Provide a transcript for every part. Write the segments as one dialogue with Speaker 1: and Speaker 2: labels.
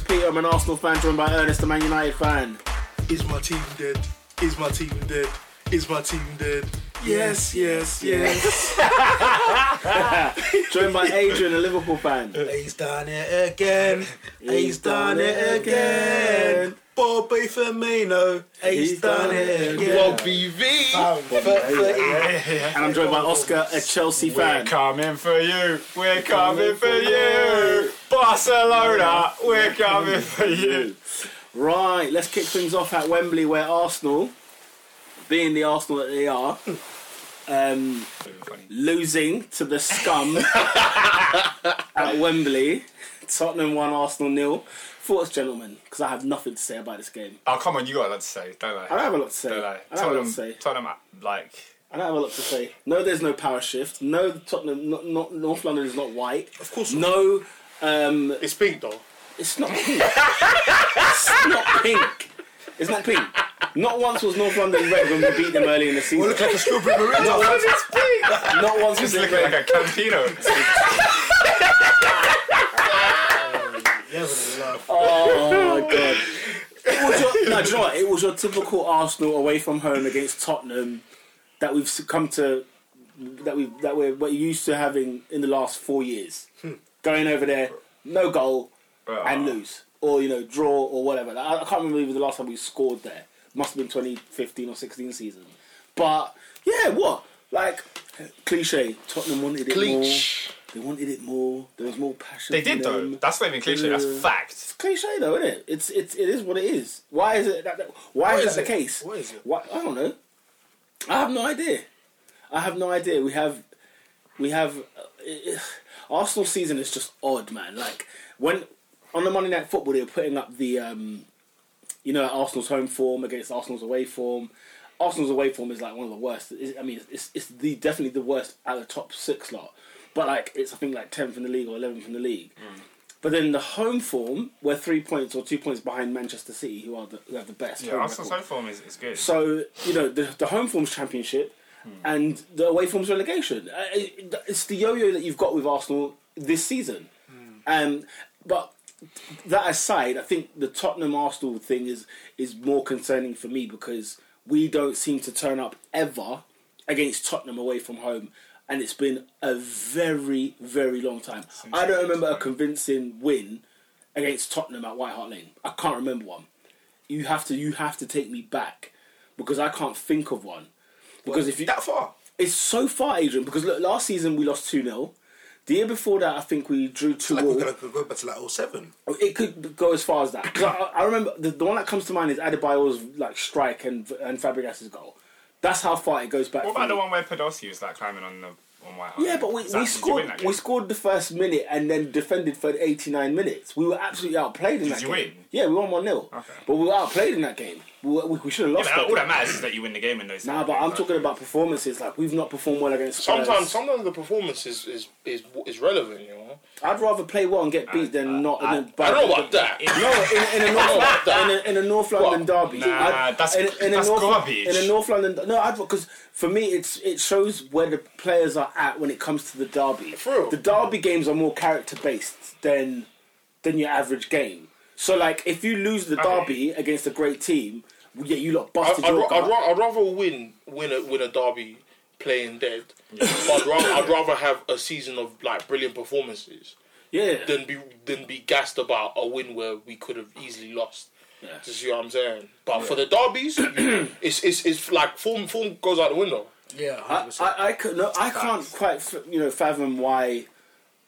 Speaker 1: Arsenal fan joined by Ernest, the Man United fan.
Speaker 2: Is my team dead? Is my team dead? Is my team dead? Yes, yes, yes.
Speaker 1: Joined by Adrian, a Liverpool fan.
Speaker 2: He's done it again. He's done it again. Bobby Firmino. He's done it again.
Speaker 3: Bobby V.
Speaker 1: And I'm joined by Oscar, a Chelsea
Speaker 3: We're
Speaker 1: fan.
Speaker 3: coming for you. We're coming for you. Barcelona, we're coming for you.
Speaker 1: Right, let's kick things off at Wembley, where Arsenal, being the Arsenal that they are, um, losing to the scum at Wembley. Tottenham won, Arsenal nil. Thoughts, gentlemen, because I have nothing to say about this game.
Speaker 3: Oh, come on, you got a lot to say, don't I?
Speaker 1: I don't have a lot to say.
Speaker 3: Don't
Speaker 1: I
Speaker 3: I?
Speaker 1: don't have a lot to
Speaker 3: Tottenham,
Speaker 1: say.
Speaker 3: Tottenham, uh, like,
Speaker 1: I don't have a lot to say. No, there's no power shift. No, Tottenham, not, not North London is not white.
Speaker 2: Of course not.
Speaker 1: No, um,
Speaker 2: It's pink though.
Speaker 1: it's not pink. it's not pink. It's not pink. Not once was North London red when we beat them early in the season.
Speaker 2: Look like a strawberry
Speaker 1: not,
Speaker 2: burrito.
Speaker 1: once, not once was
Speaker 3: just
Speaker 1: it
Speaker 3: looking
Speaker 1: red.
Speaker 3: like a Campino.
Speaker 1: Oh my god. It was your, no, do you know what? It was your typical Arsenal away from home against Tottenham that we've come to that we that we're, we're used to having in the last four years.
Speaker 3: Hmm.
Speaker 1: Going over there, no goal, and lose, or you know, draw or whatever. I, I can't remember even the last time we scored there. Must have been 2015 or 16 season. But yeah, what like cliche? Tottenham wanted it
Speaker 2: Cliche.
Speaker 1: more. They wanted it more. There was more passion.
Speaker 3: They
Speaker 1: for
Speaker 3: did though.
Speaker 1: them.
Speaker 3: That's not even cliche. That's
Speaker 1: Yeah.
Speaker 3: fact.
Speaker 1: cliche though, isn't it? It's it's it is what it is. Why is it that? that why is
Speaker 2: is
Speaker 1: that
Speaker 2: it?
Speaker 1: the case?
Speaker 2: What is it?
Speaker 1: Why, I don't know. I have no idea. I have no idea. We have we have uh, it, it- Arsenal season is just odd, man. Like when on the Monday Night Football they were putting up the um, you know Arsenal's home form against Arsenal's away form. Arsenal's away form is like one of the worst. It's- I mean, it's it's the definitely the worst out of the top six lot. But like it's I think like tenth in the league or eleventh in the league.
Speaker 3: Mm.
Speaker 1: But then the home form, we're three points or two points behind Manchester City, who are the, who have the best.
Speaker 3: Yeah,
Speaker 1: home
Speaker 3: Arsenal's
Speaker 1: record.
Speaker 3: home form is, is good.
Speaker 1: So you know the, the home forms championship and the away forms relegation. Uh, it- It's the yo-yo that you've got with Arsenal this season. Um, but that aside, I think the Tottenham Arsenal thing is is more concerning for me because we don't seem to turn up ever against Tottenham away from home. And it's been a very, very long time. I don't remember a convincing win against Tottenham at White Hart Lane. I can't remember one you have to you have to take me back because I can't think of one. Because if you
Speaker 2: That far.
Speaker 1: it's so far, Adrian. Because look, last season we lost two 0 The year before that, I think we drew two
Speaker 2: Like
Speaker 1: all.
Speaker 2: we're gonna go back to like 07.
Speaker 1: It could go as far as that. 'Cause I, I remember the, the one that comes to mind is Adebayo's like strike and and Fabregas's goal. That's how far it goes back.
Speaker 3: What
Speaker 1: for
Speaker 3: about the
Speaker 1: me.
Speaker 3: one where Podolski was like climbing on the on White Hart?
Speaker 1: Yeah, but we,
Speaker 3: Is that-
Speaker 1: we
Speaker 3: did you win
Speaker 1: scored
Speaker 3: that
Speaker 1: we
Speaker 3: game?
Speaker 1: scored the first minute and then defended for eighty nine minutes. We were absolutely outplayed in that
Speaker 3: you
Speaker 1: game.
Speaker 3: win?
Speaker 1: Yeah, we won one 0
Speaker 3: Okay.
Speaker 1: but we were outplayed in that game. We, we, we should have lost.
Speaker 3: Yeah,
Speaker 1: that
Speaker 3: but all
Speaker 1: game.
Speaker 3: that matters is that you win the game in those.
Speaker 1: Nah, but I'm talking about performances. Like we've not performed well against. Spurs.
Speaker 4: Sometimes, sometimes the performance is is is, is relevant. You know,
Speaker 1: I'd rather play well and get beat than not. and then,
Speaker 4: I don't know about that.
Speaker 1: No, in, in a North
Speaker 4: about
Speaker 1: London, in a, in a North London derby.
Speaker 3: Nah,
Speaker 1: I'd-
Speaker 3: that's-
Speaker 1: in, a- in a
Speaker 3: that's
Speaker 1: North,
Speaker 3: garbage.
Speaker 1: In a North London, no, I'd because for me it's it shows where the players are at when it comes to the derby.
Speaker 4: True.
Speaker 1: The derby games are more character based than than your average game. So like if you lose the
Speaker 3: Okay.
Speaker 1: derby against a great team, well, yeah, you lot
Speaker 4: I, I'd,
Speaker 1: busted
Speaker 4: ra-
Speaker 1: your
Speaker 4: I'd,
Speaker 1: gut.
Speaker 4: ra- I'd rather win win a win a derby playing dead. I'd rather I'd rather have a season of like brilliant performances
Speaker 1: yeah.
Speaker 4: than be than be gassed about a win where we could have easily lost.
Speaker 1: Yeah.
Speaker 4: Do you see what I'm saying? But for the derbies, it's it's it's like form form goes out the window.
Speaker 2: Yeah,
Speaker 1: I, I, I, could- no, I can't quite f- you know fathom why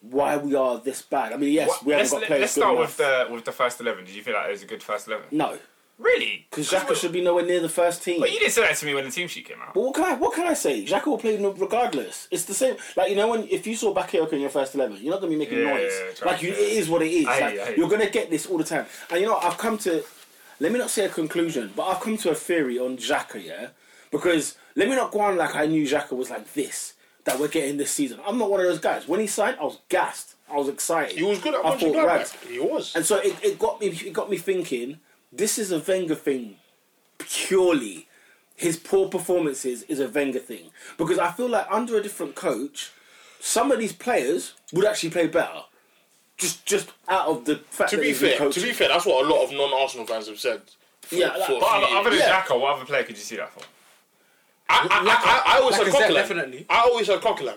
Speaker 1: why we are this bad. I mean, yes,
Speaker 3: What-
Speaker 1: we haven't
Speaker 3: let's
Speaker 1: got players
Speaker 3: let's
Speaker 1: good
Speaker 3: start
Speaker 1: enough.
Speaker 3: with the with the first eleven. Did you feel like it was a good first eleven?
Speaker 4: Mm.
Speaker 1: no,
Speaker 3: Really?
Speaker 1: because Xhaka should be nowhere near the first team.
Speaker 3: But you didn't say that to me when the team sheet came out.
Speaker 1: But what can I what can I say? Xhaka will play no- regardless. It's the same. Like you know when if you saw Bakayoko in your first eleven, you're not gonna be making
Speaker 3: Yeah,
Speaker 1: noise.
Speaker 3: yeah, yeah,
Speaker 1: like you,
Speaker 3: yeah.
Speaker 1: it is what it is.
Speaker 3: I hear
Speaker 1: Like,
Speaker 3: you, I hear
Speaker 1: you're
Speaker 3: you.
Speaker 1: gonna get this all the time. And you know what? I've come to let me not say a conclusion, but I've come to a theory on Xhaka, yeah. Because let me not go on like I knew Xhaka was like this that we're getting this season. I'm not one of those guys. When he signed, I was gassed. I was excited.
Speaker 4: He was good at
Speaker 1: I
Speaker 4: punching
Speaker 1: thought,
Speaker 4: back.
Speaker 1: "Rags."
Speaker 4: He was.
Speaker 1: And so it, it got me it got me thinking, this is a Wenger thing purely. His poor performances is a Wenger thing. Because I feel like under a different coach, some of these players would actually play better. Do just just out of the fact
Speaker 4: To
Speaker 1: that
Speaker 4: be
Speaker 1: he's been
Speaker 4: fair, to
Speaker 1: coaching.
Speaker 4: be fair, that's what a lot of non-Arsenal fans have said. For,
Speaker 1: Yeah, like-
Speaker 4: for a
Speaker 1: But
Speaker 4: few
Speaker 3: Other,
Speaker 4: years.
Speaker 3: other than
Speaker 1: Yeah.
Speaker 3: Xhaka, what other player could you see that for?
Speaker 4: I, I, I, I always
Speaker 2: Like I
Speaker 4: said
Speaker 2: said,
Speaker 4: Coquelin.
Speaker 2: definitely.
Speaker 4: I always said Coquelin.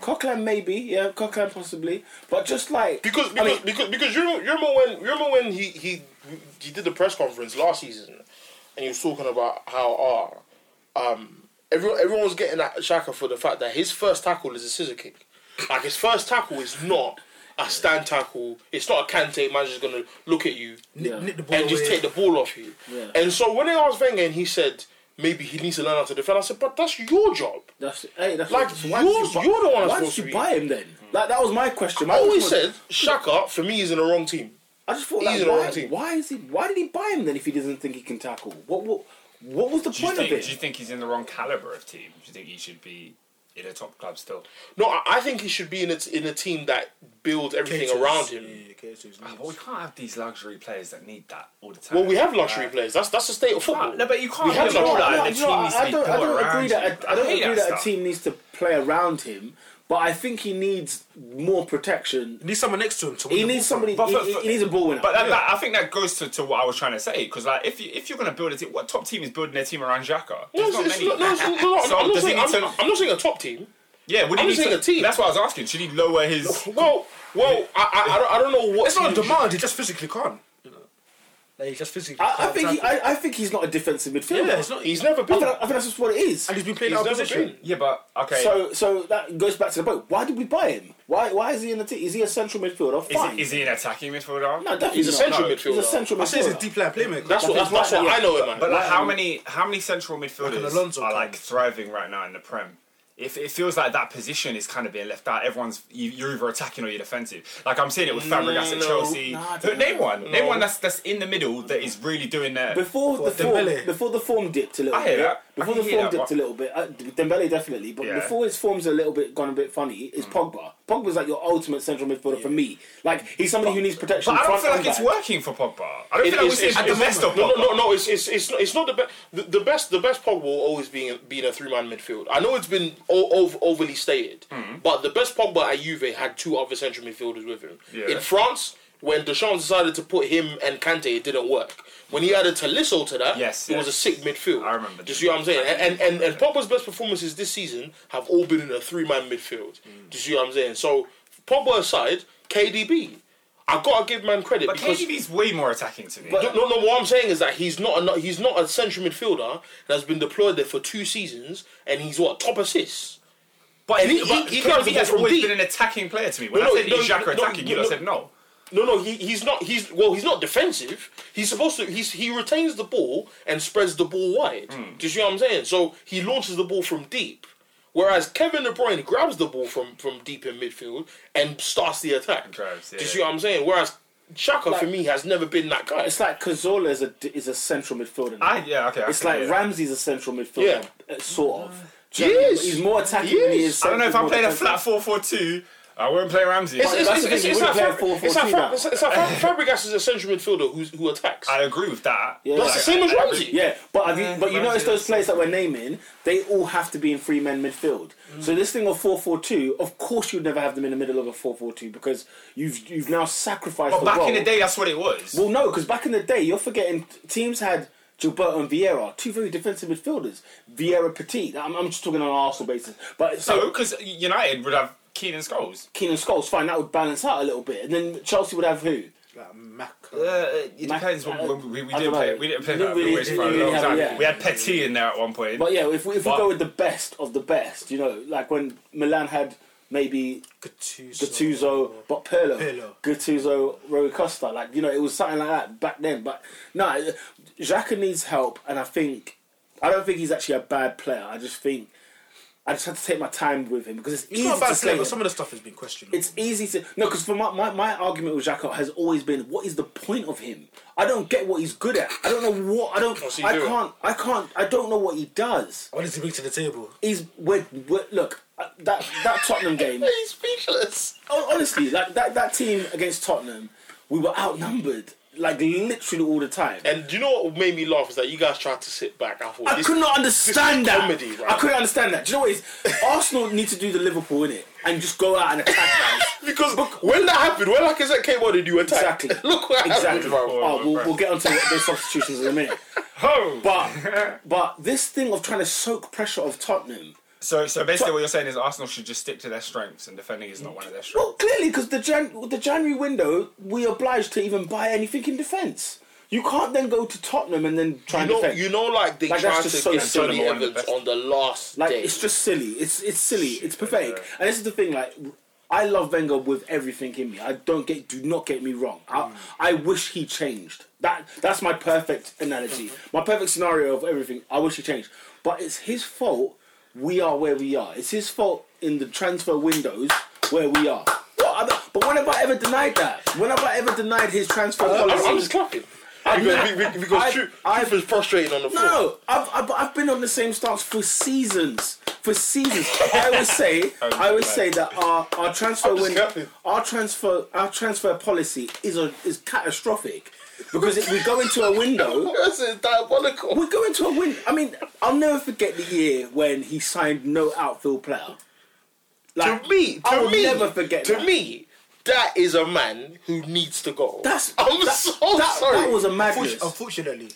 Speaker 1: Coquelin maybe, yeah, Coquelin possibly, but just like
Speaker 4: Because because,
Speaker 1: I mean-
Speaker 4: because because you remember, you remember when you remember when he, he he did the press conference last season, and he was talking about how ah, um everyone everyone was getting at Shaka for the fact that his first tackle is a scissor kick, like his first tackle is not a stand tackle. It's not a Kante man just gonna look at you
Speaker 1: Yeah.
Speaker 2: Nip the ball
Speaker 4: and just
Speaker 2: away.
Speaker 4: take the ball off you.
Speaker 1: Yeah.
Speaker 4: And so when I was Wenger and he said maybe he needs to learn how to defend, I said but that's your job.
Speaker 1: that's hey, that's
Speaker 4: Like,
Speaker 1: so why did
Speaker 4: yours-
Speaker 1: you bu-
Speaker 4: you're the one that's
Speaker 1: Why
Speaker 4: supposed
Speaker 1: did
Speaker 4: to
Speaker 1: you
Speaker 4: be-
Speaker 1: buy him then? Like that was my question. My
Speaker 4: I always
Speaker 1: question was-
Speaker 4: said Shaka for me is in the wrong team.
Speaker 1: I just thought
Speaker 4: He's
Speaker 1: like,
Speaker 4: in the wrong
Speaker 1: why,
Speaker 4: team.
Speaker 1: why is he? Why did he buy him then if he doesn't think he can tackle? What what what was the
Speaker 3: Do you,
Speaker 1: point
Speaker 3: think,
Speaker 1: of it?
Speaker 3: do you think he's in the wrong caliber of team? Do you think he should be in a top club still?
Speaker 4: No, I, I think he should be in a, t- in a team that builds everything
Speaker 2: Caters.
Speaker 4: around him.
Speaker 2: Yeah, caters.
Speaker 3: Ah, But we can't have these luxury players that need that all the time.
Speaker 4: Well, we have luxury players. That's that's the state of football.
Speaker 3: Nah, No, but you can't
Speaker 4: We have
Speaker 3: have all
Speaker 4: luxury.
Speaker 3: that.
Speaker 1: No,
Speaker 3: and
Speaker 1: you
Speaker 3: the
Speaker 1: know,
Speaker 3: team needs to
Speaker 1: I
Speaker 3: be
Speaker 1: don't, I
Speaker 3: built
Speaker 1: don't agree
Speaker 3: around you.
Speaker 1: that I, I don't
Speaker 3: hate
Speaker 1: agree that
Speaker 3: stuff.
Speaker 1: a team needs to play around him, but I think he needs more protection.
Speaker 2: Need someone next to him to win.
Speaker 1: He
Speaker 2: the ball
Speaker 1: needs
Speaker 2: from.
Speaker 1: somebody.
Speaker 3: But
Speaker 1: he,
Speaker 3: for-
Speaker 1: he-
Speaker 3: for-
Speaker 1: he needs a ball winner.
Speaker 3: But that, that, I think that goes to, to what I was trying to say because like if you if you're gonna build a team, what top team is building their team around Xhaka?
Speaker 4: No,
Speaker 3: There's
Speaker 4: it's-
Speaker 3: not
Speaker 4: it's
Speaker 3: many.
Speaker 4: not- no, it's not- no,
Speaker 3: So
Speaker 4: I'm
Speaker 3: does
Speaker 4: not
Speaker 3: he
Speaker 4: saying-
Speaker 3: need
Speaker 4: I'm
Speaker 3: to-
Speaker 4: I'm not saying a top team.
Speaker 3: yeah, would he
Speaker 4: I'm
Speaker 3: need
Speaker 4: just saying
Speaker 3: to,
Speaker 4: a team.
Speaker 3: That's what I was asking. Should he lower his?
Speaker 4: Well, well, I I, I, don't, I don't know what.
Speaker 2: It's not on
Speaker 4: team-
Speaker 2: demand. He just physically can't. You know, like, he just physically.
Speaker 1: I, I
Speaker 2: can't
Speaker 1: think he,
Speaker 2: tackle.
Speaker 1: I, I think he's not a defensive midfielder.
Speaker 2: yeah, it's not.
Speaker 4: He's never
Speaker 1: I,
Speaker 4: been.
Speaker 1: think, I think that's just what it is.
Speaker 2: and he's been playing
Speaker 4: He's
Speaker 2: out of
Speaker 4: never
Speaker 2: position.
Speaker 4: been.
Speaker 3: Yeah, but okay.
Speaker 1: So so that goes back to the point. Why did we buy him? Why why is he in the team? Is he a central midfielder?
Speaker 3: is,
Speaker 1: Fine.
Speaker 3: he, is he an attacking midfielder?
Speaker 1: no, definitely
Speaker 4: He's a
Speaker 1: not.
Speaker 4: central
Speaker 1: No,
Speaker 4: midfielder.
Speaker 1: He's a central midfielder.
Speaker 2: I say he's a deep line playmaker.
Speaker 4: That's what that's,
Speaker 1: Like
Speaker 4: that's
Speaker 1: that,
Speaker 4: what I
Speaker 1: yeah.
Speaker 4: know, man.
Speaker 3: But like, how
Speaker 1: um,
Speaker 3: many how many central midfielders
Speaker 2: Alonso
Speaker 3: are like
Speaker 2: kind.
Speaker 3: thriving right now in the Prem? If it feels like that position is kind of being left out, everyone's you- you're either attacking or you're defensive. Like I'm seeing it with Fabregas at
Speaker 4: no,
Speaker 3: Chelsea.
Speaker 1: nah, I
Speaker 3: But
Speaker 1: don't
Speaker 3: name
Speaker 1: know.
Speaker 3: one, name one that's that's in the middle that is really doing that.
Speaker 1: Before the
Speaker 2: What,
Speaker 1: form,
Speaker 2: Dembele?
Speaker 1: before the form dipped a little
Speaker 3: I hear
Speaker 1: bit,
Speaker 3: that. I
Speaker 1: before
Speaker 3: can
Speaker 1: the
Speaker 3: hear
Speaker 1: form
Speaker 3: that,
Speaker 1: dipped
Speaker 3: but-
Speaker 1: a little bit, uh, D- Dembele definitely, but
Speaker 3: Yeah. Mm.
Speaker 1: before his form's a little bit gone a bit funny, is Pogba. Pogba's like your ultimate central midfielder for me. Like he's somebody who needs protection.
Speaker 3: But I don't
Speaker 1: front
Speaker 3: feel like
Speaker 1: and
Speaker 3: it's
Speaker 1: back.
Speaker 3: working for Pogba. I don't feel
Speaker 4: It-
Speaker 3: like we're
Speaker 4: it's-
Speaker 3: seeing
Speaker 4: it's-
Speaker 3: the
Speaker 4: it's-
Speaker 3: best of
Speaker 4: no,
Speaker 3: Pogba.
Speaker 4: no, no, no. It's it's it's not, it's not the best. The, the best the best Pogba will always be being a three man midfield. I know it's been o- ov- overly stated,
Speaker 3: Mm-hmm.
Speaker 4: but the best Pogba at Juve had two other central midfielders with him.
Speaker 3: Yeah.
Speaker 4: In France, when Deschamps decided to put him and Kante, it didn't work. When he added Tolisso to that,
Speaker 3: Yes,
Speaker 4: it was a
Speaker 3: yes.
Speaker 4: sick midfield.
Speaker 3: I remember
Speaker 4: Do
Speaker 3: that.
Speaker 4: you see what I'm saying? And and, and, and Pogba's best performances this season have all been in a three man midfield.
Speaker 3: Mm.
Speaker 4: Do you see what I'm saying? So Pogba aside, KDB. I gotta give man credit
Speaker 3: But
Speaker 4: because
Speaker 3: KDB's way more attacking to me.
Speaker 4: no, no, no. What I'm saying is that he's not a he's not a central midfielder that has been deployed there for two seasons, and he's what top assists.
Speaker 3: but
Speaker 4: and
Speaker 3: he,
Speaker 4: he-
Speaker 3: but
Speaker 4: he-
Speaker 3: KDB
Speaker 4: he carries the ball
Speaker 3: has
Speaker 4: from
Speaker 3: always
Speaker 4: deep.
Speaker 3: been an attacking player to me. When
Speaker 4: No, no,
Speaker 3: I said
Speaker 4: no,
Speaker 3: he's Xhaka
Speaker 4: no,
Speaker 3: attacking, you
Speaker 4: no,
Speaker 3: lot said no.
Speaker 4: No, no, he, he's not. He's well, he's not defensive. He's supposed to. He's he retains the ball and spreads the ball wide.
Speaker 3: Hmm.
Speaker 4: Do you see what I'm saying? So he launches the ball from deep, whereas Kevin De Bruyne grabs the ball from from deep in midfield and starts the attack.
Speaker 3: drives,
Speaker 4: Do
Speaker 3: yeah.
Speaker 4: you see what I'm saying? Whereas Shaka for me has never been that guy.
Speaker 1: It's like Cazorla is a is a central midfielder. now.
Speaker 3: I yeah okay. I
Speaker 1: it's
Speaker 3: can
Speaker 1: like
Speaker 3: hear that.
Speaker 1: Ramsey's a central midfielder, uh, sort of. Do you
Speaker 4: He
Speaker 1: know what I mean?
Speaker 4: is.
Speaker 1: He's more attacking
Speaker 4: He
Speaker 1: than he
Speaker 4: is.
Speaker 1: is.
Speaker 3: I don't know if I'm
Speaker 1: more
Speaker 3: playing a
Speaker 1: defensive.
Speaker 3: flat 4-4-2. I wouldn't play Ramsey.
Speaker 4: It's,
Speaker 1: But
Speaker 4: it's,
Speaker 1: that's
Speaker 4: it's,
Speaker 1: the
Speaker 4: it's,
Speaker 1: thing,
Speaker 4: it's,
Speaker 1: you
Speaker 4: like
Speaker 1: wouldn't
Speaker 4: Fab-
Speaker 1: play a
Speaker 4: it's, like
Speaker 1: 4-4-2
Speaker 4: Fab-
Speaker 1: now.
Speaker 4: it's, it's like Fab- Fabregas is a central midfielder who, who attacks.
Speaker 3: I agree with that.
Speaker 1: Yeah.
Speaker 4: That's the same as
Speaker 3: I
Speaker 4: Ramsey.
Speaker 3: agree.
Speaker 1: Yeah, but have you,
Speaker 3: Yeah,
Speaker 1: but you
Speaker 3: Ramsey
Speaker 1: notice those
Speaker 3: is-
Speaker 1: players that we're naming, they all have to be in three men midfield.
Speaker 3: Mm.
Speaker 1: So this thing of four four two, of course you'd never have them in the middle of a four four two because you've you've now sacrificed.
Speaker 3: But
Speaker 1: the
Speaker 3: back
Speaker 1: role.
Speaker 3: in the day, that's what it was.
Speaker 1: well, no, because back in the day, you're forgetting teams had Gilberto and Vieira, two very defensive midfielders. Vieira Petit. I'm, I'm just talking on an Arsenal basis, but
Speaker 3: so,
Speaker 1: so
Speaker 3: because United would have Keenan Scholes.
Speaker 1: Keenan Scholes, fine, that would balance out a little bit, and then Chelsea would have who?
Speaker 2: Like Mac.
Speaker 3: Uh, it depends.
Speaker 1: I-
Speaker 3: we, we, we
Speaker 1: I don't
Speaker 3: didn't play.
Speaker 1: know.
Speaker 3: We didn't play
Speaker 1: We
Speaker 3: that.
Speaker 1: didn't really-
Speaker 3: We, for a
Speaker 1: didn't
Speaker 3: long
Speaker 1: really
Speaker 3: time.
Speaker 1: have- yeah.
Speaker 3: we had Petit in there at one point.
Speaker 1: But yeah, if we, if we
Speaker 3: But-
Speaker 1: go with the best of the best, you know, like when Milan had maybe
Speaker 2: Gattuso.
Speaker 1: Gattuso, but Pirlo,
Speaker 2: Pirlo.
Speaker 1: Gattuso, Rui Costa. Like you know, it was something like that back then. But no, Xhaka needs help, and I think I don't think he's actually a bad player. I just think I just had to take my time with him because it's
Speaker 2: He's
Speaker 1: easy
Speaker 2: not a bad
Speaker 1: to
Speaker 2: player,
Speaker 1: say.
Speaker 2: but some of the stuff has been questionable.
Speaker 1: it's easy to no, because for my, my, my argument with Xhaka has always been, what is the point of him? I don't get what he's good at. I don't know what I don't.
Speaker 4: What's he
Speaker 1: I
Speaker 4: doing?
Speaker 1: can't. I can't. I don't know what he does.
Speaker 2: what does he bring to the table?
Speaker 1: He's we're, we're, look uh, that that Tottenham game.
Speaker 4: He's speechless.
Speaker 1: Oh, Hon- honestly, like that, that team against Tottenham, we were outnumbered. like literally all the time.
Speaker 4: And do you know what made me laugh is that you guys tried to sit back. I thought
Speaker 1: I
Speaker 4: this-
Speaker 1: could not understand that.
Speaker 4: comedy, right?
Speaker 1: I couldn't understand that. Do you know what it is? Arsenal need to do the Liverpool in it and just go out and attack guys.
Speaker 4: because when that happened, when Lacazette came on, and you attacked.
Speaker 1: Exactly.
Speaker 4: Look what
Speaker 1: exactly.
Speaker 4: happened, bro.
Speaker 1: Oh, we'll, we'll get onto those substitutions in a minute.
Speaker 3: Oh.
Speaker 1: But but this thing of trying to soak pressure of Tottenham.
Speaker 3: so, so basically, what you're saying is Arsenal should just stick to their strengths, and defending is not one of their strengths.
Speaker 1: Well, clearly, because the Jan- the January window, we obliged to even buy anything in defense. You can't then go to Tottenham and then try
Speaker 4: You
Speaker 1: and
Speaker 4: know,
Speaker 1: defend.
Speaker 4: you know, like they
Speaker 1: Like, that's
Speaker 4: tried to
Speaker 1: just so
Speaker 4: get
Speaker 1: silly.
Speaker 4: Tony Evans on the last
Speaker 1: Like
Speaker 4: day.
Speaker 1: it's just silly. It's it's silly. It's pathetic.
Speaker 3: yeah.
Speaker 1: And this is the thing. Like I love Wenger with everything in me. I don't get. Do not get me wrong. I, I wish he changed. That that's my perfect analogy. my perfect scenario of everything. I wish he changed. But it's his fault. We are where we are. It's his fault in the transfer windows where we are. What? other- But when have I ever denied that? When have I ever denied his transfer
Speaker 4: I'm,
Speaker 1: policy?
Speaker 4: I'm just clapping. Because, be- be- because
Speaker 1: I-
Speaker 4: truth,
Speaker 1: I-
Speaker 4: truth is frustrating on the floor.
Speaker 1: No, I've, I've I've been on the same stance for seasons. For seasons, I would say I would say that our our transfer
Speaker 4: Oh, I'm just
Speaker 1: window,
Speaker 4: capping.
Speaker 1: our transfer our transfer policy is a, is catastrophic because if we go into a window.
Speaker 4: This is diabolical.
Speaker 1: We go into a win. I mean, I'll never forget the year when he signed no outfield player. Like
Speaker 4: to me, to
Speaker 1: I will
Speaker 4: me,
Speaker 1: never forget.
Speaker 4: To
Speaker 1: that.
Speaker 4: me, that is a man who needs to go.
Speaker 1: that's
Speaker 4: I'm
Speaker 1: that,
Speaker 4: so
Speaker 1: that,
Speaker 4: sorry.
Speaker 1: That was a
Speaker 2: Unfortu-
Speaker 1: madness.
Speaker 2: Unfortunately,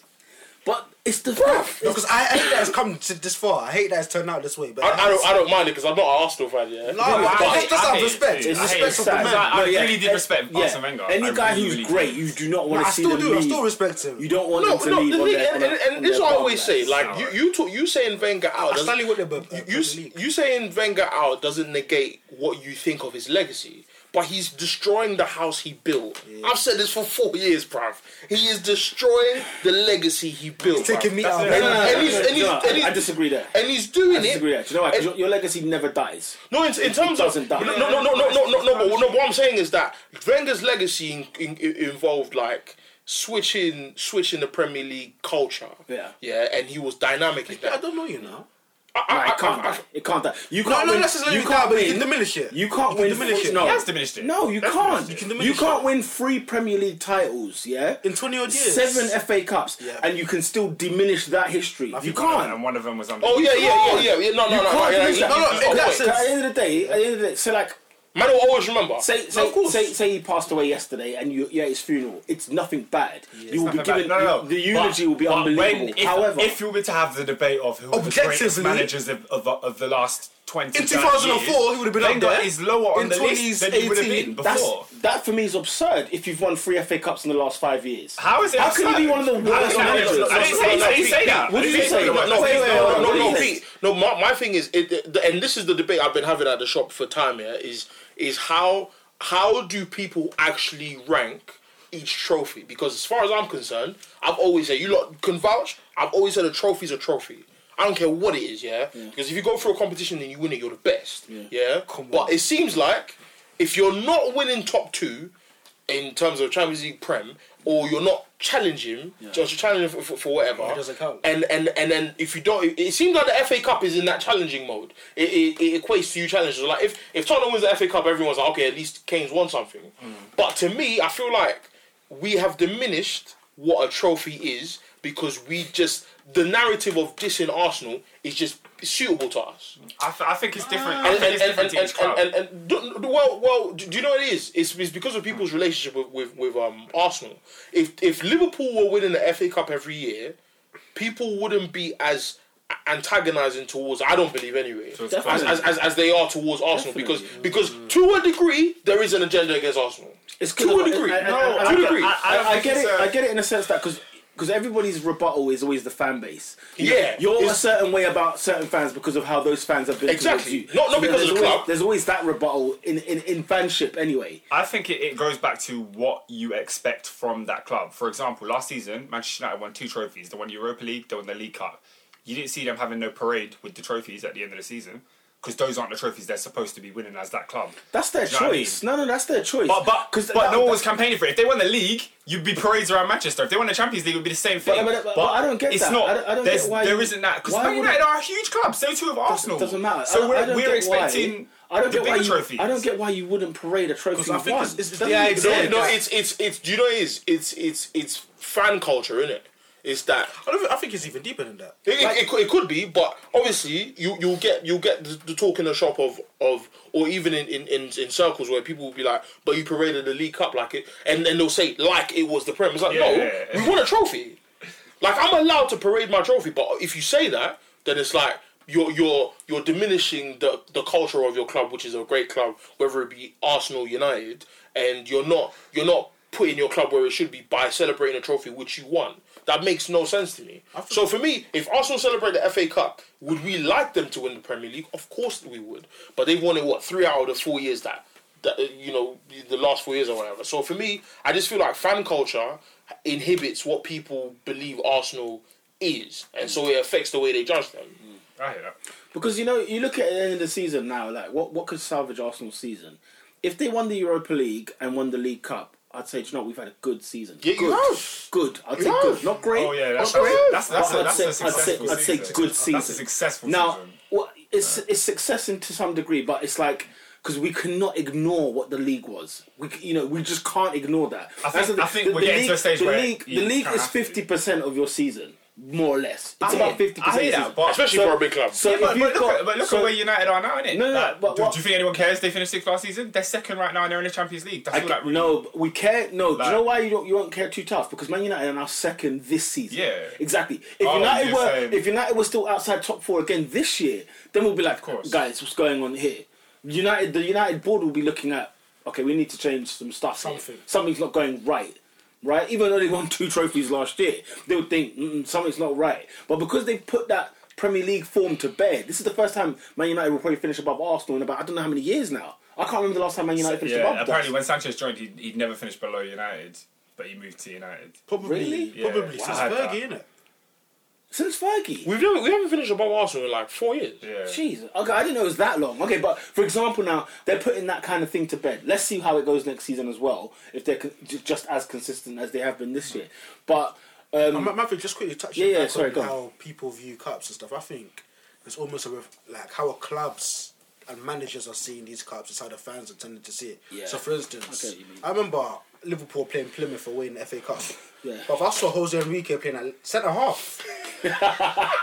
Speaker 1: But it's the fact.
Speaker 2: because I, I hate that it's come to this far. I hate that it's turned out this way. But
Speaker 4: I, I don't. I don't mind it because I'm not an Arsenal fan. Yeah.
Speaker 2: No, I-
Speaker 3: I-
Speaker 2: that's, that's out
Speaker 3: I
Speaker 2: of
Speaker 3: hate it,
Speaker 2: respect.
Speaker 3: dude.
Speaker 2: It's
Speaker 3: I hate
Speaker 2: respect
Speaker 3: it.
Speaker 2: of the
Speaker 3: Sad.
Speaker 2: man.
Speaker 3: I
Speaker 1: No, yeah.
Speaker 3: really did
Speaker 1: Eh,
Speaker 3: respect Arsene Wenger.
Speaker 1: Any
Speaker 3: I
Speaker 1: guy
Speaker 3: really,
Speaker 1: who's
Speaker 3: really
Speaker 1: great,
Speaker 3: did.
Speaker 1: you do not
Speaker 2: No,
Speaker 1: want
Speaker 2: I
Speaker 1: to see
Speaker 2: still
Speaker 1: them
Speaker 2: do. I
Speaker 1: leave.
Speaker 2: still respect him.
Speaker 1: You don't want
Speaker 4: No,
Speaker 1: them to
Speaker 4: no,
Speaker 1: leave.
Speaker 4: the
Speaker 1: on
Speaker 4: thing,
Speaker 1: their- on
Speaker 4: and, and,
Speaker 1: their-
Speaker 4: and
Speaker 1: on
Speaker 4: this is
Speaker 1: their
Speaker 4: what I
Speaker 1: bum
Speaker 4: always say.
Speaker 1: legs.
Speaker 4: Like
Speaker 3: Sour.
Speaker 4: you, you, talk, you saying Wenger out.
Speaker 2: I
Speaker 4: doesn't-
Speaker 2: stand with him, but- but
Speaker 4: you,
Speaker 2: the
Speaker 4: you,
Speaker 2: league.
Speaker 4: you saying Wenger out doesn't negate what you think of his legacy, but he's destroying the house he built. I've said this for four years, bruv. He is destroying the legacy he built. bruv.
Speaker 2: taking me out.
Speaker 1: No,
Speaker 3: it.
Speaker 2: man.
Speaker 1: no, no,
Speaker 4: And
Speaker 1: no,
Speaker 4: he's-
Speaker 1: no,
Speaker 4: and he's-
Speaker 1: no,
Speaker 4: and he's-
Speaker 1: I disagree there.
Speaker 4: and he's doing
Speaker 1: I disagree there.
Speaker 4: it.
Speaker 1: Do you know why? 'Cause
Speaker 4: And-
Speaker 1: your, your legacy never dies.
Speaker 4: No, in, in terms of
Speaker 1: doesn't
Speaker 4: no,
Speaker 1: die.
Speaker 4: no, no, no, no, no, no, but, no. What I'm saying is that Wenger's legacy in, in, in- involved like switching, switching the Premier League culture.
Speaker 1: Yeah.
Speaker 4: yeah, and he was dynamic in
Speaker 2: I
Speaker 4: that.
Speaker 2: don't know you now.
Speaker 1: No, it can't die. It can't die. You
Speaker 2: No,
Speaker 1: can't
Speaker 2: no,
Speaker 1: win.
Speaker 2: that's just
Speaker 1: you
Speaker 2: you
Speaker 1: can't
Speaker 2: can't, but you can
Speaker 1: win.
Speaker 2: diminish it.
Speaker 1: You can't
Speaker 2: can
Speaker 1: win.
Speaker 2: diminish
Speaker 1: four-
Speaker 2: it.
Speaker 1: No,
Speaker 3: He has diminished it.
Speaker 1: No, you
Speaker 3: That's
Speaker 1: can't.
Speaker 3: diminished it.
Speaker 1: You,
Speaker 3: You
Speaker 1: can
Speaker 3: can
Speaker 2: diminish
Speaker 1: not win three Premier League titles. Yeah.
Speaker 2: In 20 odd years.
Speaker 1: Seven FA Cups,
Speaker 2: Yeah.
Speaker 1: and you can still diminish that history. You
Speaker 2: think
Speaker 1: can't.
Speaker 3: And one of them was under.
Speaker 4: Oh yeah, yeah,
Speaker 1: can't.
Speaker 4: yeah, yeah. No,
Speaker 1: You
Speaker 4: no, no, no,
Speaker 1: can't
Speaker 4: yeah,
Speaker 1: use
Speaker 4: yeah,
Speaker 1: that.
Speaker 4: yeah.
Speaker 2: No, no, in that
Speaker 4: Oh, wait.
Speaker 1: At the end of the day, at the end of the day, so like
Speaker 4: Man will always remember.
Speaker 1: Say,
Speaker 4: No,
Speaker 1: say,
Speaker 4: of course.
Speaker 1: say, say he passed away yesterday, and you, yeah, his funeral. It's nothing bad. you will be
Speaker 3: Nothing
Speaker 1: given
Speaker 3: bad. no, no, no.
Speaker 1: the
Speaker 3: But-
Speaker 1: eulogy will be
Speaker 3: but
Speaker 1: unbelievable.
Speaker 3: when- if,
Speaker 1: However,
Speaker 3: if you were to have the debate of who are the greatest
Speaker 2: Objectively-
Speaker 3: managers of, of, of the last twenty,
Speaker 2: In 2004, he would have been up
Speaker 3: Wenger
Speaker 2: there.
Speaker 3: is lower on
Speaker 2: In
Speaker 3: the list than he would have been
Speaker 2: 2018,
Speaker 1: that's,
Speaker 3: before.
Speaker 1: that for me is absurd. If you've won three FA Cups in the last five years,
Speaker 3: How is it?
Speaker 1: How can you be
Speaker 3: absurd?
Speaker 1: one of the
Speaker 3: How
Speaker 1: worst
Speaker 3: can I-
Speaker 1: managers?
Speaker 3: I didn't say, I didn't say that.
Speaker 1: What
Speaker 3: I
Speaker 1: did
Speaker 3: didn't
Speaker 1: you
Speaker 3: say
Speaker 1: say?
Speaker 3: that.
Speaker 4: No, no,
Speaker 1: Wait,
Speaker 4: Pete,
Speaker 1: wait,
Speaker 4: no,
Speaker 1: wait,
Speaker 4: no,
Speaker 1: wait,
Speaker 4: no, no,
Speaker 1: wait.
Speaker 4: Pete. No, my, my thing is, it, it- and this is the debate I've been having at the shop for time. Yeah, is is how how do people actually rank each trophy? Because as far as I'm concerned, I've always said you lot can vouch. I've always said a trophy's a trophy. I don't care what it is, yeah. Because if you go through a competition and you win it, you're the best. Yeah. But it seems like if you're not winning top two, in terms of Champions League Prem, or you're not challenging, just challenging for, for, for whatever.
Speaker 2: It doesn't count.
Speaker 4: And and and then if you don't, it, it seems like the FA Cup is in that challenging mode. It, it, it equates to you challenges. Like if if Tottenham wins the FA Cup, everyone's like, okay, at least Kane's won something.
Speaker 2: Hmm.
Speaker 4: But to me, I feel like we have diminished what a trophy is because we just the narrative of dissing Arsenal is just suitable to us
Speaker 3: I, th- I think it's different. I
Speaker 4: and
Speaker 3: think
Speaker 4: and
Speaker 3: it's
Speaker 4: and,
Speaker 3: different
Speaker 4: Uh, and,
Speaker 3: to each
Speaker 4: and,
Speaker 3: club.
Speaker 4: and, and- do- do- well, well, do do you know what it is? It's, it's because of people's relationship with, with, with um Arsenal. If if Liverpool were winning the FA Cup every year, people wouldn't be as antagonizing towards. I don't believe anyway.
Speaker 3: it's
Speaker 4: as,
Speaker 1: close.
Speaker 4: as, as, as they are towards Arsenal, because because to a degree there is an agenda against Arsenal.
Speaker 1: It's
Speaker 4: to a degree.
Speaker 1: I, I,
Speaker 4: No,
Speaker 1: I,
Speaker 4: to a
Speaker 1: I,
Speaker 4: degree.
Speaker 1: I, I,
Speaker 3: don't
Speaker 1: I
Speaker 3: think
Speaker 1: get
Speaker 3: it's
Speaker 1: it.
Speaker 3: a-
Speaker 1: I get it in a sense that because because everybody's rebuttal is always the fan base. You-
Speaker 4: Yeah.
Speaker 1: you're a
Speaker 4: It's-
Speaker 1: certain way about certain fans because of how those fans have been. towards
Speaker 4: Exactly.
Speaker 1: you.
Speaker 4: Not- not
Speaker 1: So
Speaker 4: because
Speaker 1: there's
Speaker 4: of the
Speaker 1: always,
Speaker 4: club.
Speaker 1: There's always that rebuttal in in, in fanship anyway.
Speaker 3: I think it, it goes back to what you expect from that club. For example, last season, Manchester United won two trophies. They won Europa League, they won the League Cup. You didn't see them having no parade with the trophies at the end of the season because those aren't the trophies they're supposed to be winning as that club.
Speaker 1: That's their
Speaker 3: Do you know what I
Speaker 1: choice. No,
Speaker 3: mean?
Speaker 1: no, that's their choice.
Speaker 3: But but,
Speaker 1: because
Speaker 3: but no one was campaigning for it. If they won the league, you'd be parades around Manchester. If they won the Champions League, it would be the same thing.
Speaker 1: But- but- but I don't get
Speaker 3: it's
Speaker 1: that.
Speaker 3: Not,
Speaker 1: I don't- I don't
Speaker 3: there's-
Speaker 1: get why
Speaker 3: there
Speaker 1: you-
Speaker 3: isn't that because
Speaker 1: why
Speaker 3: Man
Speaker 1: would-
Speaker 3: United are a huge club. So too of Arsenal.
Speaker 1: doesn't matter.
Speaker 3: So
Speaker 1: I-
Speaker 3: we're,
Speaker 1: I don't
Speaker 3: we're
Speaker 1: get
Speaker 3: expecting.
Speaker 1: why- I don't
Speaker 3: The
Speaker 1: get why
Speaker 3: bigger
Speaker 1: you.
Speaker 3: trophies.
Speaker 1: I don't get why you wouldn't parade a trophy.
Speaker 2: Because I
Speaker 1: you've
Speaker 2: think
Speaker 1: won.
Speaker 2: it's, it's
Speaker 4: No,
Speaker 2: yeah, exactly.
Speaker 4: No, it's it's it's. Do you know what it is? It's it's it's fan culture, isn't it? It's that
Speaker 2: I, don't, think- I think it's even deeper than that.
Speaker 4: it, it, it, could, it could be, but obviously you you'll get you'll get the, the talk in the shop of of or even in, in, in, in circles where people will be like, but you paraded the League Cup like it, and then they'll say like it was the Prem. It's like
Speaker 3: Yeah,
Speaker 4: no,
Speaker 3: yeah, yeah.
Speaker 4: we won a trophy. Like I'm allowed to parade my trophy, but if you say that, then it's like you're you're you're diminishing the the culture of your club, which is a great club, whether it be Arsenal, United, and you're not you're not putting your club where it should be by celebrating a trophy which you won. That makes no sense to me. So for me, if Arsenal celebrate the FA Cup, would we like them to win the Premier League? Of course we would. But they've won it what three out of the four years that that uh, you know the last four years or whatever. So for me, I just feel like fan culture inhibits what people believe Arsenal is, and so it affects the way they judge them.
Speaker 1: Mm.
Speaker 3: I hear that.
Speaker 1: Because you know, you look at the end of the season now. Like, what what could salvage Arsenal's season? If they won the Europa League and won the League Cup, I'd say, do you know, what, we've had a good season.
Speaker 4: Yeah, you
Speaker 1: good,
Speaker 4: have.
Speaker 1: good. I'd say
Speaker 4: You have.
Speaker 1: good, not great.
Speaker 3: Oh yeah, that's
Speaker 1: not great.
Speaker 3: that's that's,
Speaker 1: But
Speaker 3: a, that's
Speaker 1: I'd
Speaker 3: a
Speaker 1: say- I'd say-
Speaker 3: successful
Speaker 1: I'd say
Speaker 3: season.
Speaker 1: good
Speaker 3: That's a
Speaker 1: season.
Speaker 3: successful
Speaker 1: Now,
Speaker 3: season.
Speaker 1: well, it's it's success in, to some degree, but it's like because we cannot ignore what the league was. We c- you know we just can't ignore that.
Speaker 3: I think-
Speaker 1: That's the-
Speaker 3: I think
Speaker 1: the-
Speaker 3: we're
Speaker 1: the
Speaker 3: getting to
Speaker 1: league-
Speaker 3: a stage
Speaker 1: the
Speaker 3: where
Speaker 1: league,
Speaker 3: you
Speaker 1: the league
Speaker 3: kinda
Speaker 1: is
Speaker 3: have to-
Speaker 1: fifty percent of your season, more or less.
Speaker 3: I
Speaker 1: It's
Speaker 3: hear-
Speaker 1: about fifty
Speaker 3: I hear
Speaker 1: percent.
Speaker 3: that, but-
Speaker 4: Especially for a big club.
Speaker 1: So
Speaker 3: Yeah,
Speaker 1: if
Speaker 3: but,
Speaker 1: you've
Speaker 3: but, look,
Speaker 1: got-
Speaker 3: at, but look
Speaker 1: so-
Speaker 3: at where United are now, innit?
Speaker 1: No, no, no,
Speaker 3: Like,
Speaker 1: but
Speaker 3: do,
Speaker 1: what-
Speaker 3: do you think anyone cares? They finished sixth last season. They're second right now, and they're in the Champions League. That's
Speaker 1: I
Speaker 3: all
Speaker 1: c-
Speaker 3: that. Really,
Speaker 1: no, but we care. No, do
Speaker 3: Like-
Speaker 1: you know why you don't you won't care too tough? Because Man United are now second this season.
Speaker 3: Yeah.
Speaker 1: exactly. If
Speaker 3: Oh,
Speaker 1: United
Speaker 3: you're
Speaker 1: were
Speaker 3: saying-
Speaker 1: if United were still outside top four again this year, then we'll be like,
Speaker 3: course.
Speaker 1: guys, what's going on here? United, the United board will be looking at. Okay, we need to change some stuff. here.
Speaker 2: Something.
Speaker 1: Something's not going right. Right, even though they won two trophies last year, they would think Mm-mm, something's not right. But because they put that Premier League form to bed, this is the first time Man United will probably finish above Arsenal in about I don't know how many years now. I can't remember the last time Man United finished above.
Speaker 3: yeah.
Speaker 1: us.
Speaker 3: Apparently, when Sanchez joined, he'd, he'd never finished below United, but he moved to United.
Speaker 2: Probably,
Speaker 1: Really?
Speaker 3: Yeah.
Speaker 2: probably
Speaker 3: Wow.
Speaker 2: since
Speaker 3: Had that.
Speaker 2: Fergie, innit?
Speaker 1: Since Fergie.
Speaker 4: We've never, we haven't finished above Arsenal in like four years.
Speaker 3: Yeah.
Speaker 1: Jeez. Okay, I didn't know it was that long. Okay, but for example, now they're putting that kind of thing to bed. Let's see how it goes next season as well. If they're con- ju- just as consistent as they have been this year, but um,
Speaker 2: Ma- Matthew, just quickly touch
Speaker 1: Yeah, yeah,
Speaker 2: back
Speaker 1: sorry,
Speaker 2: on
Speaker 1: go on.
Speaker 2: how people view cups and stuff. I think it's almost a ref- like how our clubs and managers are seeing these cups. It's how the fans are tending to see it.
Speaker 1: Yeah.
Speaker 2: So, for instance,
Speaker 1: I get what you mean.
Speaker 2: I remember Liverpool playing Plymouth away in the FA Cup.
Speaker 1: Yeah.
Speaker 2: But I saw Jose Enrique playing at centre half.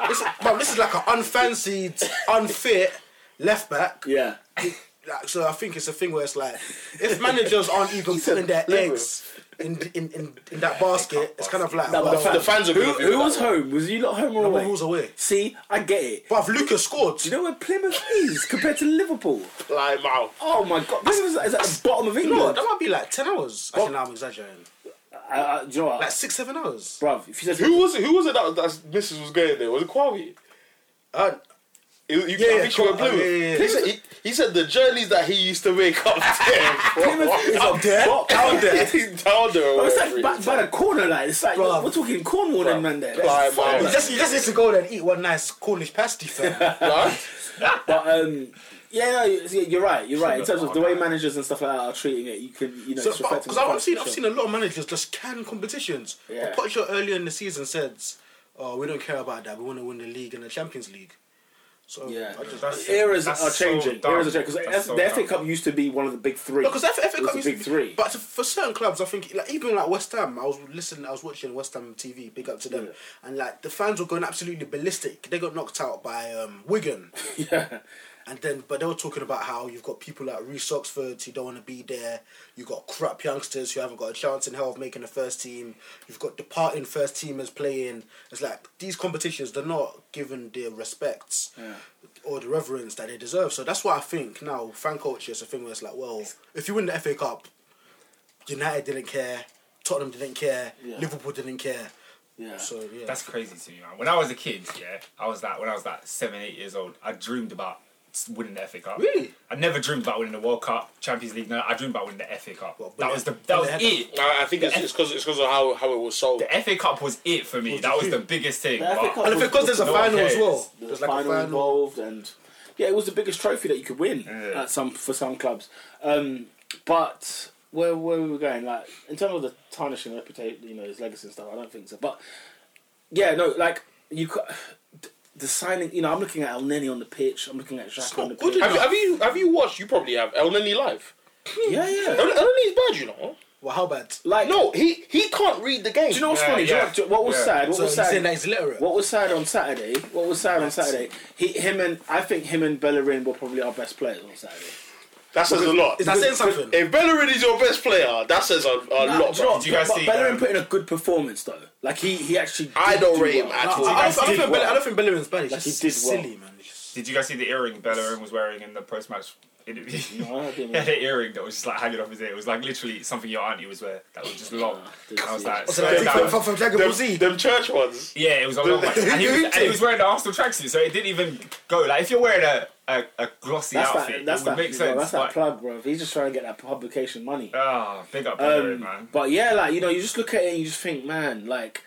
Speaker 2: this, but this is like an unfancied, unfit left back.
Speaker 1: yeah,
Speaker 2: Like, so I think it's a thing where it's like, if managers aren't even putting their
Speaker 1: Liverpool.
Speaker 2: eggs in, in, in, in that basket, it's kind of like,
Speaker 1: Nah, but
Speaker 2: well,
Speaker 4: The fans are
Speaker 1: who,
Speaker 4: gonna feel
Speaker 1: who was
Speaker 4: that.
Speaker 1: home? Was you not home or
Speaker 2: No,
Speaker 1: away?
Speaker 2: who was away?
Speaker 1: See, I get it.
Speaker 2: But Lucas scored.
Speaker 1: Do you know where Plymouth is compared to Liverpool?
Speaker 4: Like, wow.
Speaker 1: Oh my God, Plymouth is at the bottom of
Speaker 2: No,
Speaker 1: England.
Speaker 2: that might be like ten hours. Actually, now I'm exaggerating.
Speaker 1: I, I, do you know what,
Speaker 2: Like six, seven hours.
Speaker 1: bruv? If you said
Speaker 4: Who was it? Who was it that, that Mrs. was going there? Was it Kwame?
Speaker 2: Uh,
Speaker 4: It- you- I
Speaker 2: Yeah,
Speaker 4: think she
Speaker 2: Kwame,
Speaker 4: went blue.
Speaker 2: yeah, yeah, yeah.
Speaker 4: He, said, he, he said the journeys that he used to make up
Speaker 1: Plymouth is
Speaker 4: there.
Speaker 1: up there, down there.
Speaker 4: down there. or
Speaker 1: It's
Speaker 4: whatever
Speaker 1: like
Speaker 4: it
Speaker 1: back
Speaker 4: is.
Speaker 1: by the corner, like it's like
Speaker 2: Bruv.
Speaker 1: we're talking Cornwall and man there. That's
Speaker 4: Like,
Speaker 1: far,
Speaker 4: man.
Speaker 2: you
Speaker 1: like.
Speaker 2: just you just need to go there and eat one nice Cornish pasty, fam.
Speaker 4: Nah.
Speaker 1: But um, yeah, no, you- yeah, you're right. You're right in terms of the way managers and stuff like that are treating it. You can, you know,
Speaker 2: so,
Speaker 1: it's reflecting
Speaker 2: because
Speaker 1: the
Speaker 2: I've
Speaker 1: fact,
Speaker 2: seen I've
Speaker 1: sure.
Speaker 2: seen a lot of managers just can competitions.
Speaker 1: Yeah.
Speaker 2: But Potter earlier in the season said, "Oh, we don't care about that. We want to win the league and the Champions League." So
Speaker 1: Yeah.
Speaker 2: I just,
Speaker 3: That's-
Speaker 1: Eras
Speaker 3: that's
Speaker 1: are
Speaker 3: so
Speaker 1: changing.
Speaker 3: dumb.
Speaker 1: Eras are changing because
Speaker 3: That's so
Speaker 1: the FA
Speaker 3: dumb.
Speaker 1: Cup used to be one of the big three.
Speaker 2: because FA,
Speaker 1: It was
Speaker 2: Cup
Speaker 1: the
Speaker 2: used to
Speaker 1: big
Speaker 2: be-
Speaker 1: three.
Speaker 2: But for certain clubs, I think like even like West Ham, I was listening, I was watching West Ham TV. Big up to them, and like the fans were going absolutely ballistic. They got knocked out by um, Wigan.
Speaker 1: yeah,
Speaker 2: And then, but they were talking about how you've got people like Reece Oxford who don't want to be there. You've got crap youngsters who haven't got a chance in hell of making the first team. You've got departing first teamers playing. It's like these competitions, they're not given the respect or the reverence that they deserve. So that's why I think now fan culture is a thing where it's like, well, if you win the FA Cup, United didn't care, Tottenham didn't care,
Speaker 1: Yeah.
Speaker 2: Liverpool didn't care.
Speaker 1: yeah.
Speaker 2: So yeah,
Speaker 3: That's crazy to me, man. When I was a kid, yeah, I was like, when I was like seven, eight years old, I dreamed about winning the FA Cup.
Speaker 2: Really?
Speaker 3: I never dreamed about winning the World Cup, Champions League. No, I dreamed about winning the FA Cup.
Speaker 2: What,
Speaker 3: that
Speaker 2: but
Speaker 3: was the
Speaker 2: they-
Speaker 3: that was
Speaker 2: they had-
Speaker 3: it.
Speaker 4: I I think it's because it's because of how, how it was sold.
Speaker 3: The FA Cup was it for me. That was the biggest thing.
Speaker 1: The FA
Speaker 3: but-
Speaker 1: Cup
Speaker 2: and because there's a
Speaker 3: No one
Speaker 2: final as
Speaker 3: cares.
Speaker 2: well,
Speaker 1: the
Speaker 2: there's like
Speaker 1: final
Speaker 2: a final.
Speaker 1: involved, and yeah, it was the biggest trophy that you could win
Speaker 3: Yeah.
Speaker 1: at some for some clubs. Um, but where where we were going, like in terms of the tarnishing reputation, you know, his legacy and stuff, I don't think so. But yeah, no, like you, cou- the signing, you know, I'm looking at El Neni on the pitch. I'm looking at Xhaka on the
Speaker 2: not good
Speaker 1: pitch.
Speaker 4: Have, you- have you have you watched? You probably have El Nini live.
Speaker 1: Yeah, yeah.
Speaker 4: El, El Nini's bad, you know.
Speaker 2: Well, how bad?
Speaker 1: Like, no.
Speaker 4: No, he he can't read the game.
Speaker 1: Do you know what's
Speaker 3: Yeah,
Speaker 1: funny? Do you know
Speaker 3: yeah.
Speaker 1: what- what was
Speaker 3: Yeah.
Speaker 1: sad? What
Speaker 2: So
Speaker 1: was
Speaker 2: he's saying
Speaker 1: sad?
Speaker 2: that he's literate.
Speaker 1: What was sad on Saturday? What was sad on Saturday? He, him, and I think him and Bellerin were probably our best players on Saturday.
Speaker 4: That says a lot.
Speaker 2: Is that saying something?
Speaker 4: If Bellerin is your best player, that says a, a
Speaker 1: Nah,
Speaker 4: lot.
Speaker 1: do you know
Speaker 4: bro.
Speaker 1: what?
Speaker 3: Did you guys
Speaker 1: but
Speaker 3: see,
Speaker 1: Bellerin
Speaker 3: um,
Speaker 1: put in a good performance though. Like he, he actually. Did
Speaker 4: I don't
Speaker 1: do
Speaker 4: rate him
Speaker 1: well.
Speaker 4: at
Speaker 2: No,
Speaker 4: all.
Speaker 2: I, I, I, don't
Speaker 1: did
Speaker 2: think Bell-
Speaker 1: well.
Speaker 2: I don't think Bellerin is bad. He's
Speaker 1: Like, he
Speaker 2: just
Speaker 1: did well.
Speaker 2: silly, man. He's just-
Speaker 3: Did you guys see the earring Bellerin was wearing in the post-match interview?
Speaker 1: No, I didn't.
Speaker 3: he had an earring that was just like hanging off his ear. It was like literally something your auntie was wearing that was just long.
Speaker 1: didn't
Speaker 3: I was
Speaker 1: see
Speaker 3: like,
Speaker 2: So
Speaker 3: swear
Speaker 2: like,
Speaker 3: down.
Speaker 2: from, from, from Dragon Ball Z.
Speaker 4: Them, them church ones.
Speaker 3: yeah, it was a long one. And he was, and he was wearing the Arsenal tracksuit, so it didn't even go. Like if you're wearing a, a, a glossy
Speaker 1: That's
Speaker 3: outfit,
Speaker 1: that. That's
Speaker 3: it would
Speaker 1: that.
Speaker 3: make
Speaker 1: bro,
Speaker 3: sense.
Speaker 1: that's that
Speaker 3: but,
Speaker 1: plug, bro. He's just trying to get that publication money.
Speaker 3: Ah, big up Bellerin,
Speaker 1: Um,
Speaker 3: man.
Speaker 1: but yeah, like you know, you just look at it and you just think, man, like,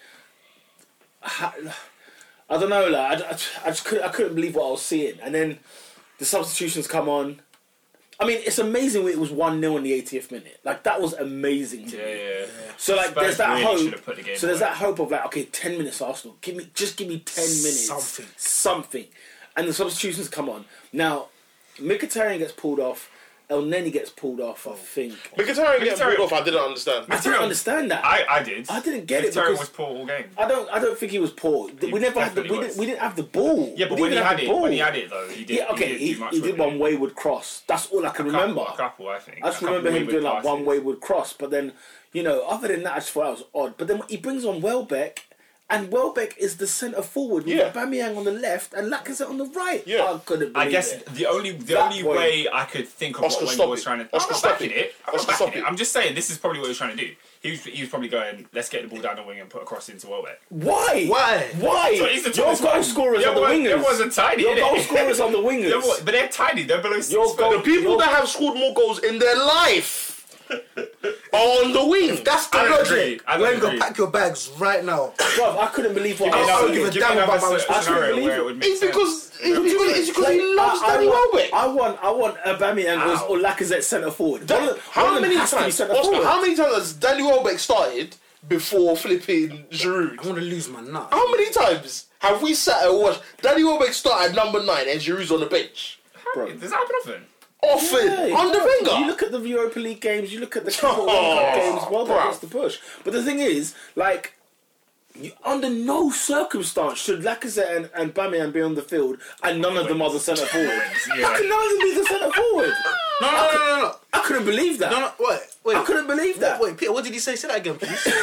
Speaker 1: ha- I don't know, like, I, I just- I just couldn't, I couldn't believe what I was seeing. And then the substitutions come on. I mean, it's amazing it was one 0 in the 80th minute. Like that was amazing. To
Speaker 3: Yeah,
Speaker 1: me.
Speaker 3: yeah.
Speaker 1: So like,
Speaker 3: Spurs
Speaker 1: there's that
Speaker 3: really should
Speaker 1: hope.
Speaker 3: have put the game
Speaker 1: So there's
Speaker 3: away.
Speaker 1: that hope of like, okay, ten minutes Arsenal. Give me just give me ten minutes.
Speaker 2: Something.
Speaker 1: Something. And the substitutions come on. Now, Mkhitaryan gets pulled off. El Neni gets pulled off. I think.
Speaker 4: Mkhitaryan getting
Speaker 3: Mkhitaryan-
Speaker 4: pulled off, I didn't understand.
Speaker 1: I didn't understand that.
Speaker 3: I, I did.
Speaker 1: I didn't get it
Speaker 3: Mkhitaryan
Speaker 1: because-
Speaker 3: was poor all game.
Speaker 1: I don't. I don't think he was poor. we never had the. We
Speaker 3: definitely was.
Speaker 1: didn't, we didn't have the ball.
Speaker 3: Yeah, but
Speaker 1: we
Speaker 3: when
Speaker 1: didn't
Speaker 3: he
Speaker 1: have
Speaker 3: had
Speaker 1: the
Speaker 3: it,
Speaker 1: ball.
Speaker 3: when he had it though, he did.
Speaker 1: yeah, okay,
Speaker 3: he did,
Speaker 1: he,
Speaker 3: do much
Speaker 1: he
Speaker 3: with
Speaker 1: did
Speaker 3: it.
Speaker 1: one wayward cross. That's all I can
Speaker 3: couple,
Speaker 1: remember.
Speaker 3: a couple, I think.
Speaker 1: I just
Speaker 3: A couple
Speaker 1: remember him
Speaker 3: wayward
Speaker 1: doing like
Speaker 3: passes.
Speaker 1: one wayward cross. But then, you know, other than that, I just thought that was odd. But then he brings on Welbeck, and Welbeck is the centre forward with
Speaker 4: Yeah.
Speaker 1: Aubameyang on the left and Lacazette on the right.
Speaker 4: Yeah.
Speaker 1: I couldn't believe
Speaker 3: I guess
Speaker 1: it.
Speaker 3: the only the
Speaker 1: That
Speaker 3: only
Speaker 1: point-
Speaker 3: way I could think of
Speaker 4: Oscar,
Speaker 3: what Wenger
Speaker 4: stop
Speaker 3: was
Speaker 4: it.
Speaker 3: trying to.
Speaker 4: Oscar,
Speaker 3: I'm not
Speaker 4: stop
Speaker 3: backing
Speaker 4: it.
Speaker 3: it. I'm not
Speaker 4: Oscar,
Speaker 3: backing
Speaker 4: stop
Speaker 3: it.
Speaker 4: it.
Speaker 3: I'm just saying this is probably what he was trying to do. He was, he was probably going, let's get the ball down the wing and put a cross into Welbeck.
Speaker 1: Why?
Speaker 2: Why?
Speaker 1: Why?
Speaker 3: So he's the
Speaker 1: Your
Speaker 3: tallest
Speaker 1: goal
Speaker 3: one.
Speaker 1: scorers
Speaker 3: Yeah,
Speaker 1: on the
Speaker 3: well,
Speaker 1: wingers.
Speaker 3: it wasn't tidy,
Speaker 1: Your
Speaker 3: innit?
Speaker 1: goal scorers on the wingers.
Speaker 3: They're what- but they're tiny. They're below six.
Speaker 1: Your
Speaker 3: foot.
Speaker 1: goal-
Speaker 4: The people
Speaker 1: Yo-
Speaker 4: that have scored more goals in their life are on the wing.
Speaker 2: That's the
Speaker 3: I don't
Speaker 2: logic.
Speaker 3: agree. I don't
Speaker 2: Wenger,
Speaker 3: agree.
Speaker 2: pack your bags right now.
Speaker 1: Bruv, I couldn't believe what
Speaker 3: Give me
Speaker 1: I
Speaker 2: I'll
Speaker 3: another-
Speaker 1: was seeing.
Speaker 2: give a
Speaker 3: give me
Speaker 2: damn
Speaker 3: another
Speaker 2: about my-
Speaker 3: scenario
Speaker 1: I couldn't believe
Speaker 3: where
Speaker 1: it.
Speaker 3: it would make
Speaker 4: It's
Speaker 3: sense.
Speaker 4: because it's because, it's because he
Speaker 1: Like,
Speaker 4: loves Danny
Speaker 1: want-
Speaker 4: Welbeck.
Speaker 1: I want, I want Aubameyang was
Speaker 3: Ow.
Speaker 1: or Lacazette centre forward. One of- one
Speaker 4: How
Speaker 1: of them
Speaker 4: many
Speaker 1: has to be
Speaker 4: times?
Speaker 1: centre
Speaker 4: Oscar,
Speaker 1: forward.
Speaker 4: how many times has Danny Welbeck started before flipping Giroud?
Speaker 2: I want to lose my nut.
Speaker 4: How many times have we sat and watched Danny Welbeck start at number nine and Giroud's on the bench?
Speaker 1: Bro.
Speaker 3: Does that happen often?
Speaker 4: Often
Speaker 1: Yeah,
Speaker 4: on the
Speaker 1: exactly.
Speaker 4: Wenger.
Speaker 1: You look at the Europa League games, you look at the Cup World Cup
Speaker 4: Oh,
Speaker 1: games, well, that
Speaker 4: bruv.
Speaker 1: gets the push. But the thing is, like, you, under no circumstance should Lacazette and, and Bamian be on the field and none of them are the centre forward.
Speaker 3: Yeah.
Speaker 1: How can none of them be the centre forward?
Speaker 2: No, no, no, no, no.
Speaker 1: I couldn't believe that.
Speaker 2: No, no, wait, wait.
Speaker 1: I couldn't believe that.
Speaker 2: Wait, Peter, what did he say? Say that again, please.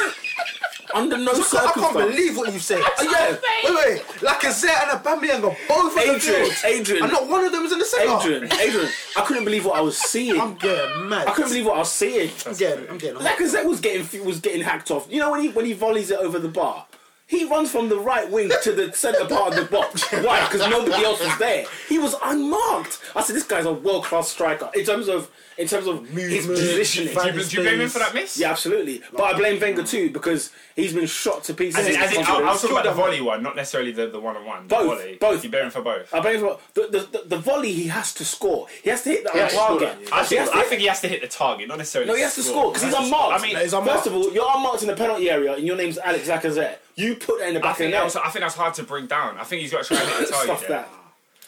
Speaker 1: Under no
Speaker 2: I
Speaker 1: circumstance.
Speaker 2: can't believe what you said. Uh,
Speaker 1: Oh, yeah.
Speaker 2: Wait, wait. Lacazette and Aubameyang are both on the
Speaker 1: Adrian,
Speaker 2: field.
Speaker 1: Adrian.
Speaker 2: And not one of them is in the centre.
Speaker 1: Adrian, Adrian, I couldn't believe what I was seeing.
Speaker 2: I'm getting mad.
Speaker 1: I couldn't believe what I was seeing.
Speaker 2: I'm getting, I'm getting hot.
Speaker 1: Lacazette was getting was getting hacked off. You know when he when he volleys it over the bar, he runs from the right wing to the centre part of the box. Why? Because nobody else was there. He was unmarked. I said this guy's a world class striker in terms of in terms of his
Speaker 2: Movement,
Speaker 1: positioning.
Speaker 2: fast-
Speaker 3: Do you, do you blame him for that miss?
Speaker 1: Yeah, absolutely. But I blame Wenger too because he's been shot to pieces.
Speaker 3: As in, as in, I'll, I'll talk about the
Speaker 1: I
Speaker 3: volley one, not necessarily the, the one-on-one. The
Speaker 1: Both,
Speaker 3: volley.
Speaker 1: both.
Speaker 3: You blame him for both.
Speaker 1: blame him for the, the, the, the volley. He has to score. He has to hit that on
Speaker 4: has to score
Speaker 1: target.
Speaker 4: that.
Speaker 3: I
Speaker 1: He
Speaker 3: think,
Speaker 1: has to
Speaker 3: I
Speaker 1: hit-
Speaker 3: think he has to hit the target, not necessarily.
Speaker 1: No, he has to score because he's
Speaker 3: has to
Speaker 1: unmarked.
Speaker 3: score. I mean,
Speaker 2: he's unmarked.
Speaker 1: First of all, you're unmarked in the penalty area, and your name's Alex Lacazette. You put that in the
Speaker 3: I
Speaker 1: back of the
Speaker 3: think,
Speaker 1: net.
Speaker 3: that was, I think that's hard to bring down. I think he's got to try and hit the target.
Speaker 1: Stuff
Speaker 3: there.
Speaker 1: that.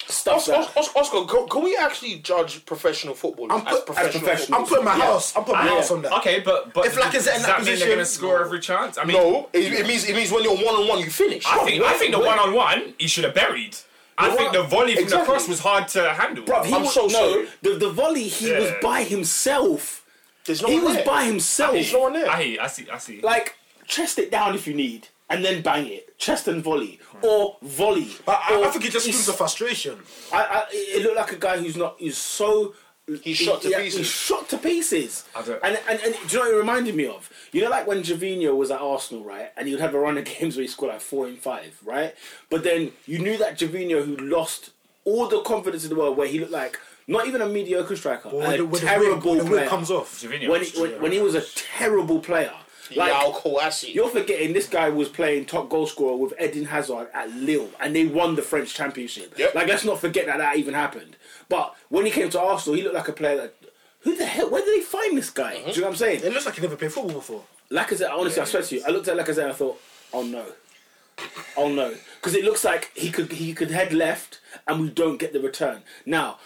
Speaker 1: Stuff
Speaker 4: Os-
Speaker 1: that.
Speaker 4: Os- Oscar, can, can we actually judge professional football
Speaker 2: I'm put-
Speaker 4: as
Speaker 2: as
Speaker 4: professional?
Speaker 1: professional.
Speaker 4: football?
Speaker 2: I'm putting my house. I'm putting my
Speaker 3: Ah,
Speaker 2: house on that.
Speaker 3: Okay, but but
Speaker 2: If Lacazette in that
Speaker 3: does that mean
Speaker 2: position-
Speaker 3: they're going to score every chance? I mean,
Speaker 4: No, it, it means it means when you're one on one, you finish.
Speaker 3: I think I
Speaker 1: where-
Speaker 3: think the
Speaker 1: where-
Speaker 3: one on one he should have buried. I
Speaker 1: The
Speaker 3: think
Speaker 1: one-
Speaker 3: the volley from
Speaker 4: Exactly.
Speaker 3: the cross was hard to handle.
Speaker 1: Bruv, he
Speaker 4: I'm
Speaker 1: was,
Speaker 4: so
Speaker 1: no,
Speaker 4: sorry.
Speaker 1: The, the volley, he
Speaker 3: Yeah.
Speaker 1: was by himself.
Speaker 4: There's no
Speaker 1: he
Speaker 4: one
Speaker 1: was
Speaker 4: there.
Speaker 1: by himself.
Speaker 4: There's no one there.
Speaker 3: I hear, you, I see, I see.
Speaker 1: Like, chest it down if you need, and then bang it. Chest and volley. Or volley.
Speaker 2: But I,
Speaker 1: or
Speaker 2: I think it just screams the frustration.
Speaker 1: I, I, it looked like a guy who's not. He's so. He's
Speaker 4: shot to
Speaker 1: He's
Speaker 4: pieces.
Speaker 1: shot to pieces.
Speaker 3: I
Speaker 1: And,
Speaker 3: don't-
Speaker 1: and, and do you know what it reminded me of? You know, like when Javinho was at Arsenal, right? And he would have a run of games where he scored like four and five, right? But then you knew that Javinho who lost all the confidence in the world, where he looked like not even a mediocre striker,
Speaker 2: But when,
Speaker 1: a
Speaker 2: the, when, the wheel,
Speaker 1: terrible
Speaker 2: when the wheel
Speaker 1: player.
Speaker 2: comes off,
Speaker 3: Javinho
Speaker 1: when,
Speaker 3: was
Speaker 1: he, when, when he was a terrible player, like
Speaker 4: yeah, I'll call Assi.
Speaker 1: you're forgetting this guy was playing top goal scorer with Eden Hazard at Lille, and they won the French Championship.
Speaker 4: Yep.
Speaker 1: Like, let's not forget that that even happened. But when he came to Arsenal, he looked like a player that. Who the hell? Where did they find this guy? Do you know what I'm saying?
Speaker 2: it looks like he never played football before.
Speaker 1: Lacazette, honestly, I swear to you, I looked at Lacazette and I thought, oh no. Oh no. because it looks like he could he could head left and we don't get the return. Now,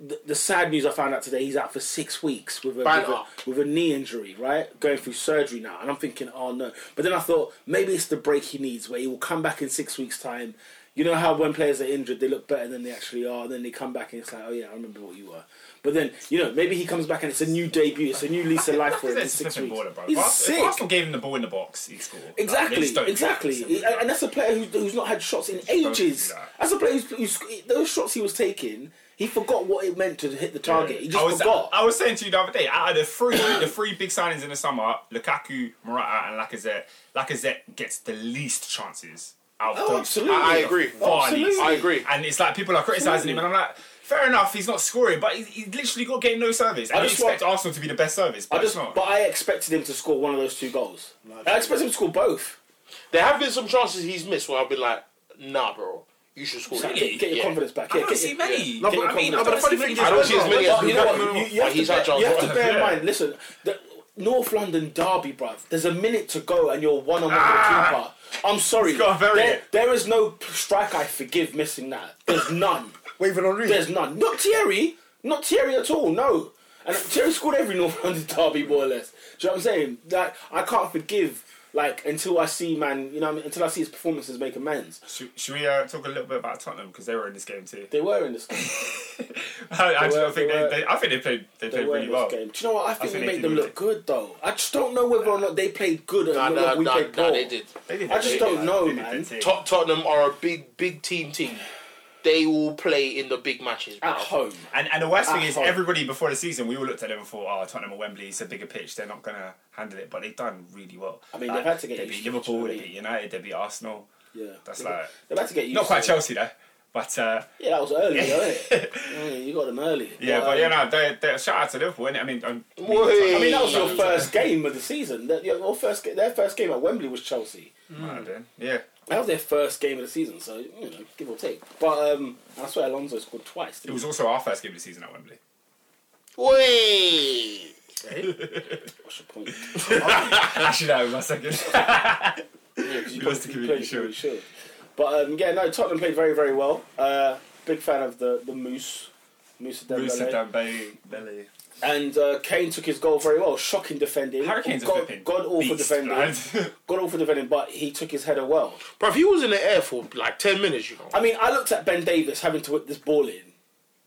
Speaker 1: the, the sad news I found out today he's out for six weeks with a, with a
Speaker 4: Banter.
Speaker 1: with a knee injury, right? Going through surgery now, and I'm thinking, oh no. But then I thought maybe it's the break he needs, where he will come back in six weeks' time. You know how when players are injured, they look better than they actually are. Then they come back and it's like, oh yeah, I remember what you were. But then you know maybe he comes back and it's a new debut, it's a new lease of life for him in
Speaker 3: That's
Speaker 1: six
Speaker 3: flipping
Speaker 1: weeks.
Speaker 3: baller, bro.
Speaker 1: He's
Speaker 3: If Ars-
Speaker 1: sick.
Speaker 3: If Arsenal gave him the ball in the box, he'd score. Like, they
Speaker 1: Exactly,
Speaker 3: just don't do that.
Speaker 1: exactly, and and that's a player who's, who's not had shots in
Speaker 3: do
Speaker 1: ages.
Speaker 3: that.
Speaker 1: That's a player who's, who's those shots he was taking. He forgot what it meant to hit the target. He just
Speaker 3: I was,
Speaker 1: forgot.
Speaker 3: I was saying to you the other day, out of the three, the three big signings in the summer, Lukaku, Morata, and Lacazette, Lacazette gets the least chances. Out of
Speaker 1: Oh,
Speaker 3: those.
Speaker 1: absolutely.
Speaker 3: Out of
Speaker 1: I
Speaker 3: the
Speaker 4: agree.
Speaker 3: far
Speaker 1: Absolutely.
Speaker 3: least.
Speaker 4: I agree.
Speaker 3: And it's like people are criticising him, and I'm like, fair enough, he's not scoring, but he's, he's literally got getting no service. And
Speaker 1: I
Speaker 3: you
Speaker 1: just
Speaker 3: expect
Speaker 1: want-
Speaker 3: Arsenal to be the best service, but
Speaker 1: I just,
Speaker 3: it's not.
Speaker 1: but I expected him to score one of those two goals. I expected him to score both.
Speaker 4: There have been some chances he's missed where I've been like, nah, bro, you should score.
Speaker 1: So
Speaker 4: that.
Speaker 1: Get, get your
Speaker 4: Yeah.
Speaker 1: confidence back.
Speaker 3: I
Speaker 1: Yeah,
Speaker 3: don't
Speaker 1: get
Speaker 3: see
Speaker 1: your-
Speaker 3: many.
Speaker 2: No, but
Speaker 1: your
Speaker 2: I
Speaker 1: confidence
Speaker 2: mean, no, but the
Speaker 1: back.
Speaker 2: funny thing is,
Speaker 4: I don't see as many
Speaker 1: But
Speaker 4: as
Speaker 1: you know what? You,
Speaker 4: Lukaku.
Speaker 1: you
Speaker 4: Like,
Speaker 1: have,
Speaker 4: he's
Speaker 1: to,
Speaker 4: had
Speaker 1: bear, you have to
Speaker 4: chances.
Speaker 1: bear in
Speaker 3: Yeah.
Speaker 1: mind. Listen, the North London derby, bruv. There's a minute to go, and you're one on one with the keeper.
Speaker 3: Ah.
Speaker 1: I'm sorry.
Speaker 3: gotta bury
Speaker 1: There-
Speaker 3: it.
Speaker 1: there is no strike I forgive missing that. There's none.
Speaker 2: Waving on Reed.
Speaker 1: There's none. Not Thierry. Not Thierry at all. No. And Thierry scored every North London derby, more or less. Do you know what I'm saying? Like I can't forgive. Like until I see man, you know, what I mean? until I see his performances make amends.
Speaker 3: Should, should we uh, talk a little bit about Tottenham because they were in this game too?
Speaker 1: They were in this game.
Speaker 3: I, I, just
Speaker 1: were-
Speaker 3: don't think
Speaker 1: they
Speaker 3: they,
Speaker 1: were-
Speaker 3: they, I think they played. They,
Speaker 1: They
Speaker 3: played
Speaker 1: were
Speaker 3: really
Speaker 1: in this
Speaker 3: well.
Speaker 1: game. Do you know what? I think we
Speaker 3: think they
Speaker 1: made
Speaker 3: did
Speaker 1: them
Speaker 3: well.
Speaker 1: look good though. I just don't know whether or not they played good and
Speaker 4: Nah,
Speaker 1: whether
Speaker 4: nah,
Speaker 1: we
Speaker 4: nah,
Speaker 1: played
Speaker 4: nah,
Speaker 1: poor.
Speaker 4: they did.
Speaker 3: They did.
Speaker 1: I just
Speaker 3: They
Speaker 1: don't
Speaker 3: did.
Speaker 1: know,
Speaker 3: They did
Speaker 1: man.
Speaker 3: their thing.
Speaker 4: Tot- Tottenham are a big, big team team. They will play in the big matches.
Speaker 1: At
Speaker 4: bruv.
Speaker 1: home.
Speaker 3: And, and the worst thing
Speaker 1: At
Speaker 3: is,
Speaker 1: home.
Speaker 3: everybody before the season, we all looked at them and thought, oh, Tottenham or Wembley, it's a bigger pitch, they're not going to handle it. But they've done really well.
Speaker 1: I mean, they've had to get
Speaker 3: They
Speaker 1: used
Speaker 3: beat
Speaker 1: to it,
Speaker 3: Liverpool,
Speaker 1: surely.
Speaker 3: they beat United, they beat Arsenal.
Speaker 1: Yeah.
Speaker 3: That's
Speaker 1: They-
Speaker 3: like.
Speaker 1: They're about to get used
Speaker 3: Not quite
Speaker 1: to it.
Speaker 3: Chelsea, though. But uh,
Speaker 1: Yeah, that was early, though, innit? Yeah, you got them early.
Speaker 3: yeah, but
Speaker 1: um,
Speaker 3: you know, they, they, shout out to Liverpool, innit? I mean, um,
Speaker 4: Wait.
Speaker 1: I mean, that was your first game of the season. That- your- your first, ga- their first game at Wembley was Chelsea.
Speaker 3: might have been. yeah.
Speaker 1: That was their first game of the season, so you know, give or take. But um, I swear, Alonso scored twice.
Speaker 3: It
Speaker 1: didn't
Speaker 3: was also our first game of the season at Wembley.
Speaker 4: Wait.
Speaker 1: he? What's your point?
Speaker 3: Actually, that was my second.
Speaker 1: Yeah, 'cause you
Speaker 3: He
Speaker 1: played-
Speaker 3: lost the
Speaker 1: you
Speaker 3: community
Speaker 1: played
Speaker 3: shield.
Speaker 1: shield. But um, yeah, no, Tottenham played very, very well. Uh, big fan of the the Moose, Moose
Speaker 3: Bruce
Speaker 1: Dembele.
Speaker 3: Dembele. Dembele.
Speaker 1: And uh, Kane took his goal very well. Shocking defending.
Speaker 3: Hurricanes are
Speaker 1: God,
Speaker 3: flipping.
Speaker 1: God awful
Speaker 3: beast,
Speaker 1: defending.
Speaker 3: lad.
Speaker 1: God awful defending, but he took his header well.
Speaker 4: Bruv, he was in the air for like 10 minutes, you know.
Speaker 1: I mean, I looked at Ben Davis having to whip this ball in,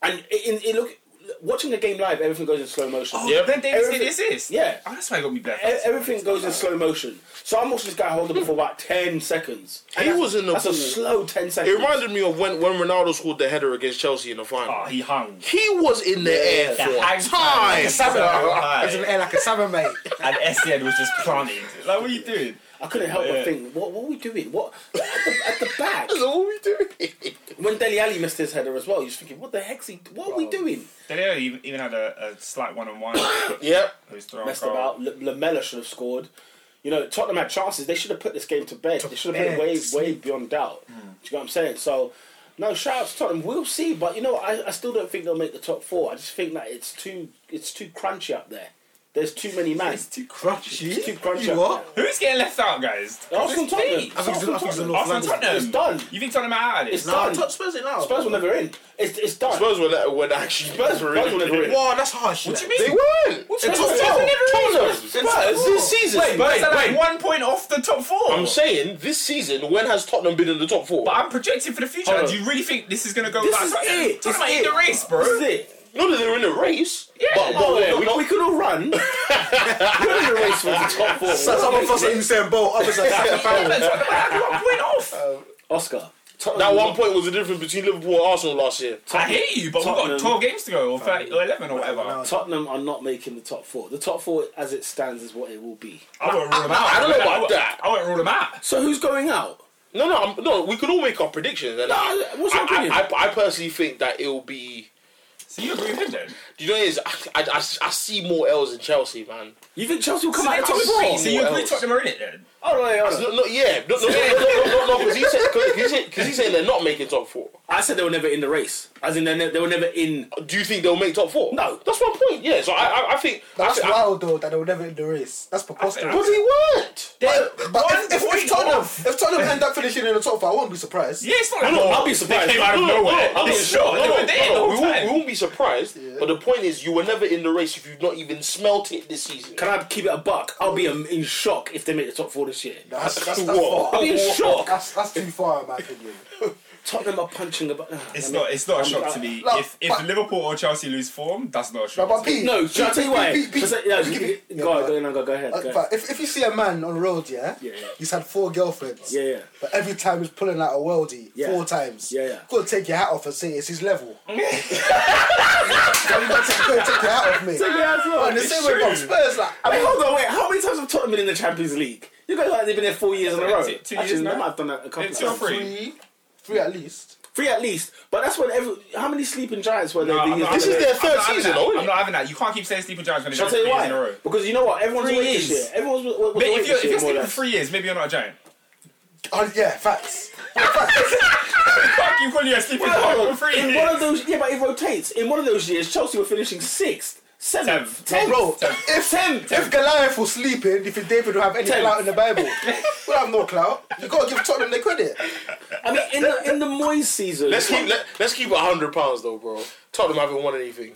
Speaker 1: and it, it, it look watching the game live, everything goes in slow motion.
Speaker 3: Oh,
Speaker 1: E-
Speaker 3: Ben Davis did
Speaker 1: Everything-
Speaker 3: assist.
Speaker 1: yeah. E-
Speaker 3: Oh, that's why he got me back.
Speaker 1: Everything goes in slow motion. So I'm watching this guy hold the ball for about ten seconds.
Speaker 4: He
Speaker 1: that's-
Speaker 4: was in the
Speaker 1: That's a
Speaker 4: ball.
Speaker 1: slow ten
Speaker 4: It
Speaker 1: seconds.
Speaker 4: reminded me of when, when Ronaldo scored the header against Chelsea in the
Speaker 1: Ah.
Speaker 4: final.
Speaker 3: Oh, he hung.
Speaker 4: He was in the air
Speaker 3: Yeah,
Speaker 4: for
Speaker 3: hang
Speaker 4: time.
Speaker 3: time.
Speaker 2: Salmon,
Speaker 3: Right.
Speaker 2: It's an air like a salmon, mate.
Speaker 3: and Essien was just planted. Like, what are you doing?
Speaker 1: I couldn't help but
Speaker 3: Yeah.
Speaker 1: think, what, what are we doing? What at the, at the back
Speaker 4: That's all we do.
Speaker 1: when Deli Ali missed his header as well? You're just thinking, what the heck's he? What are we doing?
Speaker 3: They don't even, even had a, a slight one on one.
Speaker 4: yep.
Speaker 3: Who's thrown
Speaker 1: messed
Speaker 3: goal.
Speaker 1: about. L- Lamella should have scored. You know, Tottenham had chances. They should have put this game to bed. they should have
Speaker 2: bed,
Speaker 1: put it
Speaker 2: to
Speaker 1: way, way beyond doubt.
Speaker 3: Hmm.
Speaker 1: Do you know what I'm saying? So, no, shout out to Tottenham. We'll see, but you know, I, I still don't think they'll make the top four. I just think that it's too it's too crunchy up there. There's too many man.
Speaker 3: It's too
Speaker 2: Crunchy.
Speaker 1: It's too crunchy
Speaker 2: You
Speaker 1: up
Speaker 2: what?
Speaker 1: there.
Speaker 3: Who's getting left out, guys?
Speaker 1: Arsenal
Speaker 3: It's
Speaker 1: Tottenham.
Speaker 3: me.
Speaker 2: I think it's- I think it's a North
Speaker 3: Arsenal
Speaker 2: London.
Speaker 3: Tottenham.
Speaker 1: Oh, It's done.
Speaker 3: You think Tottenham are out of this?
Speaker 1: It's
Speaker 2: No,
Speaker 1: done.
Speaker 2: Tot- Spurs it now.
Speaker 1: Spurs were never in. It's, it's done.
Speaker 4: Spurs were let, when actually
Speaker 1: Spurs were
Speaker 4: really
Speaker 1: never
Speaker 4: good.
Speaker 1: in.
Speaker 2: Wow, that's harsh.
Speaker 3: What do you
Speaker 2: like.
Speaker 4: They
Speaker 3: mean?
Speaker 4: weren't.
Speaker 3: What's
Speaker 4: In
Speaker 3: wrong?
Speaker 4: top
Speaker 3: Spurs
Speaker 4: four.
Speaker 3: were never
Speaker 4: Tottenham.
Speaker 2: In top
Speaker 4: Spurs
Speaker 2: four.
Speaker 4: this season.
Speaker 3: Wait, wait,
Speaker 4: Spurs are like
Speaker 3: like
Speaker 4: one-
Speaker 3: one point off the top four.
Speaker 4: I'm saying this season. When has Tottenham been in the top four?
Speaker 3: But I'm projecting for the future.
Speaker 1: Hold on.
Speaker 3: Do you really think this is going to go
Speaker 1: This
Speaker 3: back?
Speaker 1: is
Speaker 3: Tottenham?
Speaker 1: it. This
Speaker 3: Tottenham are
Speaker 1: is
Speaker 3: in
Speaker 1: it.
Speaker 3: the race, bro.
Speaker 1: This is it.
Speaker 4: Not that they're in a race.
Speaker 3: Yeah.
Speaker 4: But, but
Speaker 1: Oh,
Speaker 4: we're
Speaker 1: we,
Speaker 4: not-
Speaker 1: we could all run. We're in the race for the top four.
Speaker 2: So Some of us are Usain Bolt, others are Sasha
Speaker 3: Yeah,
Speaker 2: Barron.
Speaker 3: but Tottenham had one point off.
Speaker 1: Oscar.
Speaker 4: that one point was the difference between Liverpool and Arsenal last year.
Speaker 3: I hear you, but we've
Speaker 1: Tottenham-
Speaker 3: got 12 games to go, or, 30, or 11 or whatever.
Speaker 2: No,
Speaker 1: Tottenham are not making the top four. The top four, as it stands, is what it will be.
Speaker 3: I won't rule them out.
Speaker 4: I don't know
Speaker 3: wouldn't-
Speaker 4: about
Speaker 3: wouldn't-
Speaker 4: that.
Speaker 3: I won't rule them out.
Speaker 1: So who's going out?
Speaker 4: No, no, I'm, no. We could all make our predictions. And I,
Speaker 1: No, what's your opinion?
Speaker 4: I, I, I personally think that it will be.
Speaker 3: So you agree with him then?
Speaker 4: You know, what it is I, I, I, I see more L's in Chelsea, man.
Speaker 1: You think Chelsea will come out of
Speaker 3: So
Speaker 1: top
Speaker 3: you agree-
Speaker 1: four?
Speaker 3: So you agree
Speaker 4: Else.
Speaker 3: Tottenham are in it then?
Speaker 1: Oh, wait, hold on.
Speaker 4: No, no, yeah, no, no, no, no, no, no, because he said, because he said, because he said they're not making top four.
Speaker 1: I said they were never in the race. As in, they're ne- they were never in.
Speaker 4: Do you think they'll make top four?
Speaker 1: No.
Speaker 4: that's one point. Yeah, so I, I, I think
Speaker 2: That's
Speaker 4: I think,
Speaker 2: wild though that they were never in the race. That's preposterous.
Speaker 4: But they weren't.
Speaker 2: But if, if, if Tottenham, if Tottenham end up finishing in the top five, I wouldn't be surprised.
Speaker 3: Yeah, it's not. like
Speaker 1: No, no,
Speaker 3: that.
Speaker 1: I'll be surprised.
Speaker 3: They came out of
Speaker 4: No, no,
Speaker 3: nowhere.
Speaker 4: no, no,
Speaker 3: They
Speaker 4: no,
Speaker 3: shot.
Speaker 4: no,
Speaker 3: They
Speaker 4: no,
Speaker 3: were there the
Speaker 4: no,
Speaker 3: whole
Speaker 4: we won't-
Speaker 3: time.
Speaker 4: We won't be surprised. But the point is, you were never in the race if you've not even smelt it this season.
Speaker 1: Can I keep it a buck? I'll be um, in shock if they make the top four this year.
Speaker 2: That's, that's, that's,
Speaker 4: Whoa.
Speaker 1: I'll be
Speaker 2: far.
Speaker 1: in shock.
Speaker 2: That's, that's too far in my opinion.
Speaker 1: Tottenham are punching about.
Speaker 3: It's not. It's not a shock to me.
Speaker 2: Look,
Speaker 3: If if
Speaker 2: but-
Speaker 3: Liverpool or Chelsea lose form, that's not a
Speaker 2: But, but
Speaker 3: shock.
Speaker 2: Pete,
Speaker 1: No, shall I tell you why?
Speaker 2: Pete, Pete,
Speaker 1: Just
Speaker 2: Pete,
Speaker 1: like- no,
Speaker 2: Pete,
Speaker 1: you-
Speaker 2: Pete,
Speaker 1: go
Speaker 2: yeah,
Speaker 1: on,
Speaker 2: but-
Speaker 1: go on, go on, go ahead,
Speaker 2: uh,
Speaker 1: go
Speaker 2: But if, if you see a man on the road, yeah,
Speaker 1: Yeah, yeah.
Speaker 2: he's had four girlfriends.
Speaker 1: Yeah, yeah.
Speaker 2: But every time he's pulling out a worldie,
Speaker 1: Yeah.
Speaker 2: four times.
Speaker 1: Yeah, yeah.
Speaker 2: Go take your hat off and say it's his level. Go take go take your hat off, mate.
Speaker 1: Take your hat off.
Speaker 2: And the
Speaker 1: It's
Speaker 2: same way,
Speaker 3: true.
Speaker 2: bro, Spurs, like, I
Speaker 1: Wait,
Speaker 2: mean,
Speaker 1: hold on, wait. How many times have Tottenham been in the Champions League? You guys like they've been there four years in a
Speaker 3: Yeah,
Speaker 1: row.
Speaker 3: two- two
Speaker 1: Actually,
Speaker 3: years
Speaker 1: they
Speaker 3: now.
Speaker 1: might have done that a couple
Speaker 3: Yeah,
Speaker 1: of
Speaker 3: two or
Speaker 1: times.
Speaker 3: three.
Speaker 2: three, three at least.
Speaker 1: Three at least. But that's when every. How many sleeping giants were there? the
Speaker 3: I'm
Speaker 1: years
Speaker 3: not
Speaker 4: This
Speaker 1: ago?
Speaker 4: is their
Speaker 3: having that.
Speaker 4: third
Speaker 3: I'm not having
Speaker 4: season,
Speaker 3: that.
Speaker 4: though, isn't
Speaker 3: I'm
Speaker 4: it?
Speaker 3: not having that. You can't keep saying Sleeping Giants going to
Speaker 1: Shall
Speaker 3: do
Speaker 1: I
Speaker 3: it
Speaker 1: tell
Speaker 3: three
Speaker 1: you
Speaker 3: years in a
Speaker 1: why?
Speaker 3: row.
Speaker 1: Because you know what? Everyone's
Speaker 3: Three
Speaker 1: awake
Speaker 3: years.
Speaker 1: this year. Everyone's was, was
Speaker 3: But
Speaker 1: awake
Speaker 3: if you're
Speaker 1: this year,
Speaker 3: if you're
Speaker 1: more or
Speaker 3: sleeping for
Speaker 1: less.
Speaker 3: three years, maybe you're not a giant.
Speaker 2: Oh, yeah, facts.
Speaker 3: Fuck you, calling you a sleeping
Speaker 1: Hold
Speaker 3: giant
Speaker 1: on.
Speaker 3: for three
Speaker 1: In one of
Speaker 3: years.
Speaker 1: those, yeah, but it rotates. In one of those years, Chelsea were finishing sixth, seventh, tenth.
Speaker 3: Tenth.
Speaker 2: Bro,
Speaker 3: Tenth.
Speaker 2: if
Speaker 1: Tenth.
Speaker 2: if Goliath was sleeping, if David would have any
Speaker 1: Tenth.
Speaker 2: clout in the Bible, we'll have no clout. You gotta give Tottenham their credit.
Speaker 1: I mean, in the in the Moyes season,
Speaker 4: Let's keep let, let's keep a hundred pounds though, bro. Tottenham haven't won anything.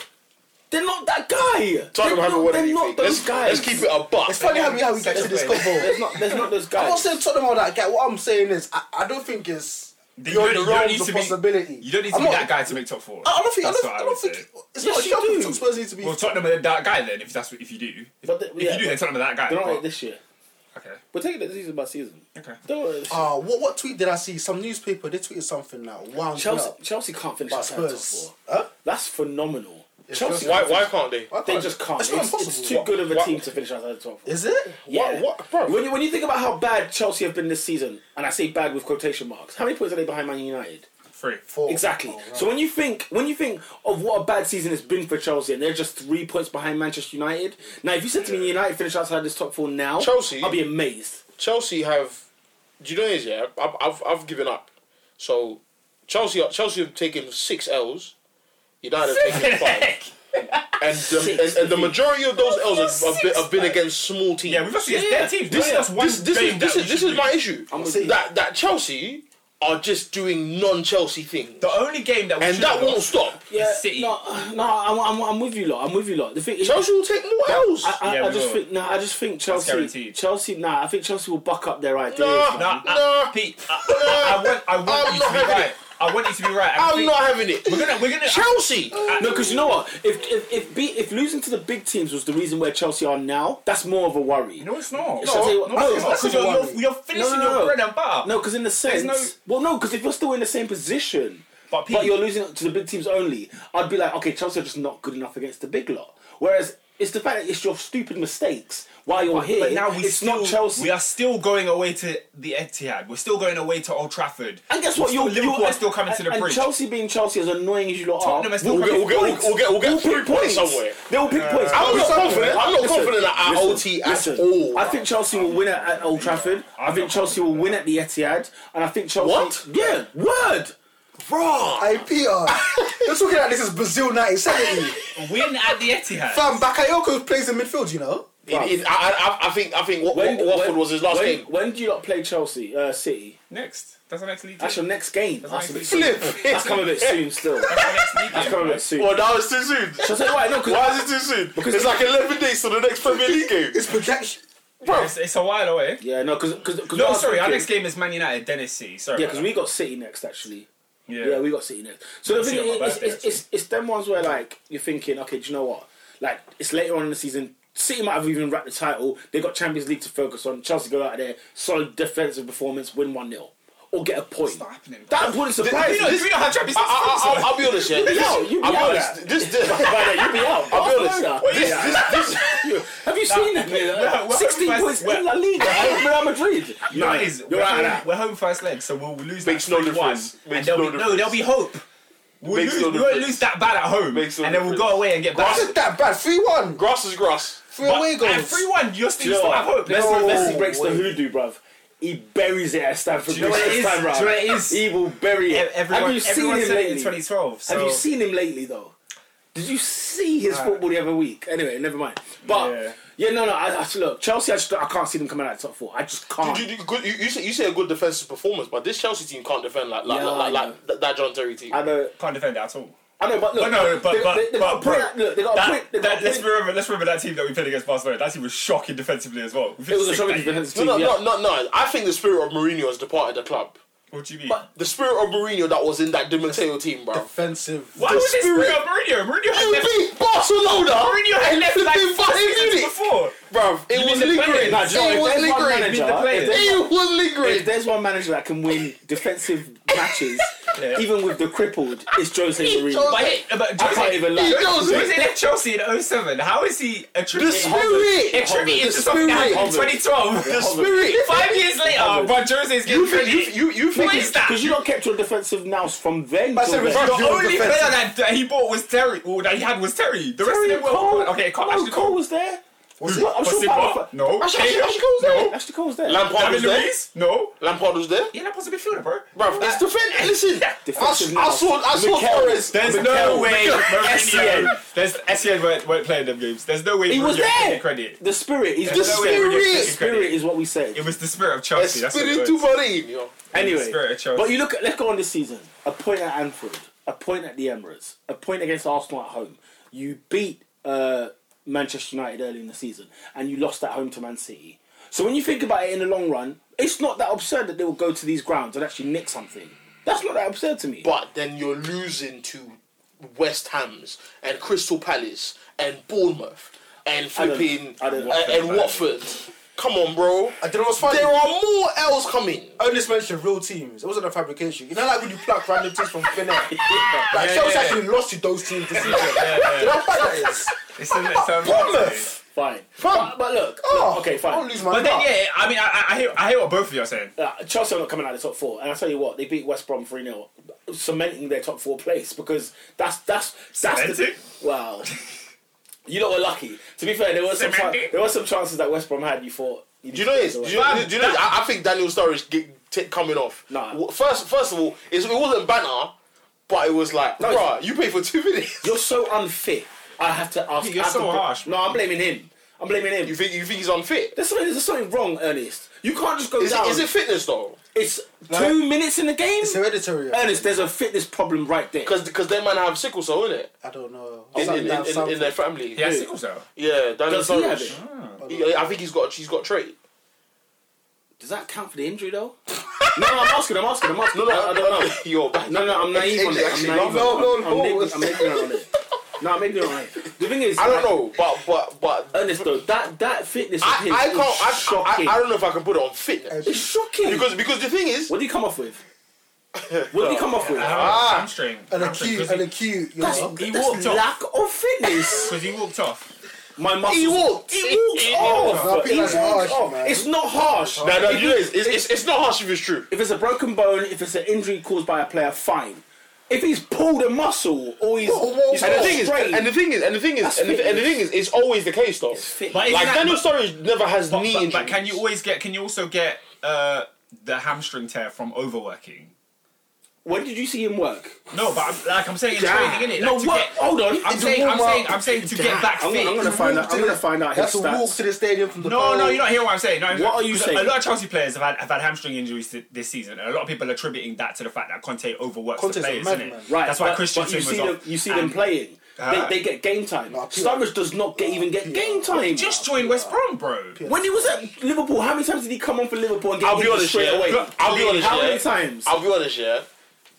Speaker 1: they're not that guy.
Speaker 4: Tottenham
Speaker 1: they're
Speaker 4: haven't
Speaker 1: not,
Speaker 4: won
Speaker 1: they're
Speaker 4: anything.
Speaker 1: not those
Speaker 4: let's,
Speaker 1: guys.
Speaker 4: let's keep it a buck.
Speaker 2: It's funny how we how we get to this
Speaker 3: Second
Speaker 2: convo.
Speaker 1: There's not there's not those guys.
Speaker 2: I'm not saying Tottenham are that guy. What I'm saying is, I, I don't think it's
Speaker 3: You
Speaker 2: beyond
Speaker 3: don't-
Speaker 2: the
Speaker 3: you don't
Speaker 2: realms
Speaker 3: need
Speaker 2: of
Speaker 3: to be-
Speaker 2: possibility.
Speaker 3: You don't need to
Speaker 2: I'm
Speaker 3: be
Speaker 2: not-
Speaker 3: that guy to make top four.
Speaker 2: I don't think. I
Speaker 3: That's
Speaker 2: don't,
Speaker 3: what
Speaker 2: I
Speaker 3: I
Speaker 2: don't
Speaker 3: would
Speaker 2: think
Speaker 3: say.
Speaker 1: Yes,
Speaker 2: it's not a
Speaker 1: you
Speaker 2: shock.
Speaker 1: do.
Speaker 2: that Spurs need to be.
Speaker 3: Well, Tottenham are that guy then. If that's what, if you do, if,
Speaker 1: But the-
Speaker 3: if
Speaker 1: yeah,
Speaker 3: you do, then Tottenham are that guy.
Speaker 1: They're not like
Speaker 3: But-
Speaker 1: this year.
Speaker 3: okay,
Speaker 1: We're taking it season by season.
Speaker 3: okay.
Speaker 1: Don't worry.
Speaker 2: Ah, what what tweet did I see? Some newspaper they tweated something now. Wow,
Speaker 1: Chelsea Chelsea can't finish
Speaker 2: But
Speaker 1: outside the top
Speaker 2: Spurs.
Speaker 1: four.
Speaker 2: Huh?
Speaker 1: That's phenomenal. Chelsea,
Speaker 4: why why can't they?
Speaker 2: Why can't
Speaker 1: they just can't.
Speaker 2: It's not
Speaker 1: It's,
Speaker 2: impossible.
Speaker 1: it's too good of a
Speaker 4: What-
Speaker 1: team to finish outside the top four.
Speaker 2: Is it?
Speaker 1: Yeah.
Speaker 4: What what, bro?
Speaker 1: When you, when you think about how bad Chelsea have been this season, and I say bad with quotation marks, how many points are they behind Man United?
Speaker 3: Three.
Speaker 2: Four.
Speaker 1: Exactly.
Speaker 2: Oh, right.
Speaker 1: So when you think when you think of what a bad season it's been for Chelsea, and they're just three points behind Manchester United. Now, if you said to me United finish outside this top four now,
Speaker 4: Chelsea-
Speaker 1: I'd be amazed.
Speaker 4: Chelsea have. Do you know this? Yeah, I've, I've I've given up. So Chelsea Chelsea have taken six L's. United have taken five. And the, and, and the majority of those L's have, have, been, have been against small teams.
Speaker 3: Yeah, we've lost against
Speaker 1: Yeah.
Speaker 3: their teams.
Speaker 4: this,
Speaker 3: This, that's one
Speaker 4: this, this is
Speaker 3: game
Speaker 4: this
Speaker 3: that
Speaker 4: is
Speaker 3: we
Speaker 4: this
Speaker 3: should
Speaker 4: is
Speaker 3: do.
Speaker 4: my issue. That that Chelsea are just doing non-Chelsea things,
Speaker 3: The only game that we
Speaker 4: and
Speaker 3: should
Speaker 4: that
Speaker 3: have
Speaker 4: won't
Speaker 3: lost-
Speaker 4: stop.
Speaker 1: Yeah,
Speaker 3: City.
Speaker 1: No, no, I'm, I'm, I'm with you lot. I'm with you lot. The thing is,
Speaker 4: Chelsea will take more L's.
Speaker 1: I, I,
Speaker 3: Yeah,
Speaker 1: I
Speaker 3: we
Speaker 1: just
Speaker 3: will.
Speaker 1: think no, I just think Chelsea.
Speaker 3: guaranteed.
Speaker 1: Chelsea, nah, I think Chelsea will buck up their ideas.
Speaker 4: Nah,
Speaker 1: man.
Speaker 3: Nah,
Speaker 4: Nah.
Speaker 3: I, Pete, I, I, I want, I want
Speaker 4: I'm
Speaker 3: you to
Speaker 4: not
Speaker 3: be
Speaker 4: having
Speaker 3: right.
Speaker 4: it.
Speaker 3: I want you to be right. And I
Speaker 4: I'm
Speaker 3: think-
Speaker 4: not having it.
Speaker 3: We're gonna, we're gonna.
Speaker 4: Chelsea.
Speaker 1: No, because you know what? If if if, be, if losing to the big teams was the reason where Chelsea are now, that's more of a worry.
Speaker 3: No, it's not.
Speaker 1: Shall I tell you what? No,
Speaker 3: it's not. 'cause
Speaker 2: no,
Speaker 3: you're,
Speaker 2: no.
Speaker 3: you're, you're finishing
Speaker 1: No, no, no.
Speaker 3: your bread and butter.
Speaker 1: No, because in the sense,
Speaker 3: There's no-
Speaker 1: well, no, because if you're still in the same position, but,
Speaker 3: But Pete-
Speaker 1: you're losing to the big teams only, I'd be like, okay, Chelsea are just not good enough against the big lot. Whereas it's the fact that it's your stupid mistakes while you're here.
Speaker 3: But now we
Speaker 1: it's
Speaker 3: still,
Speaker 1: not Chelsea.
Speaker 3: We are still going away to the Etihad. We're still going away to Old Trafford.
Speaker 1: and guess
Speaker 3: We're
Speaker 1: what?
Speaker 3: Still,
Speaker 1: You're,
Speaker 3: Liverpool
Speaker 1: you're
Speaker 3: are still coming
Speaker 1: and,
Speaker 3: to the
Speaker 1: and
Speaker 3: bridge.
Speaker 1: Chelsea being Chelsea, as annoying as you lot
Speaker 3: Tottenham
Speaker 1: are,
Speaker 3: are still
Speaker 1: will
Speaker 3: coming-
Speaker 1: pick
Speaker 3: we'll get-
Speaker 4: we'll
Speaker 1: points.
Speaker 4: get- we'll get- we'll get
Speaker 1: Will
Speaker 4: three
Speaker 1: pick
Speaker 4: points somewhere.
Speaker 1: They'll pick
Speaker 3: Uh,
Speaker 1: points.
Speaker 4: I'm
Speaker 1: Will
Speaker 4: not
Speaker 1: pick points.
Speaker 4: confident. I'm not
Speaker 1: Listen,
Speaker 4: confident at
Speaker 1: listen,
Speaker 4: OT at
Speaker 1: listen.
Speaker 4: all.
Speaker 1: I think Chelsea will win at, at Old Trafford. I think Chelsea will win at the Etihad, and I think Chelsea.
Speaker 4: What?
Speaker 1: Yeah, word.
Speaker 4: Bro,
Speaker 2: Hey Peter, you're talking like this is Brazil 1970.
Speaker 3: Win at the Etihad.
Speaker 2: Fam, Bakayoko plays in midfield, you know.
Speaker 4: It- it- I, I, I think I think Wa- Wa- Watford was his last
Speaker 1: when,
Speaker 4: game.
Speaker 1: When do you not play Chelsea? Uh, City.
Speaker 3: Next. That's our next league.
Speaker 1: That's
Speaker 3: game.
Speaker 1: your next game. That's,
Speaker 3: That's
Speaker 1: a
Speaker 3: our
Speaker 1: bit
Speaker 3: next
Speaker 1: soon.
Speaker 3: league game.
Speaker 1: That's coming a bit soon still.
Speaker 3: That's our next league
Speaker 1: That's
Speaker 3: game,
Speaker 1: coming a
Speaker 3: bro.
Speaker 1: bit soon.
Speaker 4: Well, Oh, now it's too soon.
Speaker 1: Shall I tell you why? No, 'cause-
Speaker 4: Why is it too soon?
Speaker 1: Because-
Speaker 4: it's like 11 days to the next Premier League game.
Speaker 2: It's projection.
Speaker 3: It's, it's a while away.
Speaker 1: Yeah, no, because because
Speaker 3: No, sorry. Our next game is Man United. Then it's City. Sorry.
Speaker 1: Yeah,
Speaker 3: about
Speaker 1: because we got City next actually.
Speaker 3: that.
Speaker 1: Yeah, we got City next. So the
Speaker 3: City
Speaker 1: thing
Speaker 3: on my
Speaker 1: is, it's,
Speaker 3: birthday,
Speaker 1: it's, it's, it's them ones where like you're thinking, okay, do you know what? Like it's later on in the season. City might have even wrapped the title. They got Champions League to focus on. Chelsea go out there, solid defensive performance, win one 0 or get a point.
Speaker 3: not happening, bro.
Speaker 1: That wouldn't surprise
Speaker 3: We
Speaker 1: me.
Speaker 3: don't, we don't have Champions League.
Speaker 4: I, I, I'll, I'll be honest, yeah. This,
Speaker 1: out, you be
Speaker 4: I'll be
Speaker 1: out.
Speaker 4: honest. This, this, I'll
Speaker 1: By then, you'd be out. I'll
Speaker 4: be honest. This,
Speaker 1: yeah.
Speaker 4: this, this,
Speaker 1: Have you seen that?
Speaker 3: no, we're
Speaker 1: Sixteen
Speaker 3: first-
Speaker 1: points
Speaker 3: we're-
Speaker 1: in La Liga. Real Madrid.
Speaker 3: You know what it is?
Speaker 1: you're
Speaker 3: we're,
Speaker 1: out of
Speaker 3: home,
Speaker 1: that.
Speaker 3: we're home first leg, so we'll lose
Speaker 4: Makes
Speaker 3: that
Speaker 4: no
Speaker 3: 3-1,
Speaker 4: difference.
Speaker 3: and
Speaker 4: Makes
Speaker 3: there'll
Speaker 4: no
Speaker 3: be,
Speaker 4: difference.
Speaker 3: No, there'll be hope. We'll
Speaker 4: Makes
Speaker 3: lose,
Speaker 4: no
Speaker 3: we won't
Speaker 4: difference.
Speaker 3: lose that bad at home,
Speaker 4: Makes no
Speaker 3: and then we'll
Speaker 4: difference.
Speaker 3: go away and get back.
Speaker 2: Wasn't that bad? 3 1.
Speaker 4: grass is grass.
Speaker 2: Three away goals.
Speaker 3: At 3 1, you're still,
Speaker 1: You know
Speaker 3: still
Speaker 1: what?
Speaker 3: have hope.
Speaker 1: Messi,
Speaker 2: No
Speaker 1: Messi breaks the
Speaker 2: way.
Speaker 1: hoodoo, bruv. He buries it at Stanford
Speaker 3: Do you know
Speaker 1: Bridge
Speaker 3: what it
Speaker 1: this
Speaker 3: is?
Speaker 1: time round.
Speaker 3: Do you know what it is?
Speaker 1: He will bury
Speaker 3: E-
Speaker 1: it.
Speaker 3: Everyone,
Speaker 1: Have you seen
Speaker 3: everyone
Speaker 1: him
Speaker 3: said it in
Speaker 1: lately?
Speaker 3: 2012. So
Speaker 1: Have you seen him lately though? Did you see his
Speaker 3: Nah.
Speaker 1: football the other week? Anyway, never mind. But
Speaker 3: Yeah.
Speaker 1: yeah, no, no. I, I, look, Chelsea. I, just, I can't see them coming out of the top four. I just can't.
Speaker 4: You, you, good- you, you say, you say a good defensive performance, but this Chelsea team can't defend like like,
Speaker 1: Yeah,
Speaker 4: like,
Speaker 1: I
Speaker 4: like,
Speaker 1: know.
Speaker 4: that, that John Terry team.
Speaker 1: I know.
Speaker 3: Can't defend it at all.
Speaker 1: I know. But look,
Speaker 3: But no, but
Speaker 1: they,
Speaker 3: but
Speaker 1: they, they
Speaker 3: but
Speaker 1: got
Speaker 3: bro,
Speaker 1: a point. Look, they got
Speaker 3: that,
Speaker 1: a point. They
Speaker 3: that-
Speaker 1: got a
Speaker 3: let's
Speaker 1: point.
Speaker 3: remember, let's remember that team that we played against Barcelona. That team was shocking defensively as well.
Speaker 1: It was a shocking defensive
Speaker 4: no,
Speaker 1: team.
Speaker 4: no,
Speaker 1: yeah.
Speaker 4: no, no, no. I think the spirit of Mourinho has departed the club.
Speaker 3: What do you mean?
Speaker 4: The spirit of Mourinho that was in that Di Matteo team, bro.
Speaker 2: Offensive.
Speaker 3: Why would they
Speaker 4: spirit-
Speaker 3: bring up Mourinho? Mourinho had
Speaker 4: You
Speaker 3: left.
Speaker 4: beat Barcelona.
Speaker 3: Mourinho had left
Speaker 4: in
Speaker 3: like
Speaker 4: five
Speaker 3: five seasons
Speaker 4: minutes.
Speaker 3: before.
Speaker 4: Bro, it
Speaker 3: You mean
Speaker 4: was
Speaker 3: the
Speaker 4: lingering.
Speaker 3: players? Nah,
Speaker 1: do you know,
Speaker 4: It
Speaker 1: if there's
Speaker 4: was
Speaker 1: one
Speaker 4: lingering.
Speaker 1: manager,
Speaker 3: Beat the players.
Speaker 1: if there's
Speaker 4: It was
Speaker 1: If
Speaker 4: lingering.
Speaker 1: there's one manager that can win defensive matches,
Speaker 3: Yeah.
Speaker 1: even with the crippled, it's Jose Mourinho.
Speaker 4: Jose-
Speaker 3: But, hey, but
Speaker 1: I can't
Speaker 3: Jose,
Speaker 1: even lie.
Speaker 4: He knows it.
Speaker 3: Jose left Chelsea in 07. How is he
Speaker 4: The
Speaker 3: attributed?
Speaker 4: spirit.
Speaker 3: Attributed
Speaker 4: The
Speaker 3: to something that happened in
Speaker 4: spirit.
Speaker 3: 2012.
Speaker 4: The spirit.
Speaker 3: Five years later,
Speaker 1: Harvard.
Speaker 3: but Jose is getting
Speaker 4: You think-
Speaker 3: credit.
Speaker 4: you- you- you think
Speaker 3: what
Speaker 4: it's-
Speaker 3: is that?
Speaker 1: Because you not kept your defensive nous from then.
Speaker 2: I
Speaker 1: till
Speaker 2: said
Speaker 1: then.
Speaker 2: Rob-
Speaker 3: the
Speaker 2: you're
Speaker 3: only player
Speaker 2: defensive.
Speaker 3: that, that he bought was Terry, or that he had was Terry. The rest of them were
Speaker 1: Cole.
Speaker 3: okay. Cole,
Speaker 1: no,
Speaker 3: actually,
Speaker 1: Cole was there.
Speaker 2: Was it?
Speaker 1: I'm
Speaker 3: Was
Speaker 1: sure
Speaker 3: it
Speaker 1: Palace-
Speaker 3: what? No.
Speaker 4: Actually,
Speaker 3: Taylor?
Speaker 4: actually, Cole's there.
Speaker 3: No.
Speaker 1: Actually, Cole was there.
Speaker 4: Lampard was
Speaker 3: David
Speaker 4: there.
Speaker 3: Luiz? No.
Speaker 4: Lampard was there.
Speaker 3: Yeah, that was a midfielder, bro.
Speaker 4: Bro, it's defend. Listen, I,
Speaker 1: Defensive
Speaker 4: I
Speaker 1: now.
Speaker 4: saw, I saw
Speaker 1: Mikel.
Speaker 4: Forrest.
Speaker 3: There's
Speaker 1: Mikel.
Speaker 3: no way
Speaker 1: SCN.
Speaker 3: Mourinho. There's SCN weren't, weren't playing them games. There's no way
Speaker 1: He was
Speaker 3: Mourinho can
Speaker 1: there.
Speaker 3: get credit.
Speaker 1: The spirit. He's
Speaker 3: There's
Speaker 1: the
Speaker 3: no way Mourinho can
Speaker 4: spirit.
Speaker 3: get
Speaker 4: The
Speaker 1: spirit
Speaker 3: credit.
Speaker 1: is what we said.
Speaker 3: It was the spirit of Chelsea. That's what it
Speaker 4: Espiritu
Speaker 3: was.
Speaker 4: Mourinho.
Speaker 1: Anyway,
Speaker 3: spirit of Chelsea.
Speaker 1: but you look at let's go on this season. A point at Anfield, a point at the Emirates, a point against Arsenal at home. You beat uh, Manchester United early in the season, and you lost at home to Man City. So when you think about it in the long run, it's not that absurd that they will go to these grounds and actually nick something. That's not that absurd to me.
Speaker 4: But then you're losing to West Ham's and Crystal Palace and Bournemouth and
Speaker 1: I don't-
Speaker 4: flipping
Speaker 1: I don't-
Speaker 4: uh, and Watford. Come on, bro.
Speaker 2: I don't know what's funny.
Speaker 4: There are more L's coming.
Speaker 2: I just mentioned real teams. It wasn't a fabrication. You know, like when you pluck random teams from thin air. Like Chelsea
Speaker 3: yeah.
Speaker 2: actually lost to those teams this season. You know how bad that is?
Speaker 3: It's in it's in-
Speaker 2: Bournemouth.
Speaker 1: fine,
Speaker 2: Fam.
Speaker 1: But, but look,
Speaker 2: Oh,
Speaker 1: okay,
Speaker 2: I don't
Speaker 1: fine.
Speaker 2: lose my
Speaker 3: But then,
Speaker 2: nut.
Speaker 3: yeah, I mean, I, I- I, hear, I hear what both of you are saying.
Speaker 1: Uh, Chelsea are not coming out of the top four, and I tell you what, they beat West Brom three 0 cementing their top four place because that's that's that's
Speaker 3: Cementing?
Speaker 1: the wow. you lot were lucky. To be fair, there were some chan-
Speaker 3: Cementing?
Speaker 1: there were some chances that West Brom had. You thought you
Speaker 4: Do you know this? Do you know, do you know this? I, I think Daniel Sturridge get, t- coming off.
Speaker 1: Nah.
Speaker 4: W- First, first of all, it's, it wasn't banter, but it was like,
Speaker 1: No,
Speaker 4: bruh, you paid for two minutes.
Speaker 1: You're so unfit. I have to ask.
Speaker 3: You're
Speaker 1: I have
Speaker 3: so
Speaker 1: to, bl-
Speaker 3: harsh,
Speaker 1: No, I'm blaming him. I'm blaming him.
Speaker 4: You think you think he's unfit?
Speaker 1: there's something, there's something wrong, Ernest. You can't just go
Speaker 4: Is it,
Speaker 1: down.
Speaker 4: is it fitness though?
Speaker 1: it's two minutes in the game.
Speaker 2: It's hereditary.
Speaker 1: Ernest, there's a fitness problem right there.
Speaker 4: Because because they might have sickle cell in it
Speaker 2: I don't know.
Speaker 4: in, in,
Speaker 2: Something,
Speaker 4: in, in,
Speaker 2: something.
Speaker 4: their family.
Speaker 3: He has sickle cell.
Speaker 4: yeah. Daniel
Speaker 1: Does he have
Speaker 4: Sturridge.
Speaker 1: it?
Speaker 4: Yeah, I think he's got he's got trait.
Speaker 1: Does that count for the injury though? no, I'm asking. I'm asking. I'm asking. No, no, I, I don't know.
Speaker 4: You're back.
Speaker 1: No, no, I'm naive on it. I'm
Speaker 4: Actually,
Speaker 1: naive
Speaker 4: no,
Speaker 1: on
Speaker 4: no,
Speaker 1: it.
Speaker 4: no,
Speaker 1: I'm,
Speaker 4: no.
Speaker 1: I'm, naive, I'm ignorant on it. No, I'm ignorant on it. The thing is,
Speaker 4: I don't
Speaker 1: like,
Speaker 4: know, but but but
Speaker 1: Ernest, though, that, that fitness of
Speaker 4: I,
Speaker 1: his
Speaker 4: I
Speaker 1: is
Speaker 4: can't.
Speaker 1: shocking.
Speaker 4: I, I, I don't know if I can put it on fitness
Speaker 1: it's shocking.
Speaker 4: because because the thing is,
Speaker 1: what did he come off with? What did he come off with?
Speaker 3: Ah, hamstring.
Speaker 2: And a
Speaker 3: hamstring,
Speaker 2: cue,
Speaker 3: 'cause
Speaker 2: and
Speaker 3: he-
Speaker 2: a cue, you
Speaker 1: that's
Speaker 2: know.
Speaker 3: he
Speaker 1: that's
Speaker 3: walked off.
Speaker 1: lack of fitness.
Speaker 3: Because he walked off.
Speaker 1: My muscles.
Speaker 4: he walked.
Speaker 1: He walked off.
Speaker 2: Nothing
Speaker 1: He
Speaker 2: that's
Speaker 1: walked
Speaker 2: harsh,
Speaker 1: off.
Speaker 2: man.
Speaker 1: It's not harsh.
Speaker 4: No, no, you know, it's, it's, it's, it's not harsh if it's true.
Speaker 1: If it's a broken bone, if it's an injury caused by a player, fine. If he's pulled a muscle or he's,
Speaker 2: Whoa, whoa,
Speaker 1: he's
Speaker 4: And the
Speaker 1: got
Speaker 4: thing is,
Speaker 1: strain,
Speaker 4: and the thing is, and the thing is,
Speaker 1: That's
Speaker 4: and the, and the thing is, it's always the case though.
Speaker 1: fit.
Speaker 3: But isn't
Speaker 4: Like
Speaker 3: that-
Speaker 4: Daniel Sturridge never has
Speaker 3: But,
Speaker 4: knee
Speaker 3: but,
Speaker 4: injuries.
Speaker 3: but can you always get? Can you also get uh, the hamstring tear from overworking?
Speaker 1: when did you see him work?
Speaker 3: No, but I'm, like I'm saying, it's
Speaker 1: Yeah.
Speaker 3: training, innit?
Speaker 1: No,
Speaker 3: like, to
Speaker 1: what?
Speaker 3: Get,
Speaker 1: Hold on.
Speaker 3: I'm
Speaker 1: It's
Speaker 3: saying,
Speaker 1: a
Speaker 3: I'm
Speaker 1: warm-up.
Speaker 3: saying, I'm saying to get back
Speaker 1: I'm,
Speaker 3: fit.
Speaker 1: I'm gonna find out. I'm gonna find out his
Speaker 2: That's a walk to
Speaker 1: stats.
Speaker 2: the stadium from the
Speaker 3: no,
Speaker 2: goal.
Speaker 3: no, you're not hearing what I'm saying. No, I'm-
Speaker 1: What are you
Speaker 3: because
Speaker 1: saying?
Speaker 3: A lot of Chelsea players have had, have had hamstring injuries th- this season, and a lot of people are attributing that to the fact that Conte overworks
Speaker 2: Conte's a
Speaker 3: the players,
Speaker 2: madman.
Speaker 3: innit?
Speaker 1: Right.
Speaker 3: That's why
Speaker 1: but-
Speaker 3: Christian
Speaker 1: but you
Speaker 3: was
Speaker 1: see
Speaker 3: off.
Speaker 1: them. You see them
Speaker 3: And
Speaker 1: playing.
Speaker 3: Ah.
Speaker 1: They, they get game time.
Speaker 2: No, Peter-
Speaker 1: Sturridge does not get even get game time.
Speaker 3: Just join West Brom, bro.
Speaker 1: when he was at Liverpool, how many times did he come on for Liverpool and get
Speaker 4: I'll be
Speaker 1: injured
Speaker 4: honest,
Speaker 1: straight
Speaker 4: yeah.
Speaker 1: away?
Speaker 4: I'll be honest,
Speaker 1: How
Speaker 4: yeah.
Speaker 1: many times?
Speaker 4: I'll be honest, yeah.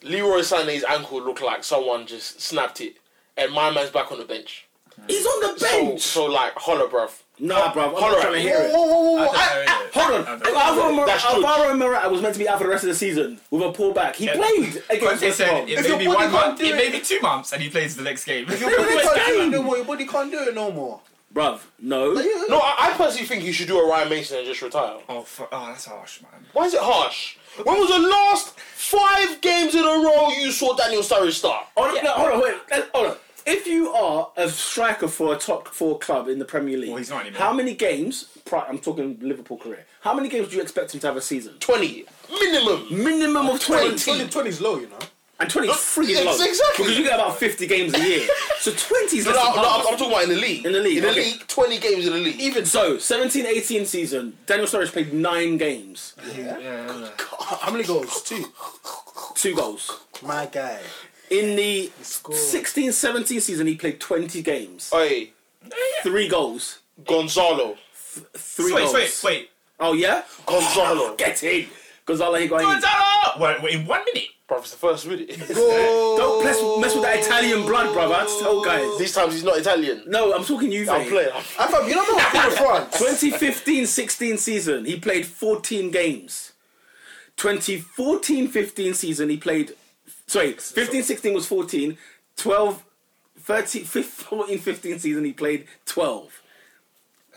Speaker 4: Leroy Sané's ankle looked like someone just snapped it, and my man's back on the bench.
Speaker 1: He's on the
Speaker 4: So,
Speaker 1: bench.
Speaker 4: so like, holler, bruv.
Speaker 1: nah, bro. I'm
Speaker 4: Holler
Speaker 1: not
Speaker 4: at
Speaker 1: trying to
Speaker 4: me.
Speaker 1: hear it.
Speaker 2: Whoa, whoa, whoa, whoa.
Speaker 3: I don't know, innit?
Speaker 1: Hold
Speaker 3: I
Speaker 1: on,
Speaker 3: don't
Speaker 1: if
Speaker 3: know.
Speaker 1: Alvaro, Mor-
Speaker 4: That's true.
Speaker 1: Alvaro Morata was meant to be out for the rest of the season with a pull back. He played against
Speaker 3: Conte
Speaker 1: West
Speaker 3: said
Speaker 1: Brom.
Speaker 3: it
Speaker 2: If
Speaker 3: may
Speaker 2: your
Speaker 3: be
Speaker 2: body
Speaker 3: one
Speaker 2: can't
Speaker 3: month,
Speaker 2: do
Speaker 3: it
Speaker 2: it-
Speaker 3: may be two months, and he plays the next game.
Speaker 2: Your body
Speaker 1: West
Speaker 2: can't do it
Speaker 1: Ham.
Speaker 2: no more. Your body can't do it no more.
Speaker 1: Bruv, no.
Speaker 4: No, I, I personally think you should do a Ryan Mason and just retire.
Speaker 3: Oh, fuck. oh, that's harsh, man.
Speaker 4: Why is it harsh? When was the last five games in a row you saw Daniel Sturridge start? Oh,
Speaker 1: Hold on, no, hold on, wait. let- Hold on. if you are a striker for a top four club in the Premier League,
Speaker 3: he's not anymore.
Speaker 1: how many games? pri- I'm talking Liverpool career. How many games do you expect him to have a season?
Speaker 4: 20 minimum.
Speaker 1: Minimum of twenty,
Speaker 2: 20, 20 is low, you know.
Speaker 1: and twenty is free low
Speaker 4: Exactly.
Speaker 1: because you get about fifty games a year. so twenty is
Speaker 4: No,
Speaker 1: less than
Speaker 4: no, I'm- no,
Speaker 1: half.
Speaker 4: I'm, I'm talking about in the league.
Speaker 1: In the league,
Speaker 4: in the
Speaker 1: okay.
Speaker 4: league, 20 games in the league.
Speaker 1: Even so, 17-18 season, Daniel Sturridge played nine games,
Speaker 3: Yeah.
Speaker 2: How many goals? Two.
Speaker 1: two goals.
Speaker 2: My guy.
Speaker 1: In the
Speaker 2: scored.
Speaker 1: 16-17 season, he played 20 games,
Speaker 4: Oi,
Speaker 1: three goals,
Speaker 4: Gonzalo,
Speaker 1: three
Speaker 3: Wait,
Speaker 1: goals.
Speaker 3: wait, wait.
Speaker 1: Oh yeah,
Speaker 4: Gonzalo.
Speaker 1: get in, Gonzalo Higuain.
Speaker 3: Gonzalo! Well, in one minute.
Speaker 4: Bruv, it's the first minute.
Speaker 1: Don't mess, mess with that Italian blood, brother. I just tell guys.
Speaker 4: These times he's not Italian.
Speaker 1: No, I'm talking Juve.
Speaker 4: I'm playing.
Speaker 2: I thought, you don't know what in France.
Speaker 1: 2015-16 season, he played 14 games. 2014-15 season, he played. Sorry, 15-16 was 14. 12, 13, 14, 15 season, he played 12.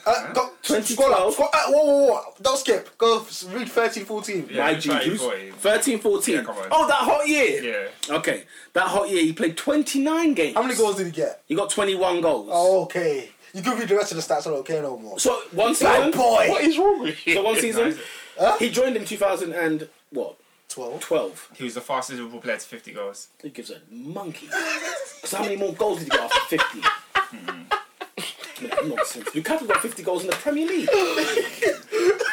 Speaker 2: Uh, go,
Speaker 1: 2012.
Speaker 2: scroll up, scroll- uh, whoa, whoa, whoa. Don't skip. Go f- read 13, 14.
Speaker 3: Yeah,
Speaker 1: My
Speaker 3: he's
Speaker 1: G juice.
Speaker 3: 13,
Speaker 1: 13, 14.
Speaker 3: Yeah, come on.
Speaker 1: oh, that hot year.
Speaker 3: Yeah.
Speaker 1: Okay, that hot year, he played 29 games.
Speaker 2: How many goals did he get?
Speaker 1: He got 21 goals.
Speaker 2: Oh, okay. You can read the rest of the stats. I don't care no more.
Speaker 1: So one season.
Speaker 2: Bad
Speaker 4: What
Speaker 2: boy.
Speaker 4: is wrong with you?
Speaker 1: So one season.
Speaker 2: Huh?
Speaker 1: He joined in 2000 and what?
Speaker 2: 12.
Speaker 1: 12.
Speaker 3: He was the fastest Liverpool player to 50 goals.
Speaker 1: Who gives a monkey? Because how many more goals did he get after 50? Nonsense. Lukaku got 50 goals in the Premier League.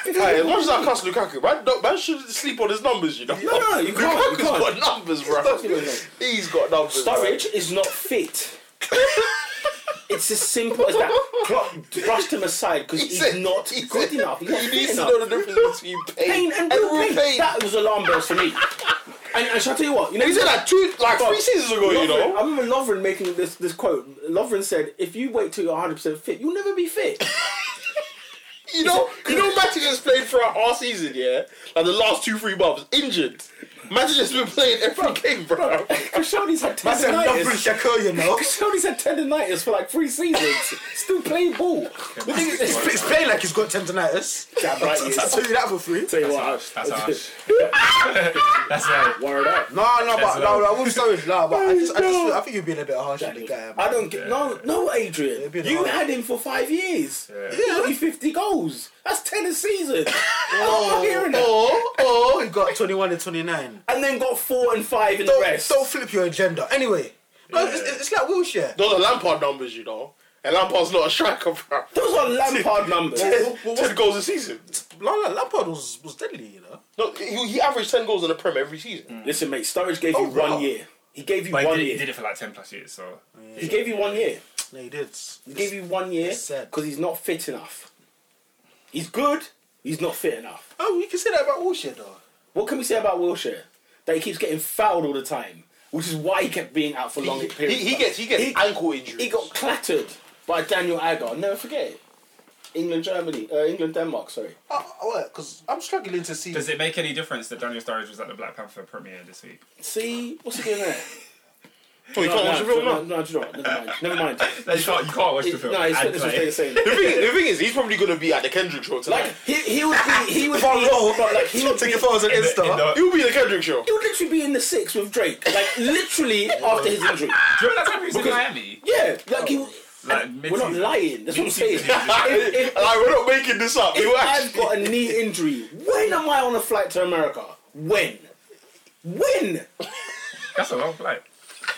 Speaker 4: Hey, as much as I cuss Lukaku, man, no, man should sleep on his numbers, you know?
Speaker 1: No, no, you can't. You
Speaker 4: Lukaku's
Speaker 1: can't.
Speaker 4: got numbers, bro. He's got numbers. bro.
Speaker 1: Sturridge is not fit. It's as simple as that. Klopp brushed him aside because
Speaker 4: He
Speaker 1: he's
Speaker 4: said-
Speaker 1: not
Speaker 4: he
Speaker 1: good
Speaker 4: said-
Speaker 1: enough. He's not
Speaker 4: He
Speaker 1: fit
Speaker 4: needs to
Speaker 1: enough.
Speaker 4: know the difference between pain,
Speaker 1: Pain and real pain.
Speaker 4: pain.
Speaker 1: That was alarm bells for me. And, and shall I tell you what? You know,
Speaker 4: He said that two, like
Speaker 1: Bro,
Speaker 4: three seasons ago, you
Speaker 1: Lovren- I
Speaker 4: know.
Speaker 1: remember Lovren making this, this quote. Lovren said, if you wait till you're 100% fit, you'll never be fit.
Speaker 4: You know, you know, Matic has played for our season, yeah. Like the last two, three months, injured. Matic has been playing every game, bro.
Speaker 1: Kashani's had
Speaker 2: I said nothing,
Speaker 1: tendonitis.
Speaker 2: Shakur, you know.
Speaker 1: Kashani's had tendonitis for like three seasons. Still playing ball. The thing is-
Speaker 2: He's, he's playing like he's got tendonitis.
Speaker 1: Damn right he is.
Speaker 2: I'll tell you that for free.
Speaker 1: Tell you what,
Speaker 3: harsh, that's
Speaker 1: I- I-
Speaker 3: harsh. That's right.
Speaker 1: Word up.
Speaker 2: No, no, but no,
Speaker 3: loud.
Speaker 2: no, we'll start with no, but I just, I just, feel- I think you're being a bit harsh on the guy. Man.
Speaker 1: I don't get no, no, Adrian.
Speaker 2: been
Speaker 1: You
Speaker 2: hard.
Speaker 1: had him for five years.
Speaker 3: Yeah.
Speaker 1: He got you fifty goals. That's ten a season. I'm not hearing that.
Speaker 2: Oh, oh, he got 21 and 29.
Speaker 1: And then got four and five in the
Speaker 2: Don't,
Speaker 1: rest.
Speaker 2: don't flip your agenda. Anyway, no, it's, it's it's like wheelchair.
Speaker 4: Those are Lampard numbers, you know. And Lampard's not a striker, bro.
Speaker 1: Those are Lampard numbers.
Speaker 2: Well, well,
Speaker 4: Ten goals a season.
Speaker 2: Lala Lampard was, was deadly, you know.
Speaker 4: No, he, he averaged ten goals in the Prem every season.
Speaker 1: Listen, mate. Sturridge gave
Speaker 2: Oh,
Speaker 1: you one
Speaker 2: wow.
Speaker 1: year. He gave you
Speaker 3: But he
Speaker 1: one
Speaker 3: did, it- he
Speaker 1: year.
Speaker 3: did it for like 10 plus years, so.
Speaker 1: He gave you one year.
Speaker 2: No, he did.
Speaker 1: He gave you one year
Speaker 2: It's sad.
Speaker 1: because he's not fit enough. He's good. He's not fit enough.
Speaker 2: Oh, you can say that about wheelchair though.
Speaker 1: What can we say about Wilshire? That he keeps getting fouled all the time, which is why he kept being out for long
Speaker 4: He,
Speaker 1: periods.
Speaker 4: he gets he gets
Speaker 1: He-
Speaker 4: ankle injuries.
Speaker 1: He got clattered by Daniel Agger. I'll never forget it. England, Germany, uh, England, Denmark. Sorry.
Speaker 2: Oh, oh, because I'm struggling to see.
Speaker 3: Does it make any difference that Daniel Sturridge was at the Black Panther premiere this week?
Speaker 1: See, what's he doing there?
Speaker 4: Oh, you
Speaker 1: no,
Speaker 4: can't watch the
Speaker 1: no,
Speaker 4: film
Speaker 1: no,
Speaker 4: now.
Speaker 1: no, do you know what? Never mind. Never mind.
Speaker 3: you, can't, you can't watch the
Speaker 1: It-
Speaker 3: film.
Speaker 1: no, his
Speaker 3: and
Speaker 1: fitness will
Speaker 3: play
Speaker 1: stay the same.
Speaker 3: it.
Speaker 4: The thing, the thing is, he's probably going to be at the Kendrick show tonight.
Speaker 1: Like he, he would be, he would be, but like he would be,
Speaker 2: Take your photos on
Speaker 3: In the- in
Speaker 2: Insta.
Speaker 3: the-
Speaker 4: He'll be at the Kendrick show.
Speaker 1: he would literally be in the six with Drake, like literally after his injury.
Speaker 3: Do you remember that time he was in Miami?
Speaker 1: Yeah, like he.
Speaker 3: Like,
Speaker 1: We're not
Speaker 3: mid-season.
Speaker 1: lying. That's what I'm saying. if, if,
Speaker 4: like we're not making this up. He
Speaker 1: if
Speaker 4: will
Speaker 1: I've
Speaker 4: actually-
Speaker 1: got a knee injury, when am I on a flight to America? When? When?
Speaker 3: That's a long flight.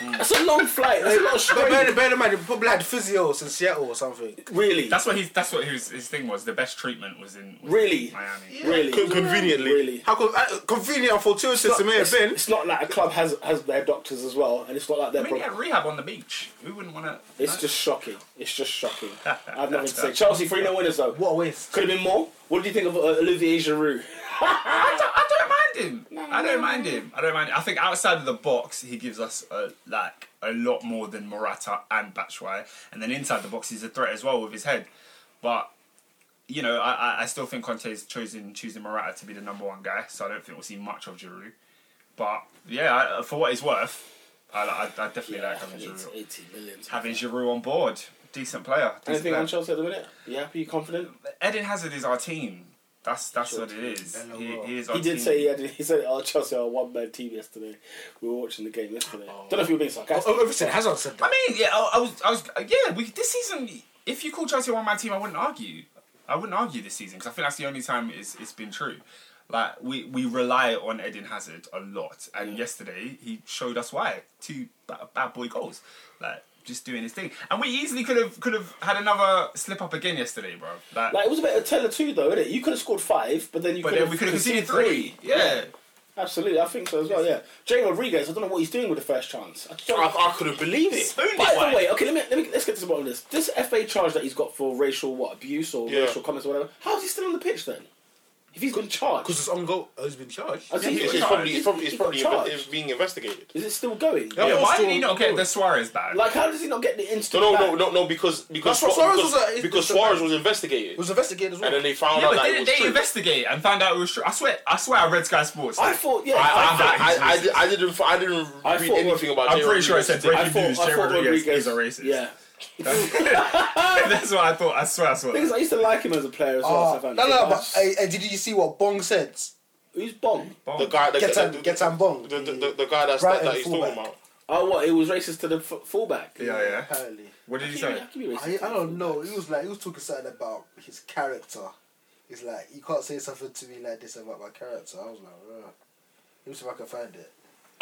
Speaker 1: That's a long flight. That's a lot of
Speaker 2: But bear,
Speaker 1: strain.
Speaker 2: bear in mind, they probably had physios in Seattle or something.
Speaker 1: Really?
Speaker 3: That's what he's. That's what his, his thing was. The best treatment was in was
Speaker 1: Really?
Speaker 3: in Miami.
Speaker 1: really?
Speaker 4: Con- conveniently.
Speaker 1: Really?
Speaker 2: How co- uh, convenient and fortuitous it may have been.
Speaker 1: It's not like a club has has their doctors as well, and it's not like their.
Speaker 3: I mean, he
Speaker 1: Pro-
Speaker 3: had rehab on the beach. Who wouldn't want to?
Speaker 1: it's just shocking. It's just shocking. I've nothing to say. Chelsea three 0 winners though.
Speaker 2: What a waste.
Speaker 1: Could have been more. What do you think of uh, Olivier Giroud?
Speaker 3: I don't, I don't mind him. I don't mind him. I don't mind. Him. I think outside of the box, he gives us a, like a lot more than Morata and Batshuayi, and then inside the box, he's a threat as well with his head. But you know, I, I- I still think Conte's chosen choosing Morata to be the number one guy, so I don't think we'll see much of Giroud. But yeah, I, uh, for what it's worth, I, I, I definitely like having
Speaker 1: it's
Speaker 3: Giroud.
Speaker 1: eighty million.
Speaker 3: Having Giroud on board, decent player. Decent
Speaker 1: Anything
Speaker 3: player.
Speaker 1: on Chelsea at the minute? You happy? You confident?
Speaker 3: Eden Hazard is our team. That's that's what it is.
Speaker 2: LOL.
Speaker 3: He, he is our
Speaker 1: He did
Speaker 3: team.
Speaker 1: say he had. He said, "Oh, Chelsea are a one-man team yesterday. We were watching the game yesterday. Don't know if you were being sarcastic.
Speaker 2: Oh, Everton Hazard said that.
Speaker 3: I mean, yeah, I, I was, I was, yeah. We this season, if you call Chelsea one man team, I wouldn't argue. I wouldn't argue this season because I think that's the only time it's it's been true. Like we we rely on Eden Hazard a lot, and yesterday he showed us why two ba- bad boy goals, like just doing his thing. And we easily could have could have had another slip up again yesterday, bro. Like,
Speaker 1: Like it was a bit of a teller too, though, isn't it? You could have scored five, but then you
Speaker 3: oh. but
Speaker 1: could
Speaker 3: then
Speaker 1: have
Speaker 3: we could have conceded three. Yeah.
Speaker 1: Absolutely, I think so as well. Yeah, Jay Rodriguez. I don't know what he's doing with the first chance. I don't-
Speaker 4: I, I couldn't believe it.
Speaker 3: Spooned
Speaker 1: By
Speaker 3: it
Speaker 1: the
Speaker 3: wide.
Speaker 1: way, okay, let me, let me let's get to the bottom of this. This FA charge that he's got for racial what abuse or
Speaker 4: Yeah.
Speaker 1: racial comments or whatever. How's he still on the pitch then? If he's been charged,
Speaker 2: Because it's on goal. Oh, he's been charged.
Speaker 1: I think
Speaker 4: It's,
Speaker 1: he's
Speaker 4: it's
Speaker 1: been
Speaker 4: probably it's
Speaker 1: charged.
Speaker 4: probably, it's
Speaker 1: He's
Speaker 4: probably
Speaker 1: been
Speaker 4: inve-
Speaker 1: charged.
Speaker 4: being investigated.
Speaker 1: Is it still going?
Speaker 2: Yeah.
Speaker 3: Yeah, why did he
Speaker 2: Still-
Speaker 3: not get the Suarez bag?
Speaker 1: Like, how does he not get the instant?
Speaker 4: No, no,
Speaker 1: ban?
Speaker 4: no, no, no. Because because
Speaker 2: That's what Suarez
Speaker 4: because,
Speaker 2: was at.
Speaker 4: because
Speaker 2: It's the
Speaker 4: Suarez
Speaker 2: fact.
Speaker 4: was investigated,
Speaker 2: It was investigated as well.
Speaker 4: and then they found
Speaker 3: yeah,
Speaker 4: out
Speaker 3: but
Speaker 4: that
Speaker 3: didn't
Speaker 4: it was
Speaker 3: they
Speaker 4: true.
Speaker 3: investigate and found out it was true? I swear, I swear, I read Sky Sports.
Speaker 1: I thought, yeah,
Speaker 4: I,
Speaker 1: I,
Speaker 3: that
Speaker 4: I, I, I,
Speaker 3: is
Speaker 4: did- I didn't I didn't
Speaker 1: I
Speaker 4: read
Speaker 1: thought-
Speaker 4: anything about.
Speaker 3: I'm
Speaker 4: Jay
Speaker 3: pretty sure I said
Speaker 4: Rodriguez.
Speaker 1: I
Speaker 3: breaking
Speaker 1: thought,
Speaker 3: news:
Speaker 1: I
Speaker 3: Jay
Speaker 1: thought
Speaker 3: Rodriguez
Speaker 1: Rodriguez
Speaker 3: is a racist.
Speaker 1: Yeah,
Speaker 3: that's what I thought. I swear, I swear.
Speaker 1: because I used to like him as a player as well.
Speaker 2: Ah,
Speaker 1: Southampton.
Speaker 2: no, no, but hey, hey, did you see what Bong said?
Speaker 1: who's bomb?
Speaker 4: The guy, the,
Speaker 2: Get
Speaker 4: the,
Speaker 2: and- get and bong.
Speaker 4: The, the, the, the guy that's,
Speaker 2: Right
Speaker 4: that, that
Speaker 2: and
Speaker 4: he's talking
Speaker 2: fullback.
Speaker 4: about.
Speaker 1: Oh, what? It was racist to the f- fullback.
Speaker 3: Yeah, yeah.
Speaker 2: Apparently.
Speaker 3: What did he
Speaker 1: How can you-
Speaker 3: say?
Speaker 1: how can you be
Speaker 2: I,
Speaker 1: racist?
Speaker 2: I don't know. He was like he was talking something about his character. He's like, you can't say something to me like this about my character. I was like, Ugh. let me see if I can find it.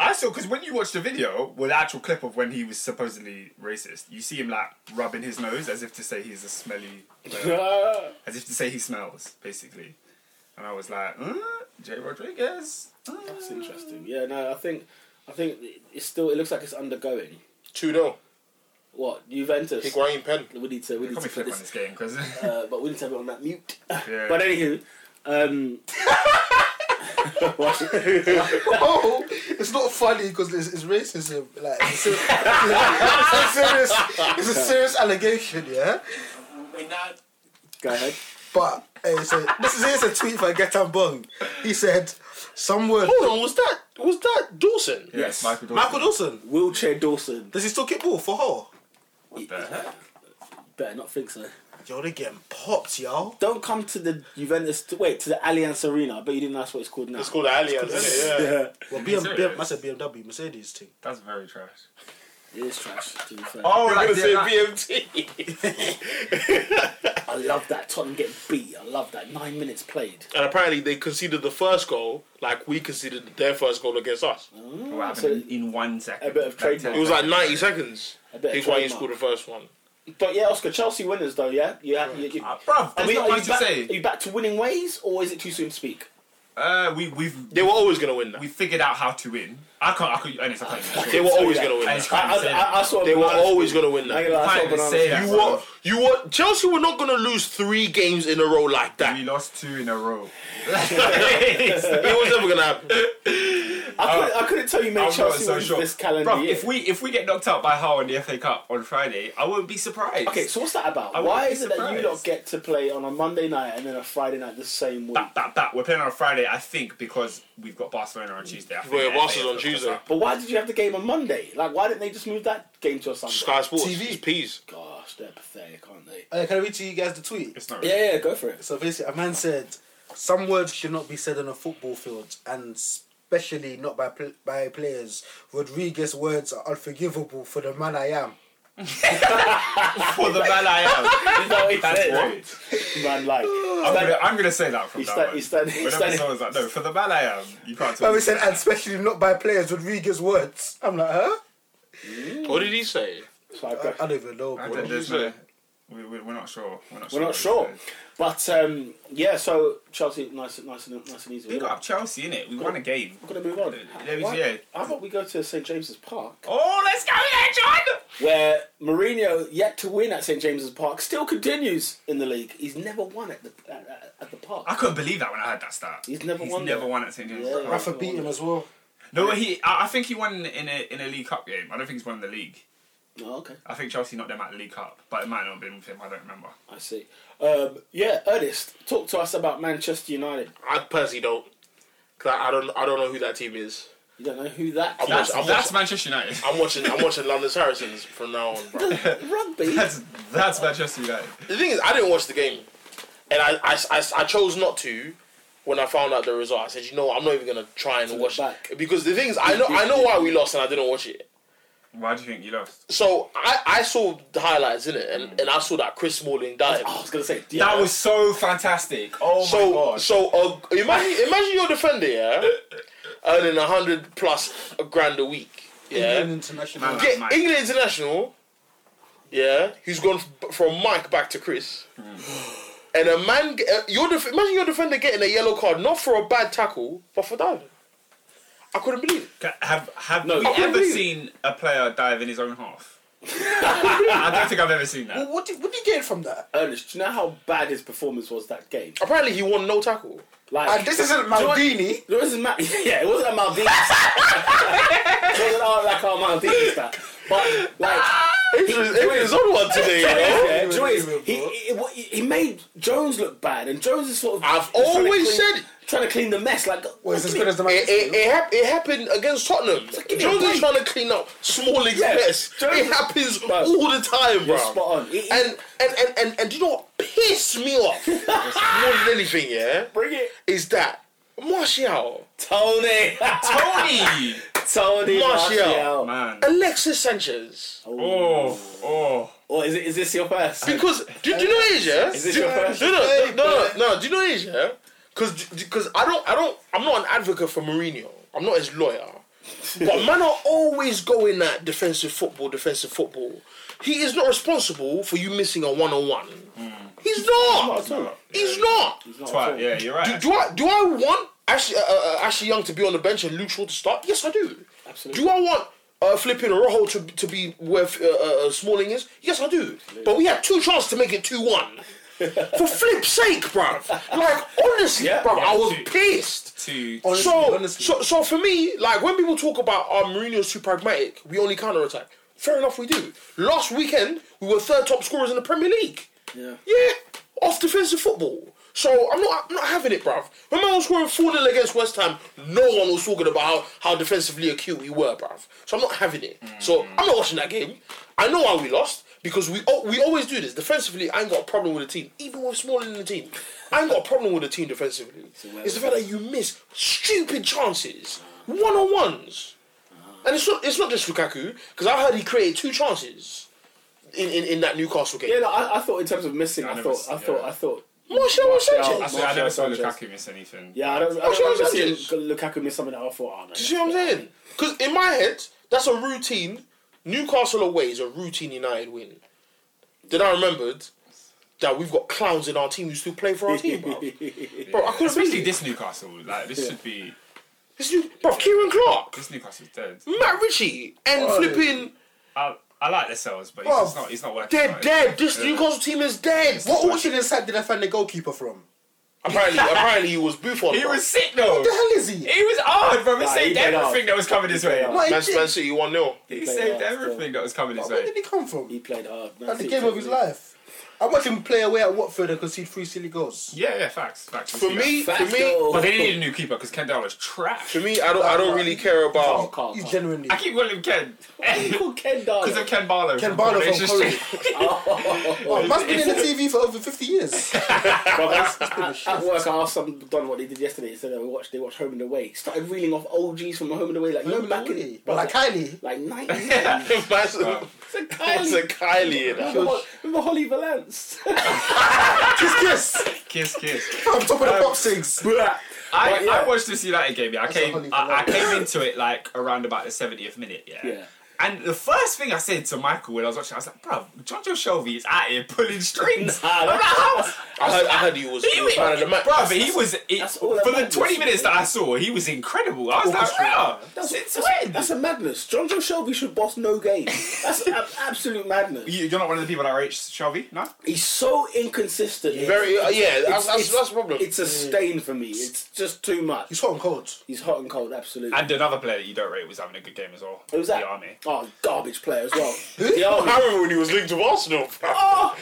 Speaker 3: I saw because when you watch the video, well, the actual clip of when he was supposedly racist, you see him like rubbing his nose as if to say he's a smelly,
Speaker 1: Ah.
Speaker 3: as if to say he smells, basically. And I was like, uh, Jay Rodriguez. uh."
Speaker 1: That's interesting. Um, Yeah, no, I think I think it's still. It looks like it's undergoing.
Speaker 4: Two 0
Speaker 1: What Juventus?
Speaker 4: Higuain pen.
Speaker 1: We need to. We
Speaker 3: Come
Speaker 1: need
Speaker 3: and
Speaker 1: to put
Speaker 3: click on
Speaker 1: this.
Speaker 3: this game because
Speaker 1: Uh, but we need to have it on that mute.
Speaker 3: Yeah.
Speaker 1: But anywho, um,
Speaker 2: oh, it's not funny because it's, it's racism. Like, it's a, it's a serious, it's a serious allegation, yeah.
Speaker 1: go ahead.
Speaker 2: But hey, so this is here's a tweet by Getan Bong. He said, "Some word."
Speaker 4: Hold on, was that was that Dawson?
Speaker 3: yes, Michael Dawson.
Speaker 2: Michael Dawson
Speaker 1: Wheelchair Dawson.
Speaker 2: does he still kick ball for her?
Speaker 3: What the
Speaker 1: Uh-huh.
Speaker 3: heck?
Speaker 1: Better not think so.
Speaker 2: Yo, they getting popped, y'all.
Speaker 1: Don't come to the Juventus. To, wait to the Allianz Arena. I bet you didn't know that's what it's called now.
Speaker 4: It's called the Allianz, isn't it? Yeah.
Speaker 1: yeah,
Speaker 2: Well,
Speaker 3: Be
Speaker 2: BM,
Speaker 3: serious.
Speaker 2: BM, I said BMW, Mercedes thing.
Speaker 3: That's very trash.
Speaker 1: it is trash. To be fair,
Speaker 3: Oh,
Speaker 4: We're
Speaker 3: like,
Speaker 4: gonna
Speaker 3: the-
Speaker 4: say
Speaker 3: like-
Speaker 4: BMT.
Speaker 1: I love that Tottenham getting beat. I love that nine minutes played.
Speaker 4: and apparently they conceded the first goal, like we conceded their first goal against us.
Speaker 3: What
Speaker 1: So-
Speaker 3: happened in one second?
Speaker 1: A bit of
Speaker 3: Like,
Speaker 1: trademark.
Speaker 4: It was like 90 seconds.
Speaker 1: A bit of
Speaker 4: He's why he
Speaker 1: trademark.
Speaker 4: scored the first one.
Speaker 1: But yeah, Oscar, Chelsea winners though. Yeah, yeah. You, you,
Speaker 3: Uh, bruv,
Speaker 1: Are
Speaker 3: there's
Speaker 1: we,
Speaker 3: not
Speaker 1: are,
Speaker 3: much
Speaker 1: you
Speaker 3: to
Speaker 1: back,
Speaker 3: say.
Speaker 1: are you back to winning ways, or is it too soon to speak?
Speaker 3: Uh, we we've
Speaker 4: They were always going to win that.
Speaker 3: we figured out how to win. I can't. I could. Ernest, I can't.
Speaker 4: They were always going to win
Speaker 3: Ernest
Speaker 4: that.
Speaker 1: I,
Speaker 3: can't say that.
Speaker 1: I, I saw.
Speaker 4: They were
Speaker 1: bananas-
Speaker 4: always going to win
Speaker 1: I
Speaker 4: that.
Speaker 1: ain't gonna lie, I saw
Speaker 3: Can't even
Speaker 1: bananas-
Speaker 3: say that.
Speaker 4: You were, you were, Chelsea were not going to lose three games in a row like
Speaker 3: We
Speaker 4: that.
Speaker 3: lost two in a row.
Speaker 4: it was never going to happen.
Speaker 1: I couldn't, I couldn't tell you many
Speaker 3: I'm not
Speaker 1: Chelsea
Speaker 3: so
Speaker 1: wins
Speaker 3: sure.
Speaker 1: this calendar
Speaker 3: Bruv,
Speaker 1: year.
Speaker 3: if we if we get knocked out by Hull in the FA Cup on Friday, I wouldn't be surprised.
Speaker 1: okay, so what's that about?
Speaker 3: I wouldn't
Speaker 1: Why
Speaker 3: be
Speaker 1: is it that you
Speaker 3: surprised.
Speaker 1: lot get to play on a Monday night and then a Friday night the same week?
Speaker 3: Bap, bap, bap. We're playing on Friday, I think, because we've got Barcelona on Tuesday. I think
Speaker 4: Well, yeah,
Speaker 3: the FA
Speaker 4: Barcelona's on
Speaker 3: have got
Speaker 4: Tuesday.
Speaker 3: us up.
Speaker 1: But why did you have the game on Monday? Like, why didn't they just move that game to a Sunday?
Speaker 4: Sky Sports.
Speaker 2: TV.
Speaker 4: It's peas.
Speaker 1: Gosh, they're pathetic, aren't they?
Speaker 2: Uh, can I read to you guys the tweet?
Speaker 3: It's not. Really.
Speaker 1: Yeah, yeah, go for it.
Speaker 2: So basically, a man said, "Some words should not be said on a football field, and especially not by pl- by players. Rodriguez words are unforgivable for the man I am."
Speaker 3: For the man I am.
Speaker 1: Is that what he
Speaker 3: That's
Speaker 1: said?
Speaker 3: right.
Speaker 1: Man, like,
Speaker 3: I'm
Speaker 1: Stand-
Speaker 3: gonna, I'm gonna say that from
Speaker 1: He's
Speaker 3: now
Speaker 1: sta-
Speaker 3: on.
Speaker 1: he's standing- he's
Speaker 3: Whenever
Speaker 1: standing-
Speaker 3: someone's like, no, for the man I am, you can't.
Speaker 2: But
Speaker 3: Talk
Speaker 2: we said, and especially not by players. Rodriguez words. I'm like, huh?
Speaker 4: What did he say?
Speaker 1: so I've
Speaker 2: I, I
Speaker 1: got-
Speaker 2: don't even know.
Speaker 3: I
Speaker 2: bro.
Speaker 3: don't-
Speaker 4: did
Speaker 3: there's
Speaker 4: you
Speaker 3: no-
Speaker 4: say?
Speaker 3: we, we, we're not sure. We're
Speaker 1: we're
Speaker 3: not sure.
Speaker 1: not
Speaker 3: what he
Speaker 1: sure.
Speaker 3: said.
Speaker 1: But um, yeah, so Chelsea, nice, nice, and nice and easy.
Speaker 3: We
Speaker 1: We're
Speaker 3: got up Chelsea in it. We won a game.
Speaker 1: going to move on.
Speaker 3: There was-
Speaker 1: Why-
Speaker 3: yeah.
Speaker 1: How about we go to St James's Park,
Speaker 3: Oh, let's go there, John.
Speaker 1: where Mourinho, yet to win at St James's Park, still continues in the league. He's never won at the at, at- at the park.
Speaker 3: I couldn't believe that when I heard that stat.
Speaker 1: He's never
Speaker 3: He's
Speaker 1: won
Speaker 3: never
Speaker 1: there.
Speaker 3: won at St James.
Speaker 1: Yeah.
Speaker 2: Rafa beat him as well.
Speaker 3: No, he. I I think he won in a in a League Cup game. I don't think he's won in the league.
Speaker 1: Oh, okay,
Speaker 3: I think Chelsea knocked them out of the League Cup, but it might not have been with him. I don't remember.
Speaker 1: I see. Um, yeah, Ernest, talk to us about Manchester United.
Speaker 4: I personally don't. 'Cause I I don't, I don't know who that team is.
Speaker 1: You don't know who that.
Speaker 4: I'm
Speaker 3: That's,
Speaker 4: watching- I'm
Speaker 3: that's
Speaker 4: watching-
Speaker 3: Manchester United.
Speaker 4: I'm watching, I'm watching London Saracens from now on, bro.
Speaker 1: Rugby.
Speaker 3: That's that's Manchester United.
Speaker 4: The thing is, I didn't watch the game. and I, I, I, I chose not to when I found out the result. I said, you know, what, I'm not even gonna try and
Speaker 1: To the
Speaker 4: watch
Speaker 1: back.
Speaker 4: it because the thing is, I know I know why we lost and I didn't watch it.
Speaker 3: Why do you think you lost?
Speaker 4: So I, I saw the highlights in it, and, and I saw that Chris Smalling dive.
Speaker 1: I was gonna say
Speaker 3: That was so fantastic. Oh my
Speaker 4: So
Speaker 3: god.
Speaker 4: so uh, imagine imagine you're a defender, yeah, earning a hundred plus a grand a week, yeah.
Speaker 2: England international.
Speaker 3: Man,
Speaker 4: Get
Speaker 3: Mike.
Speaker 4: England international, yeah, who's gone f- from Mike back to Chris,
Speaker 1: Hmm.
Speaker 4: and a man. ge- uh, Your def- imagine your defender getting a yellow card not for a bad tackle but for diving. I couldn't believe it.
Speaker 3: Ca- Have have
Speaker 1: No,
Speaker 3: we
Speaker 1: I
Speaker 3: ever
Speaker 4: believe it.
Speaker 3: seen a player dive in his own half? I don't think I've ever seen that.
Speaker 2: Well, what did what did you get from that?
Speaker 1: Ernest, do you know how bad his performance was that game?
Speaker 4: Apparently, he won no tackle.
Speaker 1: Like
Speaker 2: And this isn't
Speaker 1: Do you know what-
Speaker 2: Maldini.
Speaker 1: It wasn't Ma- yeah, it wasn't a Maldini stat. it wasn't all like our Maldini stat. But like
Speaker 4: Adrian's Adrian's on one today, you know.
Speaker 1: yeah, do you know what it is? he, he, what- he made Jones look bad, and Jones is sort of.
Speaker 4: I've
Speaker 1: trying to
Speaker 4: always
Speaker 1: clean-
Speaker 4: said it.
Speaker 1: trying to clean the mess. Like,
Speaker 2: Was as
Speaker 1: clean-
Speaker 2: good as the man.
Speaker 4: It, it, it, hap- it happened against Tottenham.
Speaker 1: give me a
Speaker 4: Jones is
Speaker 1: break.
Speaker 4: trying to clean up Smalling's
Speaker 1: Yeah,
Speaker 4: mess.
Speaker 1: Jones-
Speaker 4: it happens
Speaker 1: Bro,
Speaker 4: all the time, bro.
Speaker 1: you're spot on. It-
Speaker 4: and, and, and, and, and do you know what pissed me off more than anything, yeah?
Speaker 1: bring it,
Speaker 4: Is that Martial,
Speaker 1: Tony,
Speaker 3: Tony!
Speaker 1: Tony
Speaker 4: Martial.
Speaker 1: Martial.
Speaker 3: Man.
Speaker 4: Alexis Sanchez.
Speaker 3: Oh, oh.
Speaker 1: Or is, it, is this your first?
Speaker 4: Because, do, do you know what it is, yeah?
Speaker 1: Is this
Speaker 4: Do-
Speaker 1: your first?
Speaker 4: No, no, no, no, no, no. Do you know what it is, yeah? Because I don't, I don't, I'm not an advocate for Mourinho. I'm not his lawyer. But man are always going at defensive football, defensive football. He is not responsible for you missing a one on one.
Speaker 1: Hmm.
Speaker 4: He's not. He's not.
Speaker 1: Not at all.
Speaker 3: Twat, yeah, you're right.
Speaker 4: Do I do I want Ashley, uh, uh, Ashley Young to be on the bench and Luke Shaw to start? Yes, I do.
Speaker 1: Absolutely.
Speaker 4: Do I want uh, flipping Rojo to to be where uh, uh, Smalling is? Yes, I do. But we had two chances to make it two one. For flip's sake, bruv. Like honestly,
Speaker 1: Yeah,
Speaker 4: bruv,
Speaker 3: yeah,
Speaker 4: I was
Speaker 3: two-
Speaker 4: pissed.
Speaker 3: Two.
Speaker 2: Honestly,
Speaker 4: So,
Speaker 2: honestly.
Speaker 4: so, so for me, like when people talk about our Mourinho's too pragmatic, we only counter attack. Fair enough, we do. Last weekend, we were third top scorers in the Premier League.
Speaker 1: Yeah.
Speaker 4: Yeah, off defensive football. So I'm not, I'm not having it, bruv. When man was scoring 4 0 against West Ham, no one was talking about how, how defensively acute we were, bruv. So I'm not having it. So I'm not watching that game. I know why we lost because we al- we always do this. Defensively, I ain't got a problem with the team, even with Smalling in the team. I ain't got a problem with the team defensively. It's the fact that you miss stupid chances, one on ones. And it's not, it's not just Lukaku, because I heard he created two chances in, in, in that Newcastle game.
Speaker 1: Yeah, no, I, I thought in terms of missing, I,
Speaker 3: I never
Speaker 1: thought,
Speaker 3: s-
Speaker 1: I thought,
Speaker 3: yeah.
Speaker 1: I thought.
Speaker 4: Martial or Sanchez?
Speaker 3: I, said, I never saw
Speaker 1: Martial Sanchez.
Speaker 3: Lukaku miss anything.
Speaker 1: Yeah, I don't. I
Speaker 4: Martial
Speaker 1: don't remember seeing
Speaker 4: Sanchez.
Speaker 1: Lukaku miss something that I thought. Oh, no,
Speaker 4: Do you see what I'm saying? Because in my head, that's a routine. Newcastle away is a routine United win. Then I remembered that we've got clowns in our team who still play for our team, bro. bro, I couldn't
Speaker 3: Especially
Speaker 4: believe this.
Speaker 3: this Newcastle. Like, this should be.
Speaker 4: this new, bro, Kieran Clark,
Speaker 3: This Newcastle's dead.
Speaker 4: Matt Ritchie, and
Speaker 3: Oh.
Speaker 2: Bro.
Speaker 4: flipping.
Speaker 3: I, I like the sales, but
Speaker 2: Bruv,
Speaker 3: it's, it's not, it's not working.
Speaker 4: They're
Speaker 3: right.
Speaker 4: dead. This
Speaker 3: Yeah.
Speaker 4: Newcastle team is dead.
Speaker 2: What orchard inside did I find the goalkeeper from?
Speaker 4: Apparently, apparently he was Buffon.
Speaker 3: He
Speaker 4: bro.
Speaker 3: was sick, though.
Speaker 2: The hell is he?
Speaker 3: He was hard, bro. He
Speaker 1: Nah, he
Speaker 3: saved
Speaker 1: played
Speaker 3: everything
Speaker 1: hard.
Speaker 3: that was coming his way.
Speaker 1: played
Speaker 2: What he
Speaker 4: Man,
Speaker 2: did?
Speaker 4: Man City 1 0.
Speaker 3: He
Speaker 1: played
Speaker 3: saved
Speaker 1: hard,
Speaker 3: everything
Speaker 1: still.
Speaker 3: that was coming his
Speaker 2: Where
Speaker 3: way.
Speaker 2: did he come from?
Speaker 1: He played hard. Man
Speaker 2: At the
Speaker 1: City
Speaker 2: game of his
Speaker 1: played really-
Speaker 2: life. I watched him play away at Watford and concede three silly goals.
Speaker 3: Yeah, yeah, facts, facts.
Speaker 4: For me, for
Speaker 1: Facts,
Speaker 4: me,
Speaker 1: though.
Speaker 3: but they needed a new keeper because Kendall was trash.
Speaker 4: for me, I don't, I don't really care
Speaker 1: Oh,
Speaker 4: about.
Speaker 1: Carl,
Speaker 2: He's
Speaker 1: Carl.
Speaker 2: genuinely.
Speaker 3: I keep calling him Ken
Speaker 1: He called Ken Darling.
Speaker 3: because of Ken Barlow.
Speaker 2: Ken Barlow from
Speaker 3: Coronation
Speaker 2: Corrie.
Speaker 3: Street.
Speaker 2: Oh, man's been in the TV for over 50 years.
Speaker 1: Bro, that's- at, at work, I asked some done what they did yesterday. So they watched they watched Home and Away. Started reeling off OGs from Home and Away, like you know, back in
Speaker 2: But like Kylie.
Speaker 1: like ninety.
Speaker 4: Man's- It's a
Speaker 1: Kylie.
Speaker 4: Kylie in that.
Speaker 1: Remember, Ho- remember Holly Valance?
Speaker 2: Kiss, kiss.
Speaker 3: Kiss, kiss.
Speaker 2: I'm top of the box six.
Speaker 3: I,
Speaker 1: But, yeah.
Speaker 3: I watched this United game. Yeah, I
Speaker 2: a
Speaker 3: came,
Speaker 2: holy
Speaker 3: I, I
Speaker 2: grail.
Speaker 3: came into it like around about the seventieth minute. Yeah.
Speaker 1: Yeah.
Speaker 3: And the first thing I said to Michael when I was watching, I was like, "Bro, John Joe Shelby is out here pulling strings."
Speaker 1: Nah,
Speaker 3: I'm like, "How-
Speaker 4: I heard, I heard he was, he was man of the match.
Speaker 3: Bruv, he was it,
Speaker 1: that's all that
Speaker 3: for the
Speaker 1: matters,
Speaker 3: twenty minutes that I
Speaker 1: yeah.
Speaker 3: saw. He was incredible. I was like, "Bro,
Speaker 1: That's,
Speaker 3: since
Speaker 1: that's-
Speaker 3: when?"
Speaker 1: that's a madness. John Joe Shelby should boss no game. That's an absolute madness.
Speaker 3: You- You're not one of the people that rate Shelby, no?
Speaker 1: He's so inconsistent.
Speaker 4: Very, uh, yeah, that's, that's,
Speaker 1: it's-
Speaker 4: that's the problem.
Speaker 1: It's a
Speaker 2: Mm.
Speaker 1: stain for me. It's just too much.
Speaker 2: He's hot and cold.
Speaker 1: He's hot and cold, absolutely.
Speaker 3: And another player that you don't rate was having a good game as well.
Speaker 1: Who's that?
Speaker 3: The army.
Speaker 1: Oh, garbage player as well. the army.
Speaker 4: I remember when he was linked to Arsenal.
Speaker 1: Oh!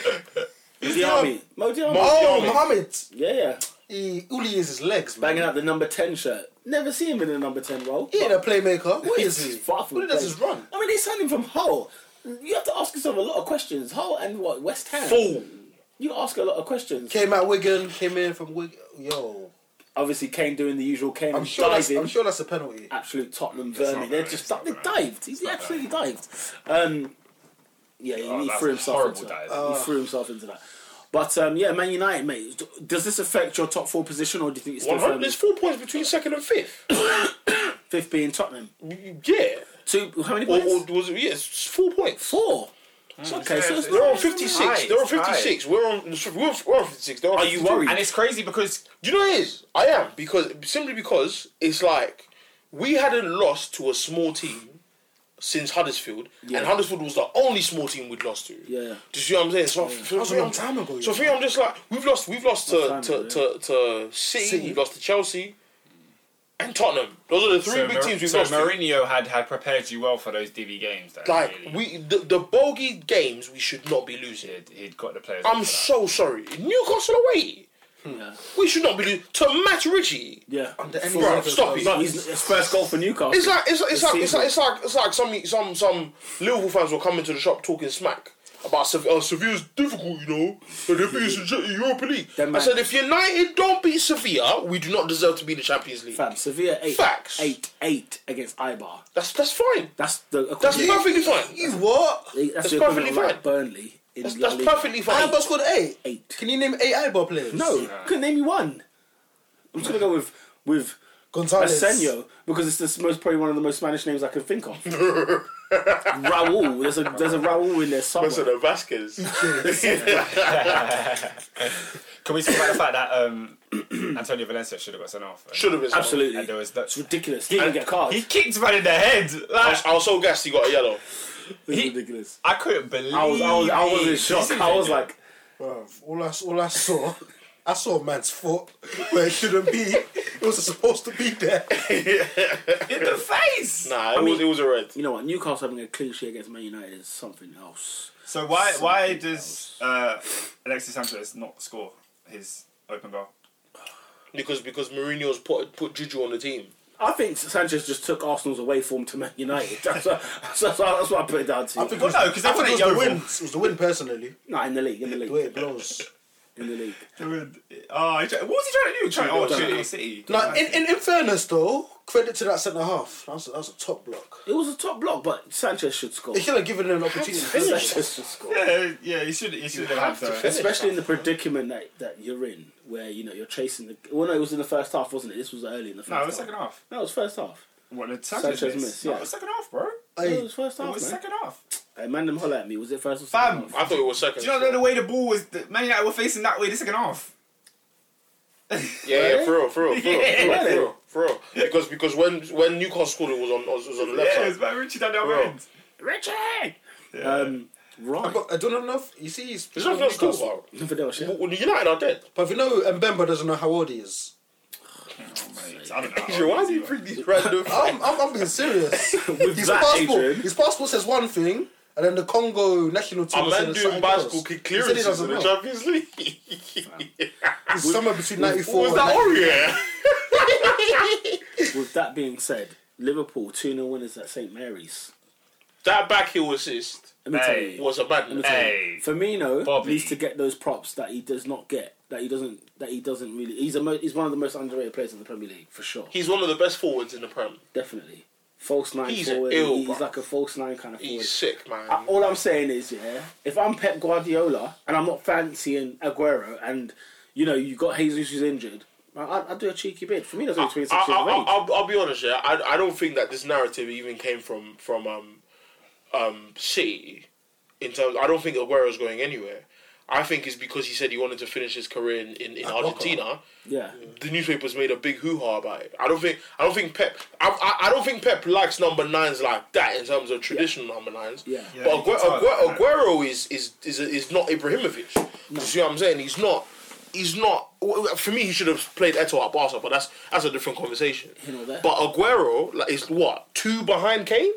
Speaker 1: the army. Mo Diarra.
Speaker 2: Oh,
Speaker 4: Diarra.
Speaker 2: Mohamed.
Speaker 1: Yeah, yeah.
Speaker 2: He only is his legs, man.
Speaker 1: Banging out the number 10 shirt. Never see him in a number 10 role.
Speaker 2: He ain't a playmaker. What is he?
Speaker 1: He's far from
Speaker 2: All he does
Speaker 1: playing.
Speaker 2: is run.
Speaker 1: I mean, they signed him from Hull. You have to ask yourself a lot of questions. Hull and what? West Ham?
Speaker 4: Fool.
Speaker 1: You ask a lot of questions.
Speaker 2: Came out Wigan, came in from Wigan. Yo,
Speaker 1: Obviously, Kane doing the usual Kane
Speaker 2: I'm sure. That's,
Speaker 1: diving.
Speaker 2: I'm sure that's a penalty.
Speaker 1: absolute Tottenham
Speaker 3: not
Speaker 1: vermin. They're
Speaker 3: nice,
Speaker 1: just
Speaker 3: it's not
Speaker 1: they
Speaker 3: nice.
Speaker 1: dived. He's
Speaker 3: not
Speaker 1: absolutely dived. Um, yeah, he,
Speaker 3: Oh,
Speaker 1: he
Speaker 3: that's
Speaker 1: threw
Speaker 3: a
Speaker 1: himself
Speaker 3: horrible
Speaker 1: into
Speaker 3: dive.
Speaker 1: that. he threw himself into that. But um, yeah, Man United, mate. d- Does this affect your top four position, or do you think it's still um,
Speaker 4: One hundred. There's
Speaker 1: firmly-
Speaker 4: four points between second and fifth.
Speaker 1: fifth being Tottenham?
Speaker 4: yeah.
Speaker 1: Two. How many
Speaker 4: Or,
Speaker 1: points?
Speaker 4: or Hmm. was it? Yeah, it's four points.
Speaker 1: four. It's okay, so it's
Speaker 3: it's-
Speaker 4: They're
Speaker 1: not-
Speaker 4: on 56.
Speaker 3: High,
Speaker 4: They're on
Speaker 3: it's high.
Speaker 4: 56. We're on, we're on we're on 56. They're on
Speaker 1: Are you
Speaker 4: 52.
Speaker 1: worried?
Speaker 3: And it's crazy because
Speaker 4: Do you know what it is? I am because simply because it's like we hadn't lost to a small team since Huddersfield,
Speaker 1: Yeah.
Speaker 4: and Huddersfield was the only small team we'd lost to.
Speaker 1: Yeah, yeah.
Speaker 4: Do you see what I'm saying? So, so
Speaker 2: That was a
Speaker 4: for me,
Speaker 2: long time ago,
Speaker 4: So
Speaker 2: yeah.
Speaker 4: for me, I'm just like we've lost. We've lost to
Speaker 1: Long time
Speaker 4: to,
Speaker 1: ago,
Speaker 4: to, to City.
Speaker 2: City.
Speaker 4: We've lost to Chelsea. And Tottenham. Those are the three
Speaker 3: so,
Speaker 4: big
Speaker 3: Mar-
Speaker 4: teams we've
Speaker 3: so
Speaker 4: lost. to.
Speaker 3: Mourinho had had prepared you well for those DV games. Though,
Speaker 4: Like
Speaker 3: really.
Speaker 4: we, the, the bogey games, we should not be losing.
Speaker 3: he'd, he'd got the players.
Speaker 4: I'm
Speaker 3: for that.
Speaker 4: so sorry. Newcastle away,
Speaker 1: yeah.
Speaker 4: we should not be losing to Matt Ritchie.
Speaker 1: yeah.
Speaker 2: Under any
Speaker 4: Bro,
Speaker 2: circumstances-
Speaker 4: stop it.
Speaker 1: No, he's his first goal for Newcastle.
Speaker 4: It's like it's, it's,
Speaker 1: This
Speaker 4: like, it's
Speaker 1: season.
Speaker 4: like it's like it's like some some some Liverpool fans will come into the shop talking smack about Sev- uh, Sevilla's difficult, you know, and they beat us in the Europa League.
Speaker 1: Them
Speaker 4: I
Speaker 1: man-
Speaker 4: said if United don't beat Sevilla, we do not deserve to be in the Champions League.
Speaker 1: Fam, Sevilla eight,
Speaker 4: Facts.
Speaker 1: eight, eight against Ibar.
Speaker 4: That's that's fine.
Speaker 1: That's the
Speaker 4: That's
Speaker 1: equivalent-
Speaker 4: perfectly fine.
Speaker 2: You what?
Speaker 1: that's,
Speaker 4: that's
Speaker 1: the equivalent of
Speaker 4: perfectly
Speaker 1: like
Speaker 4: fine.
Speaker 1: Burnley in
Speaker 4: That's,
Speaker 1: La
Speaker 4: that's
Speaker 1: Liga.
Speaker 4: perfectly fine.
Speaker 2: Ibar scored eight.
Speaker 1: Eight.
Speaker 2: Can you name eight Ibar players?
Speaker 1: No, couldn't name you one. I'm just gonna go with with
Speaker 2: Gonzalez.
Speaker 1: Arsenio because it's the most probably one of the most Spanish names I can think of. Raúl, there's a there's a Raúl in there somewhere.
Speaker 4: Vasquez.
Speaker 3: Can we talk about the fact that um, Antonio Valencia should have got sent off? And-
Speaker 4: Should have been
Speaker 1: Absolutely,
Speaker 3: And there was
Speaker 1: it's
Speaker 3: that.
Speaker 1: ridiculous. He didn't get cards.
Speaker 3: He kicked man in the head.
Speaker 4: I
Speaker 3: Like,
Speaker 4: was, I was so gassed he got a yellow.
Speaker 1: It's
Speaker 3: he-
Speaker 1: ridiculous.
Speaker 3: I couldn't believe.
Speaker 1: I was I was I was in
Speaker 3: it.
Speaker 1: shock. I was like,
Speaker 2: Bruv, all I, all I saw, I saw a man's foot where it shouldn't be. It was supposed to be there.
Speaker 3: in the face.
Speaker 4: Nah, it was it was a red.
Speaker 1: you know what? Newcastle having a clean sheet against Man United is something else.
Speaker 3: So why why does uh, Alexis Sanchez not score his open goal?
Speaker 4: Because because Mourinho's put put Juju on the team.
Speaker 1: I think Sanchez just took Arsenal's away form to Man United. That's what, that's what, that's what I put it down to.
Speaker 2: I think
Speaker 3: Well, no, 'cause
Speaker 2: I think
Speaker 3: they won
Speaker 2: it was
Speaker 3: at
Speaker 2: the
Speaker 3: Yeovil.
Speaker 2: win. It was the win personally.
Speaker 1: no, in the league, in the
Speaker 2: The way
Speaker 1: league,
Speaker 2: it blows.
Speaker 1: in the league.
Speaker 3: There were- Oh, he tried- what was he trying to do? He tried- oh, City, City.
Speaker 2: Now, in, in, in fairness though, credit to that centre half. That was, a, that was a top block.
Speaker 1: It was a top block, but Sanchez should score.
Speaker 2: They should have given him an opportunity.
Speaker 1: Sanchez should score.
Speaker 3: yeah, yeah, he should. He should have
Speaker 4: have
Speaker 3: had
Speaker 4: to
Speaker 3: the-
Speaker 4: finish.
Speaker 1: especially in the predicament that, that you're in, where you know you're chasing the. Well, no, it was in the first half, wasn't it? This was early in the first.
Speaker 3: No, it was
Speaker 1: half.
Speaker 3: second half.
Speaker 1: No, it was first half.
Speaker 3: What did Sanchez,
Speaker 1: Sanchez
Speaker 3: miss?
Speaker 1: missed,
Speaker 3: No,
Speaker 1: yeah.
Speaker 3: it was second half, bro. It
Speaker 1: No, it
Speaker 2: Hey,
Speaker 1: was first half.
Speaker 3: was
Speaker 1: man.
Speaker 3: second half.
Speaker 1: Hey, man, them holler at me. Was it first or second?
Speaker 3: Fam,
Speaker 1: half?
Speaker 4: I thought it was second.
Speaker 3: Do you not know the way the ball was? The, Man United were facing that way the second half.
Speaker 4: Yeah, yeah, for real, for real, for real, for real,
Speaker 1: Yeah.
Speaker 4: for real, for real. Because because when when Newcastle scored, it was on was was on the left
Speaker 3: yeah, it was
Speaker 4: side.
Speaker 3: about Richie down the other
Speaker 4: Bro.
Speaker 3: end.
Speaker 1: Richie.
Speaker 3: Yeah.
Speaker 1: Um, right.
Speaker 2: I, got, I don't have enough. You see, he's.
Speaker 4: There's nothing else to talk about.
Speaker 1: Infidel shit.
Speaker 4: Well, United are dead.
Speaker 2: But if you know Mbemba doesn't know how old he is,
Speaker 3: Mate, I don't know.
Speaker 4: these random?
Speaker 2: I'm, I'm, I'm being serious.
Speaker 1: With
Speaker 2: his
Speaker 1: that,
Speaker 2: passport,
Speaker 1: Adrian.
Speaker 2: his passport says one thing, and then the Congo national team
Speaker 4: A
Speaker 2: says
Speaker 4: man doing
Speaker 2: something
Speaker 4: bicycle
Speaker 2: else.
Speaker 4: kick
Speaker 2: He said he
Speaker 4: clearances
Speaker 2: doesn't
Speaker 4: in the
Speaker 2: know.
Speaker 4: Champions League.
Speaker 2: He's somewhere between
Speaker 4: What
Speaker 2: 94
Speaker 4: was
Speaker 2: and
Speaker 4: that
Speaker 2: 90.
Speaker 4: Oreo?
Speaker 1: With that being said, Liverpool two 0 winners at St Mary's.
Speaker 4: That back heel assist
Speaker 1: Let me
Speaker 3: Hey.
Speaker 1: tell you.
Speaker 4: was a Eh, madness.
Speaker 3: Hey,
Speaker 1: Firmino
Speaker 3: Bobby.
Speaker 1: needs to get those props that he does not get. That he doesn't. That he doesn't really. He's a. Mo- he's one of the most underrated players in the Premier League for sure.
Speaker 4: He's one of the best forwards in the Prem.
Speaker 1: Definitely. False nine
Speaker 4: He's
Speaker 1: forward.
Speaker 4: ill,
Speaker 1: he's
Speaker 4: bruv.
Speaker 1: like a false nine kind of forward.
Speaker 4: He's sick, man.
Speaker 1: Uh, All I'm saying is, yeah, if I'm Pep Guardiola and I'm not fancying Aguero, and you know you got Jesus who's injured, I- I- I'd do a cheeky bid. For me, that's only 26
Speaker 4: I,
Speaker 1: years of
Speaker 4: I,
Speaker 1: age.
Speaker 4: I'll, I'll be honest, yeah. I, I don't think that this narrative even came from from um, um, City. In terms, I don't think Aguero's going anywhere. I think it's because he said he wanted to finish his career in, in, in Argentina.
Speaker 1: Yeah,
Speaker 4: The newspapers made a big hoo ha about it. I don't think I don't think Pep. I, I, I don't think Pep likes number nines like that in terms of traditional number nines.
Speaker 1: Yeah.
Speaker 3: Yeah,
Speaker 4: but
Speaker 3: you can
Speaker 4: Aguero,
Speaker 3: tell
Speaker 4: Aguero,
Speaker 3: that,
Speaker 4: Aguero is is is is not Ibrahimovic. You see what I'm saying? He's not. He's not. For me, he should have played Eto'o at Barca, but that's that's a different conversation.
Speaker 1: You know that.
Speaker 4: But Aguero, like, is what two behind Kane?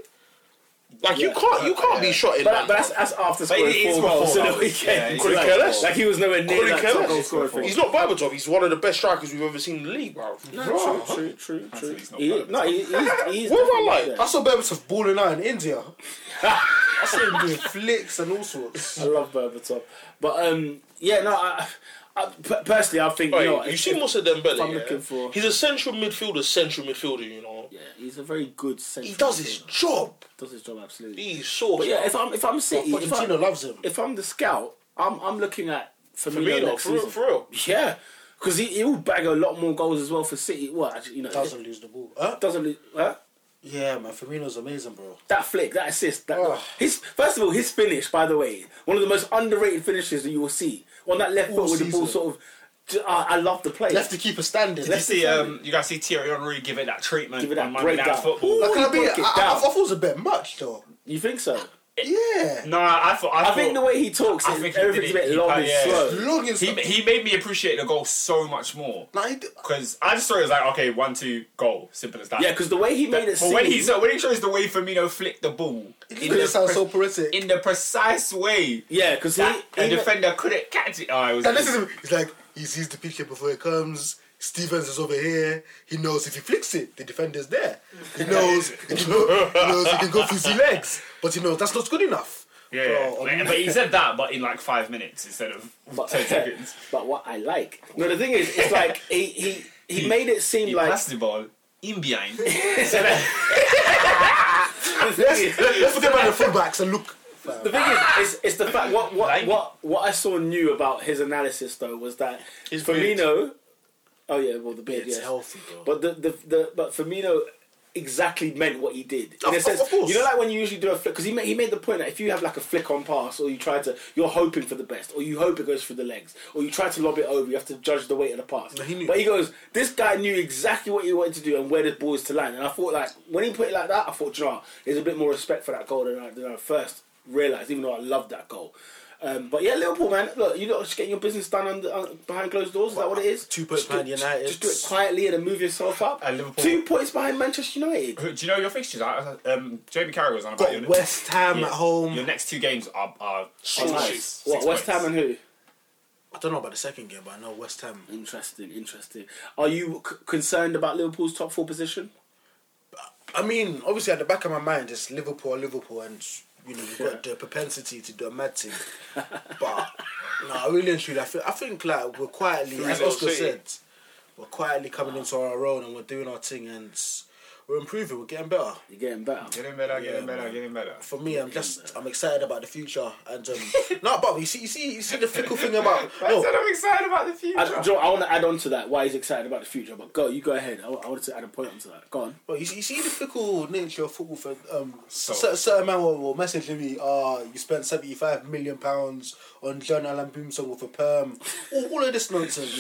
Speaker 4: Like you
Speaker 1: Yeah.
Speaker 4: can't you can't
Speaker 3: Yeah.
Speaker 4: be shot in.
Speaker 1: but,
Speaker 4: that
Speaker 1: that, but that's, that's after scoring
Speaker 3: he- he's
Speaker 1: four
Speaker 3: got
Speaker 1: goals
Speaker 3: four
Speaker 1: in the
Speaker 3: goals. Yeah,
Speaker 1: weekend.
Speaker 3: he's
Speaker 4: got
Speaker 1: like,
Speaker 4: four goals.
Speaker 1: like he was nowhere near
Speaker 4: Couldn't
Speaker 1: that
Speaker 4: care
Speaker 1: top
Speaker 4: less.
Speaker 1: goal
Speaker 4: He's
Speaker 1: scorer
Speaker 3: got four.
Speaker 1: thing.
Speaker 4: He's not Berbatov. He's one of the best strikers we've ever seen in the league, bro.
Speaker 1: No, true, true, true, true.
Speaker 3: he's not
Speaker 1: He,
Speaker 3: bad.
Speaker 1: no, he, he's, he's
Speaker 4: What am I
Speaker 1: definitely
Speaker 4: like?
Speaker 1: there.
Speaker 2: I saw Berbatov balling out in India. I see him doing flicks and all sorts.
Speaker 1: I love Berbatov. But um, yeah, no, I, I, per- personally, I think
Speaker 4: Right,
Speaker 1: you know,
Speaker 4: you
Speaker 1: if-
Speaker 4: see
Speaker 1: if-
Speaker 4: Musa Dembele.
Speaker 1: I'm
Speaker 4: yeah?
Speaker 1: looking for-
Speaker 4: He's a central midfielder, central midfielder. You know,
Speaker 1: Yeah, he's a very good central.
Speaker 4: he does his
Speaker 1: midfielder.
Speaker 4: job.
Speaker 1: does his job absolutely.
Speaker 4: He's so.
Speaker 1: But yeah, if I'm if I'm City, if, I,
Speaker 2: Pochettino loves him.
Speaker 1: if I'm the scout, I'm I'm looking at Firmino,
Speaker 4: Firmino,
Speaker 1: next
Speaker 4: for real,
Speaker 1: season.
Speaker 4: for real.
Speaker 1: Yeah, because he, he will bag a lot more goals as well for City. Well, actually, you know,
Speaker 2: Doesn't lose the ball. Huh?
Speaker 1: doesn't lose- huh?
Speaker 2: Yeah, man, Firmino's amazing, bro.
Speaker 1: that flick, that assist, that
Speaker 2: Ugh.
Speaker 1: his first of all his finish. By the way, one of the most underrated finishes that you will see on that left
Speaker 2: All
Speaker 1: foot with the ball
Speaker 2: season.
Speaker 1: sort of. j- I, I love the play.
Speaker 2: Left the keeper standing.
Speaker 3: You see, um, you guys see Thierry Henry give it that treatment
Speaker 1: Give it that
Speaker 3: on Monday Night
Speaker 1: breakdown.
Speaker 3: Football.
Speaker 2: Like,
Speaker 1: Ooh,
Speaker 2: I,
Speaker 1: he
Speaker 2: mean, I,
Speaker 1: broke it
Speaker 2: I,
Speaker 1: down.
Speaker 2: I thought it was a bit much, though.
Speaker 1: You think so?
Speaker 2: Yeah.
Speaker 3: No, I thought. I,
Speaker 1: I
Speaker 3: thought
Speaker 1: think the way he talks,
Speaker 3: I
Speaker 1: is
Speaker 3: think he
Speaker 1: everything's a
Speaker 3: did it.
Speaker 1: bit
Speaker 3: He-
Speaker 1: long
Speaker 3: uh,
Speaker 1: and
Speaker 3: yeah.
Speaker 1: slow.
Speaker 2: Long and
Speaker 3: he he made me appreciate the goal so much more
Speaker 2: Like,
Speaker 3: because I just thought it was like okay, one two goal, simple as that.
Speaker 1: Yeah, because the way he made it
Speaker 3: But
Speaker 1: seem,
Speaker 3: when he so when he shows the way Firmino flicked the ball, in the
Speaker 2: it sounds
Speaker 3: pre-
Speaker 2: so poetic.
Speaker 3: in the precise way
Speaker 1: yeah, because he,
Speaker 3: that
Speaker 1: he
Speaker 3: a defender couldn't catch it. Oh, it was
Speaker 2: And this is it's like he sees the picture before it comes. Stevens is over here. He knows if he flicks it, the defender's there. He knows. he, know, he knows he can go through his legs, but he knows that's not good enough.
Speaker 3: yeah,
Speaker 2: Bro,
Speaker 3: yeah.
Speaker 2: um,
Speaker 3: but he said that, but in like five minutes instead of
Speaker 1: but,
Speaker 3: ten seconds.
Speaker 1: but what I like, no, the thing is, it's like he he, he made it seem
Speaker 3: He
Speaker 1: like
Speaker 3: passed the ball in behind.
Speaker 2: let's forget about the fullbacks and look.
Speaker 1: the thing is, it's, it's the fact what what,
Speaker 3: Like-
Speaker 1: what what I saw new about his analysis though was that
Speaker 4: His
Speaker 1: Firmino. Oh yeah, well the beard, yes.
Speaker 2: healthy, bro.
Speaker 1: But the, the the but Firmino exactly meant what he did in
Speaker 2: Of-
Speaker 1: a
Speaker 2: of-
Speaker 1: sense.
Speaker 2: of course.
Speaker 1: you know, like when you usually do a flick because he made he made the point that if you have like a flick on pass or you try to, you're hoping for the best or you hope it goes through the legs or you try to lob it over. You have to judge the weight of the pass.
Speaker 2: he knew.
Speaker 1: But he goes, this guy knew exactly what he wanted to do and where the ball is to land. And I thought like when he put it like that, I thought, "Do you know, what? there's a bit more respect for that goal than I, than I first realized, even though I loved that goal. Um, but yeah, Liverpool man, look, you're not just getting your business done under, uh, behind closed doors. Is that what it is?
Speaker 2: Two points
Speaker 1: Just do-
Speaker 2: behind United.
Speaker 1: Just do it quietly and then move yourself up.
Speaker 3: And Liverpool-
Speaker 1: Two points behind Manchester United.
Speaker 3: Do you know your fixtures? I- I- Um, Jamie Carragher was on about your
Speaker 2: Got West Ham
Speaker 3: yeah,
Speaker 2: at home.
Speaker 3: Your next two games are are, are
Speaker 1: Nice.
Speaker 3: nice.
Speaker 1: What
Speaker 3: Six
Speaker 1: West
Speaker 3: points.
Speaker 1: Ham and who?
Speaker 2: I don't know about the second game, but I know West Ham.
Speaker 1: Interesting, interesting. Are you c- concerned about Liverpool's top four position?
Speaker 2: I mean, obviously, at the back of my mind, it's Liverpool, Liverpool, and you know, you've got the propensity to do a mad thing. but no, I really and truly, I think, I think like we're quietly, as
Speaker 4: Little
Speaker 2: Oscar
Speaker 4: City.
Speaker 2: said, we're quietly coming into our own and we're doing our thing and we're improving, we're getting better.
Speaker 1: You're getting better.
Speaker 3: Getting better, getting
Speaker 2: Yeah,
Speaker 3: better,
Speaker 2: man.
Speaker 3: getting better.
Speaker 2: For me, I'm just, I'm excited about the future and um, no, but you see, you see, you see the fickle thing about
Speaker 1: Oh.
Speaker 3: I
Speaker 2: no,
Speaker 3: said I'm excited about the future.
Speaker 1: I, do you know what, I want to add on to that. Why he's excited about the future? But go, you go ahead. I, I wanted to add a point onto that. Go on.
Speaker 2: But you see, you see the fickle nature of football. For um,
Speaker 3: So-
Speaker 2: certain, certain man will, will message me, "Ah, you spent seventy five million pounds on John Allen Boomsong with a perm." All, all of this nonsense.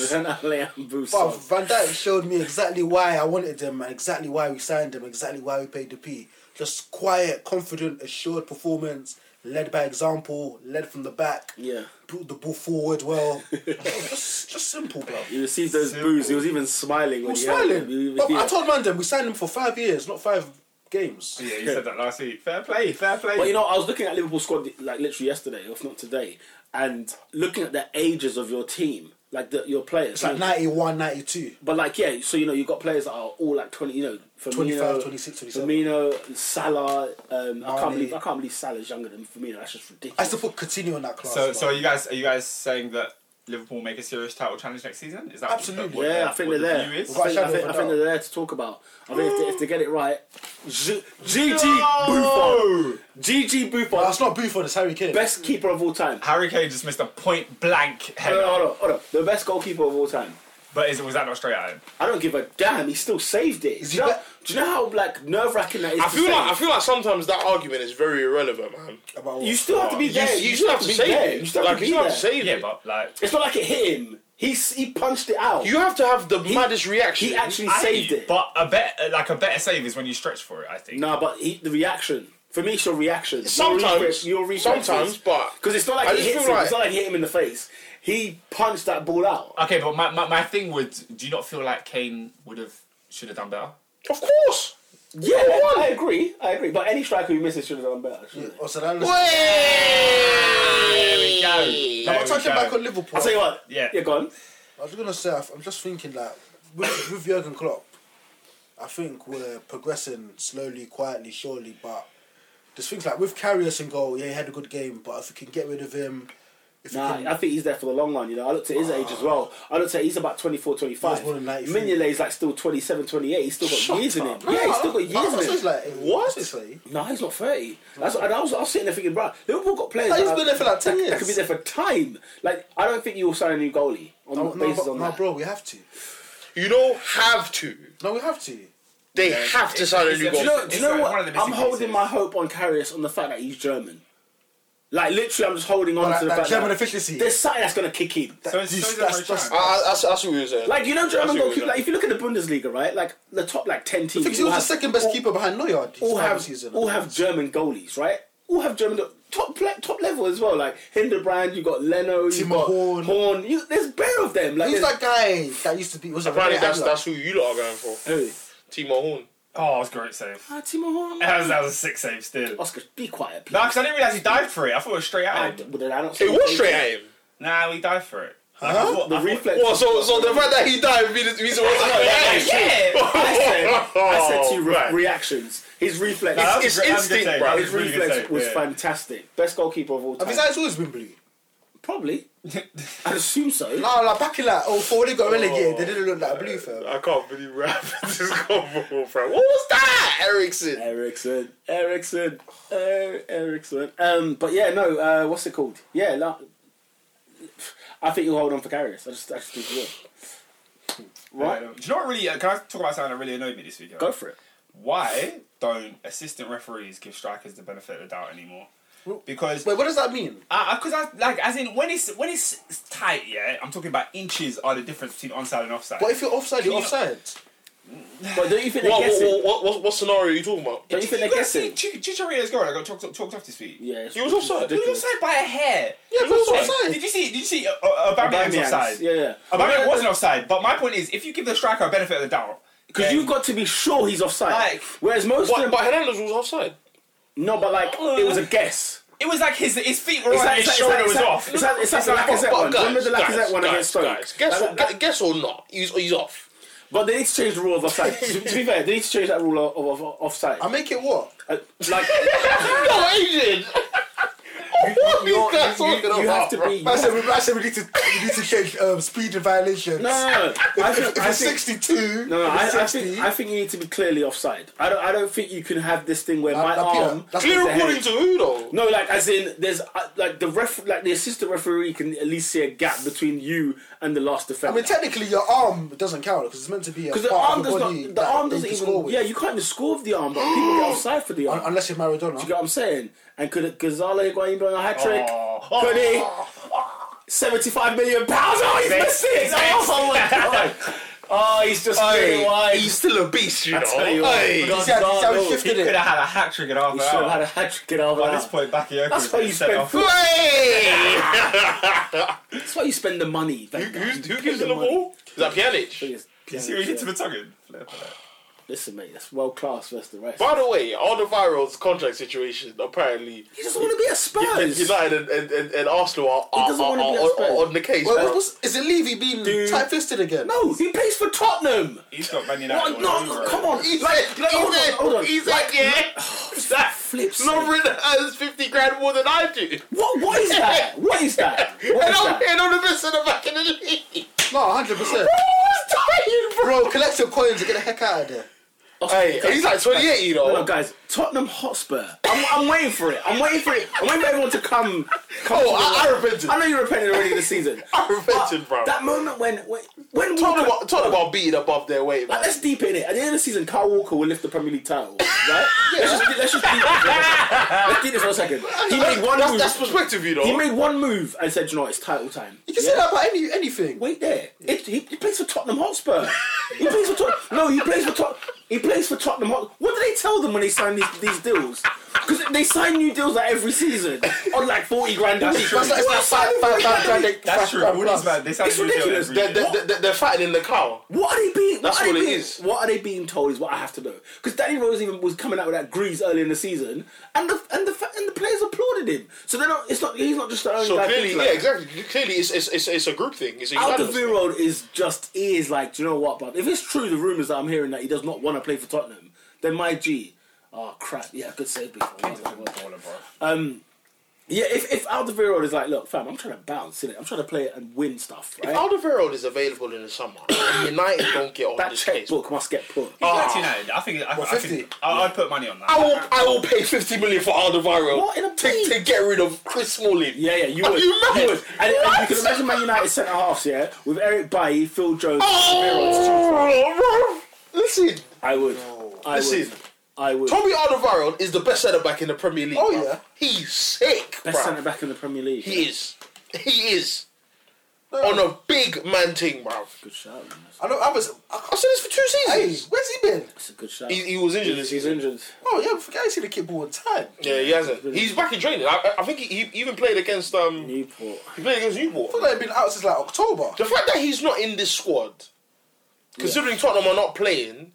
Speaker 2: But
Speaker 1: Bruce.
Speaker 2: Van Dijk showed me exactly why I wanted him and exactly why we signed him, exactly why we paid the P. Just quiet, confident, assured performance, led by example, led from the back,
Speaker 1: Yeah.
Speaker 2: put the ball forward well. just, just simple, bro.
Speaker 1: He received those
Speaker 3: Simple.
Speaker 1: boos. He was even smiling
Speaker 2: We're
Speaker 1: when he heard them. He
Speaker 2: smiling.
Speaker 1: was-
Speaker 2: But I told man, then we signed him for five years, not five games.
Speaker 3: Yeah, you said that last week. Fair play, fair play.
Speaker 1: But you know, I was looking at Liverpool squad like literally yesterday, if not today, and looking at the ages of your team, like the, your players.
Speaker 2: It's like 91, 92.
Speaker 1: But like, yeah, so you know, you've got players that are all like twenty, you know, Firmino,
Speaker 2: 25, 26, 27.
Speaker 1: Firmino, Salah. Um, I can't
Speaker 2: Mane.
Speaker 1: believe I can't believe Salah's younger than Firmino. That's just
Speaker 2: I
Speaker 1: ridiculous.
Speaker 2: still put Coutinho in that class.
Speaker 3: so,
Speaker 2: man.
Speaker 3: so are you guys are you guys saying that Liverpool make a serious title challenge next season? Is that
Speaker 2: Absolutely.
Speaker 3: What,
Speaker 1: yeah,
Speaker 3: what,
Speaker 1: I think
Speaker 3: what
Speaker 1: they're
Speaker 3: the
Speaker 1: there. I
Speaker 3: view is?
Speaker 1: think,
Speaker 2: Without
Speaker 1: I,
Speaker 2: shadow of
Speaker 1: think,
Speaker 2: a
Speaker 1: I think
Speaker 2: doubt.
Speaker 1: they're there to talk about. I mean, if they, if they get it right, G- GG Buffon,
Speaker 3: No!
Speaker 1: GG
Speaker 2: But
Speaker 1: Buffon,
Speaker 2: that's not Buffon, it's Harry Kane.
Speaker 1: best keeper of all time.
Speaker 3: Harry Kane just missed a point blank
Speaker 1: Hold
Speaker 3: header,
Speaker 1: on, hold on, hold on. The best goalkeeper of all time.
Speaker 3: but is, was that not straight at him?
Speaker 1: I don't give a damn. He still saved it.
Speaker 2: Is
Speaker 1: Do
Speaker 2: he
Speaker 1: you, know,
Speaker 2: back?
Speaker 1: do you know how like nerve wracking that is?
Speaker 4: I
Speaker 1: to
Speaker 4: feel
Speaker 1: say?
Speaker 4: like I feel like sometimes that argument is very irrelevant, man.
Speaker 2: About what?
Speaker 1: you still have to be
Speaker 4: You-
Speaker 1: there.
Speaker 4: You, still have to
Speaker 1: be
Speaker 4: save
Speaker 1: there.
Speaker 4: it.
Speaker 1: You still have
Speaker 4: like
Speaker 1: to
Speaker 4: you
Speaker 1: be
Speaker 4: still
Speaker 1: there.
Speaker 4: have to save
Speaker 3: Yeah,
Speaker 4: it.
Speaker 3: but like
Speaker 1: It's not like it hit him. He s- he punched it out.
Speaker 4: You have to have the maddest reaction.
Speaker 1: he actually
Speaker 3: I-
Speaker 1: saved it.
Speaker 3: But a better like a better save is when you stretch for it. I think.
Speaker 1: no, but he, the reaction for me, it's your reaction.
Speaker 4: Sometimes,
Speaker 1: your
Speaker 4: sometimes, but
Speaker 1: because it's not like
Speaker 4: I
Speaker 1: it
Speaker 4: just
Speaker 1: hits
Speaker 4: feel
Speaker 1: him.
Speaker 4: like- Uh,
Speaker 1: It's not like it hit him in the face. He punched that ball out.
Speaker 3: Okay, but my, my, my thing would do you not feel like Kane would have should have done better?
Speaker 4: of course.
Speaker 1: Yeah, I agree. I agree. But any striker who misses should have done better. shouldn't they?
Speaker 2: Oh, so that was-
Speaker 3: There we go.
Speaker 2: Now,
Speaker 3: There
Speaker 2: I'm
Speaker 3: we
Speaker 2: touching
Speaker 3: go.
Speaker 2: back on Liverpool.
Speaker 1: I'll tell you what.
Speaker 3: Yeah.
Speaker 1: yeah, go on.
Speaker 2: I was gonna say, I'm just thinking that with, with Jurgen Klopp, I think we're progressing slowly, quietly, surely, but There's things like with Carrius and goal. Yeah, he had a good game, but if you can get rid of him, if you
Speaker 1: Nah,
Speaker 2: can, Ah.
Speaker 1: I think he's there for the long run. You know, I looked at his age as well. I looked at he's about 24, 25.
Speaker 2: He's more than 93.
Speaker 1: Mignolet's like still 27, 28. He's still got years in him. Yeah, he's still got
Speaker 2: That's what
Speaker 1: years
Speaker 2: it's
Speaker 1: in him.
Speaker 2: like. eh, What? It's like,
Speaker 1: No, he's not 30. That's what, and I was, I was sitting there thinking, bro, Liverpool got players.
Speaker 2: Nah, he's
Speaker 1: that-
Speaker 2: been there for like 10
Speaker 1: that- That
Speaker 2: years.
Speaker 1: could be there for time. Like, I don't think you'll sign a new goalie on
Speaker 2: no,
Speaker 1: the basis
Speaker 2: no,
Speaker 1: on
Speaker 2: no,
Speaker 1: that.
Speaker 2: bro, we have to.
Speaker 4: You don't have to.
Speaker 2: No, we have to.
Speaker 4: They have to sign a
Speaker 3: it's
Speaker 4: new
Speaker 3: a-
Speaker 1: Do you
Speaker 4: goal.
Speaker 1: know, do
Speaker 3: It's
Speaker 1: you know
Speaker 3: like
Speaker 1: what?
Speaker 3: one of the missing
Speaker 1: I'm holding
Speaker 3: pieces.
Speaker 1: my hope on Karius on the fact that he's German. Like literally, I'm just holding on
Speaker 2: Like-
Speaker 1: to the
Speaker 2: like
Speaker 1: fact
Speaker 2: German
Speaker 1: that
Speaker 2: efficiency.
Speaker 1: there's something that's gonna kick in.
Speaker 3: So it's- so
Speaker 2: That's-
Speaker 3: it's a
Speaker 2: that's-
Speaker 3: chance.
Speaker 4: I, I, that's, that's what we were saying.
Speaker 1: Like you know, German
Speaker 4: That's what we
Speaker 1: goalkeeper.
Speaker 4: were
Speaker 1: Like
Speaker 4: saying.
Speaker 1: if you look at the Bundesliga, right? Like the top like ten teams.
Speaker 2: Because he
Speaker 1: all
Speaker 2: was the
Speaker 1: have-
Speaker 2: second best
Speaker 1: all-
Speaker 2: keeper behind Neuer. this
Speaker 1: all
Speaker 2: final
Speaker 1: have
Speaker 2: season.
Speaker 1: all have German goalies, right? All have German go- top pla top level as well. Like Hinderbrand, you got Leno, you
Speaker 2: Timo
Speaker 1: got
Speaker 2: Horn.
Speaker 1: Horn. You, there's bare of them. Like
Speaker 2: Who's
Speaker 1: there's-
Speaker 2: that guy that used to be? Was it
Speaker 4: Apparently,
Speaker 2: Ray
Speaker 4: that's,
Speaker 2: Adler?
Speaker 4: that's who you lot are going for.
Speaker 1: who?
Speaker 4: Timo Horn.
Speaker 3: Oh, it was a great save.
Speaker 1: Ah, Timo Horn.
Speaker 3: That was, that was a sick save still. No,
Speaker 1: Oscar, be quiet, please.
Speaker 3: because I didn't realise he dived for it. I thought it was straight
Speaker 1: I,
Speaker 3: at him.
Speaker 1: did I not
Speaker 4: It was straight at him.
Speaker 3: Nah, he dived for it. Like, I thought- I
Speaker 1: The
Speaker 3: thought-
Speaker 1: reflex.
Speaker 4: Well, so so the fact that he died means means it wasn't
Speaker 3: Yeah,
Speaker 4: straight at him.
Speaker 3: yeah.
Speaker 1: I said, I said to you, re-
Speaker 4: Oh, Right.
Speaker 1: reactions. His reflex,
Speaker 3: Nah, that was
Speaker 4: It's
Speaker 3: a great- that was a
Speaker 4: instinct,
Speaker 3: good save.
Speaker 4: bro.
Speaker 3: That
Speaker 1: his
Speaker 3: was a really good
Speaker 1: reflex
Speaker 3: save,
Speaker 1: was
Speaker 3: yeah.
Speaker 1: fantastic. Best goalkeeper of all
Speaker 2: Have
Speaker 1: time.
Speaker 2: his eyes always been blue?
Speaker 1: Probably. I'd assume so.
Speaker 2: No, like back in like oh Uh, four, they got relegated. They didn't look like blue fam.
Speaker 4: I can't believe we're having this convo, bro. What was that, Ericsson?
Speaker 1: Ericsson, Ericsson, er, Ericsson. Um, but yeah, no. Uh, what's it called? Yeah, la- I think you'll hold on for Carrius. I just, I just think you will.
Speaker 3: Right.
Speaker 1: Right,
Speaker 3: Do you know what really? uh, Can I talk about something that really annoyed me this weekend?
Speaker 1: go for it.
Speaker 3: Why don't assistant referees give strikers the benefit of the doubt anymore? Because
Speaker 2: Wait, what does that mean?
Speaker 3: because Uh, I, like as in when it's when it's tight, yeah. I'm talking about inches are the difference between onside and offside.
Speaker 2: But if you're offside, you're
Speaker 3: Can you-
Speaker 2: offside.
Speaker 1: But don't you think they're
Speaker 4: What,
Speaker 1: guessing?
Speaker 4: what, what, what, what scenario are you talking about?
Speaker 1: Don't you think
Speaker 3: you
Speaker 1: they're
Speaker 3: guys see
Speaker 1: guessing?
Speaker 3: Ch- Chicharito's goal? I got chalked, chalked off this week.
Speaker 1: Yeah, it's-
Speaker 4: He was offside.
Speaker 1: it's
Speaker 3: He was
Speaker 1: ridiculous.
Speaker 3: offside by a hair.
Speaker 2: Yeah, but it's offside.
Speaker 3: Did you see? Did you see? Uh, uh, Aubameyang's
Speaker 1: Aubameyang's,
Speaker 3: offside.
Speaker 1: Yeah, yeah.
Speaker 3: Aubameyang wasn't offside. But my point is, if you give the striker a benefit of the doubt,
Speaker 1: Because
Speaker 3: then-
Speaker 1: you've got to be sure he's offside.
Speaker 3: Like-
Speaker 1: Whereas most of
Speaker 4: But,
Speaker 1: them,
Speaker 4: but Hernandez was offside.
Speaker 1: no, but like it was a guess.
Speaker 3: it was like his his feet were
Speaker 1: It's
Speaker 3: on,
Speaker 1: like-
Speaker 3: his
Speaker 1: it's like-
Speaker 3: shoulder
Speaker 1: it's
Speaker 3: was
Speaker 1: like-
Speaker 3: off.
Speaker 1: It's like it's like the
Speaker 4: But-
Speaker 1: Lacazette
Speaker 4: but
Speaker 1: one.
Speaker 4: guys,
Speaker 1: Remember the
Speaker 4: guys,
Speaker 1: Lacazette one
Speaker 4: guys,
Speaker 1: against Stoke?
Speaker 4: guys, guess,
Speaker 1: Like,
Speaker 4: or, guess or not, he's, he's off.
Speaker 1: But they need to change the rule of offside. to, to be fair, they need to change that rule of, of, of offside.
Speaker 2: I make it what?
Speaker 1: Uh, like
Speaker 4: no, Asian! what
Speaker 1: you're-
Speaker 4: are these guys
Speaker 1: you- you-
Speaker 4: talking about?
Speaker 1: you have to
Speaker 4: bro?
Speaker 1: be-
Speaker 2: I said we, I said we need to we need to change um, speed and violations.
Speaker 1: no, no, no. I
Speaker 2: If,
Speaker 1: think,
Speaker 2: if
Speaker 1: I
Speaker 2: it's
Speaker 1: think,
Speaker 2: 62,
Speaker 1: no, no.
Speaker 2: if it's
Speaker 1: I, I
Speaker 2: 60,
Speaker 1: think I think you need to be clearly offside. I don't I don't think you can have this thing where my
Speaker 2: that- yeah,
Speaker 1: arm.
Speaker 2: that's
Speaker 4: Clear
Speaker 2: what they
Speaker 4: according
Speaker 2: had.
Speaker 4: to who, though?
Speaker 1: No, like as in, there's uh, like the ref, like the assistant referee can at least see a gap between you and the last
Speaker 2: I
Speaker 1: defender.
Speaker 2: mean, technically, your arm doesn't count because it's meant to be a part
Speaker 1: Because the arm
Speaker 2: of the
Speaker 1: does
Speaker 2: body
Speaker 1: not. The
Speaker 2: that
Speaker 1: arm
Speaker 2: they
Speaker 1: doesn't
Speaker 2: can
Speaker 1: even.
Speaker 2: score with.
Speaker 1: Yeah, you can't even score with the arm, but people get offside for the arm.
Speaker 2: Un- unless you're Maradona.
Speaker 1: you get what I'm saying? And could Gonzalo Higuain doing a hat trick?
Speaker 3: Oh.
Speaker 1: Could he? Seventy-five million pounds. Oh, he's missed it. Oh my god. Oh, he's just
Speaker 4: Hey,
Speaker 1: really wide.
Speaker 4: he's still a beast, you know.
Speaker 1: tell you what,
Speaker 4: Oh, Hey.
Speaker 2: You see how- you see how he
Speaker 1: Gonzalo,
Speaker 2: shifted
Speaker 3: He could
Speaker 2: it?
Speaker 3: have had a hat trick at half
Speaker 1: He
Speaker 3: an
Speaker 1: should have had
Speaker 3: hour.
Speaker 1: a hat trick in half
Speaker 3: By
Speaker 1: an
Speaker 3: this
Speaker 1: hour.
Speaker 3: point, "Oh, Bakayoko
Speaker 1: That's
Speaker 3: was
Speaker 1: why you
Speaker 3: set
Speaker 1: spend
Speaker 3: off.
Speaker 1: food.
Speaker 4: Hey!
Speaker 1: That's why you spend the money. Van Dijk.
Speaker 4: Who's,
Speaker 1: You
Speaker 4: who
Speaker 1: pay
Speaker 4: gives him the
Speaker 1: money.
Speaker 4: ball? Is that Pjanic?
Speaker 1: Yes,
Speaker 3: See what he did to
Speaker 1: yeah.
Speaker 3: Vertonghen?
Speaker 1: Listen, mate, that's world class versus the rest.
Speaker 4: By the way, on the Viral's contract situation, apparently
Speaker 1: he doesn't want to be a Spurs.
Speaker 4: United and, and, and Arsenal are,
Speaker 1: He
Speaker 4: are,
Speaker 1: doesn't
Speaker 4: are,
Speaker 1: wanna be
Speaker 4: are-
Speaker 1: at Spurs.
Speaker 4: are on the case.
Speaker 2: Well,
Speaker 4: man.
Speaker 2: what was- is it Levy being
Speaker 1: Dude.
Speaker 2: tight fisted again?
Speaker 1: no, he plays for Tottenham.
Speaker 3: He's got Man United.
Speaker 1: No,
Speaker 3: all over
Speaker 1: no,
Speaker 3: him.
Speaker 1: come on.
Speaker 4: He's
Speaker 1: Like,
Speaker 4: like,
Speaker 1: like, hold on, hold on.
Speaker 4: He's
Speaker 1: Like,
Speaker 4: like, yeah. That
Speaker 1: flip's
Speaker 4: Lauren earns 50 grand more than I do.
Speaker 1: What what is that? What is that? What
Speaker 4: and
Speaker 1: is
Speaker 4: I'm
Speaker 1: that?
Speaker 4: and I'm the best in the back in the league.
Speaker 2: No, 100%.
Speaker 4: I was dying,
Speaker 2: Bro, collect your coins and get the heck out of there.
Speaker 1: Oh,
Speaker 4: Hey, he's like 28, you know.
Speaker 1: No, no, guys, Tottenham Hotspur. I'm, I'm waiting for it. I'm waiting for it. I'm waiting for everyone to come. come
Speaker 4: Oh,
Speaker 1: to the-
Speaker 4: I- I repented.
Speaker 1: I know you repented already this season.
Speaker 4: I repented,
Speaker 1: But
Speaker 4: bro.
Speaker 1: That moment when when when
Speaker 4: Talk
Speaker 1: Walker-
Speaker 4: about, talk about beating above their weight, man.
Speaker 1: Like, let's deep in it. At the end of the season, Kyle Walker will lift the Premier League title, right? let's, just, let's just deep this for a second. Let's deep this for a second. He made one
Speaker 4: that's,
Speaker 1: move.
Speaker 4: that's perspective, you know.
Speaker 1: he made one move and said, "You know what? It's title time."
Speaker 2: You can say that about any anything.
Speaker 1: Wait there. It, he, he plays for Tottenham Hotspur. he plays for Tot. No, he plays for Tot. He plays for Tottenham. Hot- what do they tell them when they sign these, these deals? Because they sign new deals like every season on like forty grand. That's
Speaker 3: true.
Speaker 2: That's like, it's like five, five, five, grand, eight,
Speaker 3: That's
Speaker 2: five
Speaker 3: true.
Speaker 2: grand
Speaker 3: All
Speaker 2: plus.
Speaker 3: these man, they sound
Speaker 1: It's
Speaker 3: New Zealand
Speaker 1: ridiculous.
Speaker 3: every
Speaker 4: they're,
Speaker 3: year.
Speaker 4: they're, they're, they're fighting in the cow.
Speaker 1: What are they being?
Speaker 4: That's
Speaker 1: what, are
Speaker 4: what
Speaker 1: they
Speaker 4: it
Speaker 1: being,
Speaker 4: is.
Speaker 1: What are they being told is what I have to know. Because Danny Rose even was coming out with that grease early in the season, and the and the fa- and the players applauded him. So they're not. It's not. He's not just the only
Speaker 4: So
Speaker 1: guy.
Speaker 4: clearly,
Speaker 1: thinking
Speaker 4: yeah,
Speaker 1: like,
Speaker 4: exactly. Clearly, it's, it's, it's, it's a group thing. It's a unanimous thing.
Speaker 1: Alderweireld is just he is like, do you know what, bruv? If it's true, the rumours that I'm hearing that he does not want to play for Tottenham, then my G, Oh crap! Yeah, good save, big fella.
Speaker 3: He's a good baller, bro.
Speaker 1: Um, yeah, if if Alderweireld is like, look, fam, I'm trying to bounce, innit? I'm trying to play it and win stuff.
Speaker 4: If
Speaker 1: Right?
Speaker 4: Alderweireld is available in the summer, United don't get on
Speaker 1: that
Speaker 4: this case.
Speaker 1: checkbook must get put.
Speaker 3: He's going to United. I think I, I, could,
Speaker 2: 50?
Speaker 3: I, I'd put money on that.
Speaker 4: I will, I will pay 50 million for Alderweireld
Speaker 1: What in a
Speaker 4: to, to
Speaker 1: week?
Speaker 4: get rid of Chris Smalling.
Speaker 1: Yeah, yeah, you
Speaker 4: Are
Speaker 1: would.
Speaker 4: Oh, you mad?
Speaker 1: would. And, and you
Speaker 4: What?
Speaker 1: can imagine Man United centre halves, yeah, with Eric Bailly, Phil Jones.
Speaker 4: Oh, bro. Listen,
Speaker 1: I would. I
Speaker 4: Listen.
Speaker 1: would. I would.
Speaker 4: Tommy Alderweireld is the best centre back in the Premier League.
Speaker 2: Oh,
Speaker 4: bruv.
Speaker 2: yeah.
Speaker 4: he's sick,
Speaker 1: Best
Speaker 4: bruv.
Speaker 1: centre back in the Premier League.
Speaker 4: He is, he is on a big man thing, bro.
Speaker 1: Good shout. Man.
Speaker 2: I know. I was. I,
Speaker 4: I said this for two
Speaker 2: hey,
Speaker 4: seasons.
Speaker 2: where's he been?
Speaker 1: That's a good shout.
Speaker 4: He, he was injured this
Speaker 1: He's
Speaker 4: season.
Speaker 1: injured.
Speaker 2: Oh yeah, I forgot I see the kid ball in time.
Speaker 4: Yeah, he hasn't. He's back in training. I, I think he, he even played against um
Speaker 1: Newport.
Speaker 4: he played against Newport.
Speaker 2: I thought they'd been out since like October.
Speaker 4: The fact that he's not in this squad, considering Tottenham are not playing,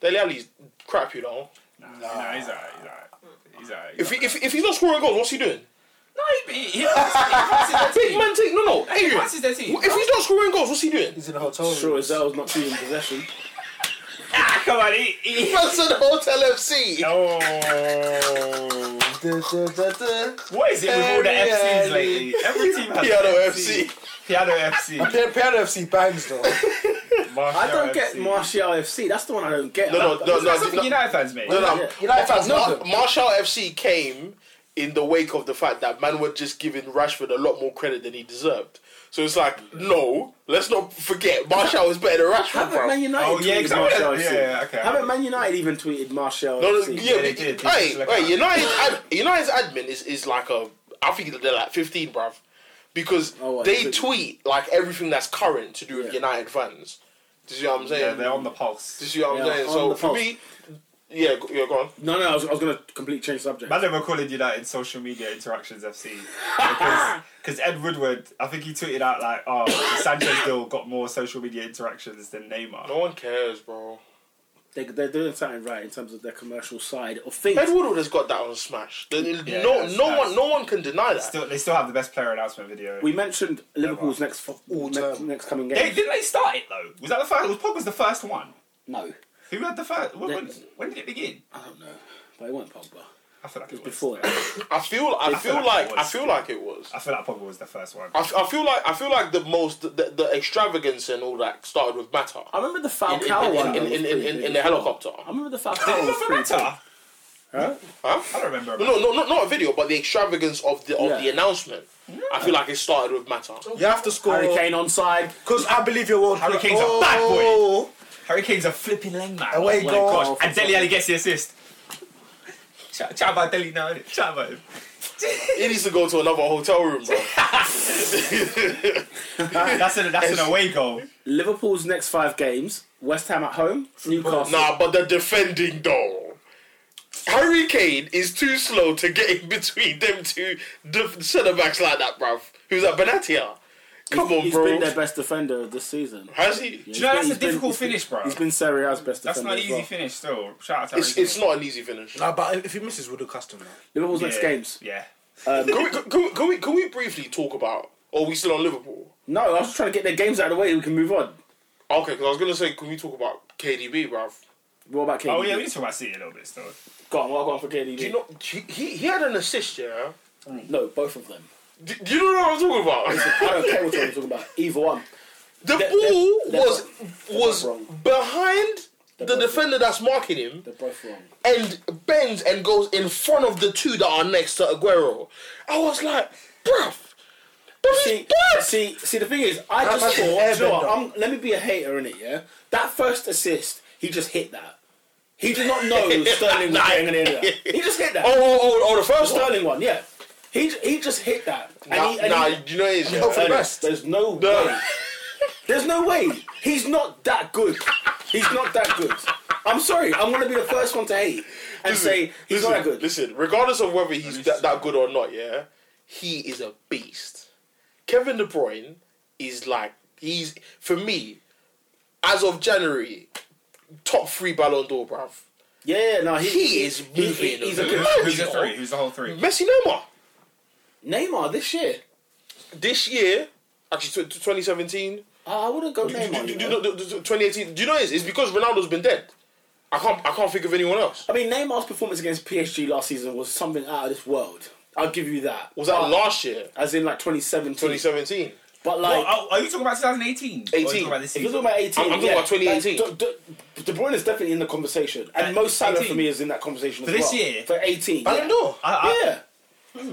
Speaker 4: Dele Alli's crap, you know.
Speaker 3: Nah, nah, he's alright. He's alright. He's alright.
Speaker 4: If, he, if if he's not scoring goals, what's he doing?
Speaker 3: no, he, he, he, fancies their
Speaker 4: Big
Speaker 3: team.
Speaker 4: man take no no.
Speaker 3: He
Speaker 4: Adrian,
Speaker 3: fancies their team.
Speaker 4: if he's not scoring goals, what's he doing?
Speaker 2: He's in a hotel. room.
Speaker 1: Sure, Ezel's not too in possession.
Speaker 3: Ah, come on, he. he-
Speaker 4: That's at Hotel FC.
Speaker 3: Oh.
Speaker 2: Da, da, da, da.
Speaker 3: What is it with all the
Speaker 2: Very
Speaker 3: FCs
Speaker 2: early.
Speaker 3: lately? Every team has
Speaker 4: Piano
Speaker 3: an
Speaker 4: FC.
Speaker 3: Piano FC.
Speaker 2: Their parent FC bangs though.
Speaker 3: Martial
Speaker 1: I don't get
Speaker 3: FC.
Speaker 1: Martial FC. That's the one I don't get.
Speaker 4: No, no, no,
Speaker 3: That's
Speaker 4: no,
Speaker 3: something
Speaker 4: no,
Speaker 3: United fans make.
Speaker 4: no, no.
Speaker 1: Yeah.
Speaker 2: United fans
Speaker 4: Mar-
Speaker 2: love them.
Speaker 4: Marshall FC came in the wake of the fact that man were just giving Rashford a lot more credit than he deserved. So it's like, no, let's not forget Marshall is better than Rashford,
Speaker 1: Haven't
Speaker 4: bro.
Speaker 1: Man United
Speaker 3: Oh, yeah,
Speaker 1: tweeted
Speaker 3: exactly.
Speaker 1: Martial
Speaker 3: Yeah,
Speaker 1: FC?
Speaker 3: yeah, okay.
Speaker 1: Haven't Man United even tweeted Martial
Speaker 4: No, no,
Speaker 1: FC?
Speaker 4: yeah,
Speaker 3: they
Speaker 4: but-
Speaker 3: did. They
Speaker 4: Hey,
Speaker 3: just like
Speaker 4: hey,
Speaker 3: that.
Speaker 4: United, ad, United's admin is, is like a. I think that they're like fifteen, bruv, because
Speaker 1: Oh, what,
Speaker 4: they
Speaker 1: they tweet?
Speaker 4: tweet like everything that's current to do with
Speaker 1: Yeah.
Speaker 4: United fans. Do you see what I'm saying?
Speaker 3: Yeah, they're on the
Speaker 4: Do you
Speaker 3: pulse.
Speaker 4: see what I'm
Speaker 1: Yeah,
Speaker 4: saying?
Speaker 1: on
Speaker 4: So
Speaker 1: the
Speaker 4: for
Speaker 1: pulse.
Speaker 4: me, yeah, go, yeah, go on.
Speaker 1: No, no, I was, I was going to completely change subject.
Speaker 3: Man, they were calling United social media interactions FC because cause Ed Woodward, I think he tweeted out like, "Oh, Sanchez Gill got more social media interactions than Neymar."
Speaker 4: No one cares, bro.
Speaker 1: They, they're doing something right in terms of their commercial side of things.
Speaker 4: Ed Woodward has got that on Smash. The-
Speaker 3: Yeah,
Speaker 4: no,
Speaker 3: that's-
Speaker 4: no
Speaker 3: that's-
Speaker 4: one, no one can deny that.
Speaker 3: Still, they still have the best player announcement video.
Speaker 1: we mentioned Liverpool's next fo-
Speaker 2: All
Speaker 1: next,
Speaker 2: time.
Speaker 1: next coming game.
Speaker 3: they, didn't they start it though? Was that the first? Was Pogba's the first one?
Speaker 1: no,
Speaker 3: Who had the first? When, when,
Speaker 1: Next.
Speaker 3: when did it begin?
Speaker 1: I don't know, but it weren't Pogba.
Speaker 3: I feel like it was
Speaker 1: Before
Speaker 4: I feel, I
Speaker 3: feel
Speaker 4: feel
Speaker 3: like
Speaker 4: like,
Speaker 3: it
Speaker 4: I
Speaker 3: was.
Speaker 4: feel like it was.
Speaker 3: I feel like Pogba was the first one.
Speaker 4: I, f- I feel like, I feel like the most, the, the extravagance and all that started with Matter
Speaker 1: I remember the
Speaker 4: in, in,
Speaker 1: Falcao one.
Speaker 4: in, in, in, in, in, in the helicopter.
Speaker 1: I remember the
Speaker 3: Did
Speaker 1: Falcao
Speaker 3: it
Speaker 1: was
Speaker 3: for
Speaker 1: pretty good.
Speaker 3: matter?
Speaker 1: Huh?
Speaker 4: Huh?
Speaker 3: I don't remember.
Speaker 4: No, no, no, not a video, but the extravagance of the of
Speaker 1: Yeah.
Speaker 4: the announcement. I feel like it started with Matter.
Speaker 2: You have to score
Speaker 1: Harry Kane onside.
Speaker 2: because I believe you're world. Oh,
Speaker 3: Harry Kane's a bad boy. Harry Kane's a flipping lame man.
Speaker 2: Away
Speaker 3: my
Speaker 2: goal.
Speaker 3: gosh. And Deli Alley gets the assist. Chat, chat about Deli now, innit? Chat about him.
Speaker 4: He needs to go to another hotel room, bro.
Speaker 3: That's an, that's an away goal.
Speaker 1: Liverpool's next five games: West Ham at home, Newcastle.
Speaker 4: nah, but the defending though. Harry Kane is too slow to get in between them two def- centre backs like that, bruv. Who's at Benatia? Come on,
Speaker 1: He's
Speaker 4: bro.
Speaker 1: been their best defender of this season.
Speaker 4: Has he?
Speaker 1: He's
Speaker 3: know
Speaker 1: been-
Speaker 3: that's a
Speaker 1: he's been-
Speaker 3: difficult
Speaker 1: he's been-
Speaker 3: finish, bro?
Speaker 1: He's been Serie A's best
Speaker 3: That's
Speaker 1: defender.
Speaker 3: not an
Speaker 1: as
Speaker 3: easy
Speaker 1: well.
Speaker 3: finish, still. Shout out to Harry
Speaker 4: It's, it's not an easy finish.
Speaker 2: Nah, but if he misses, we'll do custom. man.
Speaker 1: Liverpool's
Speaker 3: Kane.
Speaker 1: next
Speaker 3: Yeah.
Speaker 1: games.
Speaker 3: Yeah.
Speaker 4: Can we, can, we, can, we, can we briefly talk about? Or are we still on Liverpool?
Speaker 1: No, I was just trying to get their games out of the way. We can move on.
Speaker 4: Okay, because I was gonna say, can we talk about KDB, bruv?
Speaker 1: What about KDB?
Speaker 3: Oh, yeah, we need to talk about City a little bit, still.
Speaker 1: Go on, what I got for KDB?
Speaker 4: Do you know he, he he had an assist, yeah.
Speaker 1: no, both of them.
Speaker 4: Do, do you know what I'm talking about?
Speaker 1: I don't care what you're talking about. Either one.
Speaker 4: The
Speaker 1: They're-
Speaker 4: ball
Speaker 1: they're- they're
Speaker 4: was was
Speaker 1: wrong.
Speaker 4: behind the
Speaker 1: both
Speaker 4: defender that's marking him
Speaker 1: They're both wrong.
Speaker 4: and bends and goes in front of the two that are next to Aguero. I was like, bruv, bruv, he's
Speaker 1: See,
Speaker 4: bad.
Speaker 1: see, see. The thing is, I just
Speaker 2: must
Speaker 1: thought.
Speaker 2: be
Speaker 1: do you know
Speaker 2: airbender.
Speaker 1: what, I'm, let me be a hater in it. Yeah, that first assist, he just hit that. He did not know Sterling was getting an area. He just hit that.
Speaker 4: Oh, oh, oh, oh, the
Speaker 1: The
Speaker 4: first one.
Speaker 1: Sterling one, yeah. He j- he just hit that. And
Speaker 4: Nah,
Speaker 1: he, and
Speaker 4: nah,
Speaker 1: he-
Speaker 4: do you know what it is? Yeah?
Speaker 2: Hope for the
Speaker 1: Ernest,
Speaker 2: best.
Speaker 1: There's no,
Speaker 4: No.
Speaker 1: way. There's no way. He's not that good. He's not that good. I'm sorry. I'm gonna be the first one to hate and say he's
Speaker 4: listen,
Speaker 1: not that good.
Speaker 4: Listen, regardless of whether he's that, that good or not, yeah, he is a beast. Kevin De Bruyne is like he's for me, as of January, top three Ballon d'Or, bruv.
Speaker 1: Yeah, yeah, no, he,
Speaker 4: He is
Speaker 1: he- he-
Speaker 4: moving
Speaker 1: he's a
Speaker 4: along.
Speaker 1: good
Speaker 3: Who's the
Speaker 4: yo.
Speaker 3: three? Who's the whole three?
Speaker 4: Messi, Neymar.
Speaker 1: Neymar this year.
Speaker 4: this year, actually tw- tw- 2017,
Speaker 1: I I wouldn't go
Speaker 4: do- do-
Speaker 1: Neymar.
Speaker 4: do-
Speaker 1: you
Speaker 4: do-
Speaker 1: know.
Speaker 4: do- do- 2018, do you know it's, it's because Ronaldo's been dead. I can't. I can't think of anyone else.
Speaker 1: I mean, Neymar's performance against PSG last season was something out of this world. I'll give you that.
Speaker 4: Was that
Speaker 1: But-
Speaker 4: last year,
Speaker 1: As in like 2017.
Speaker 4: 2017?
Speaker 1: But
Speaker 3: Oh,
Speaker 1: like,
Speaker 3: are- are you talking about 2018? Or are you talking about this
Speaker 1: if you're
Speaker 3: season?
Speaker 1: talking about 18,
Speaker 4: I'm- I'm talking
Speaker 1: yeah,
Speaker 4: about 2018.
Speaker 1: like, De, De, De Bruyne is definitely in the conversation, and
Speaker 3: Uh,
Speaker 1: most Salah
Speaker 3: 18.
Speaker 1: for me is in that conversation
Speaker 3: For
Speaker 1: as
Speaker 3: this
Speaker 1: well.
Speaker 3: year?
Speaker 1: For 18,
Speaker 2: Ballon
Speaker 1: yeah.
Speaker 2: d'Or.
Speaker 3: I- I-
Speaker 1: Yeah.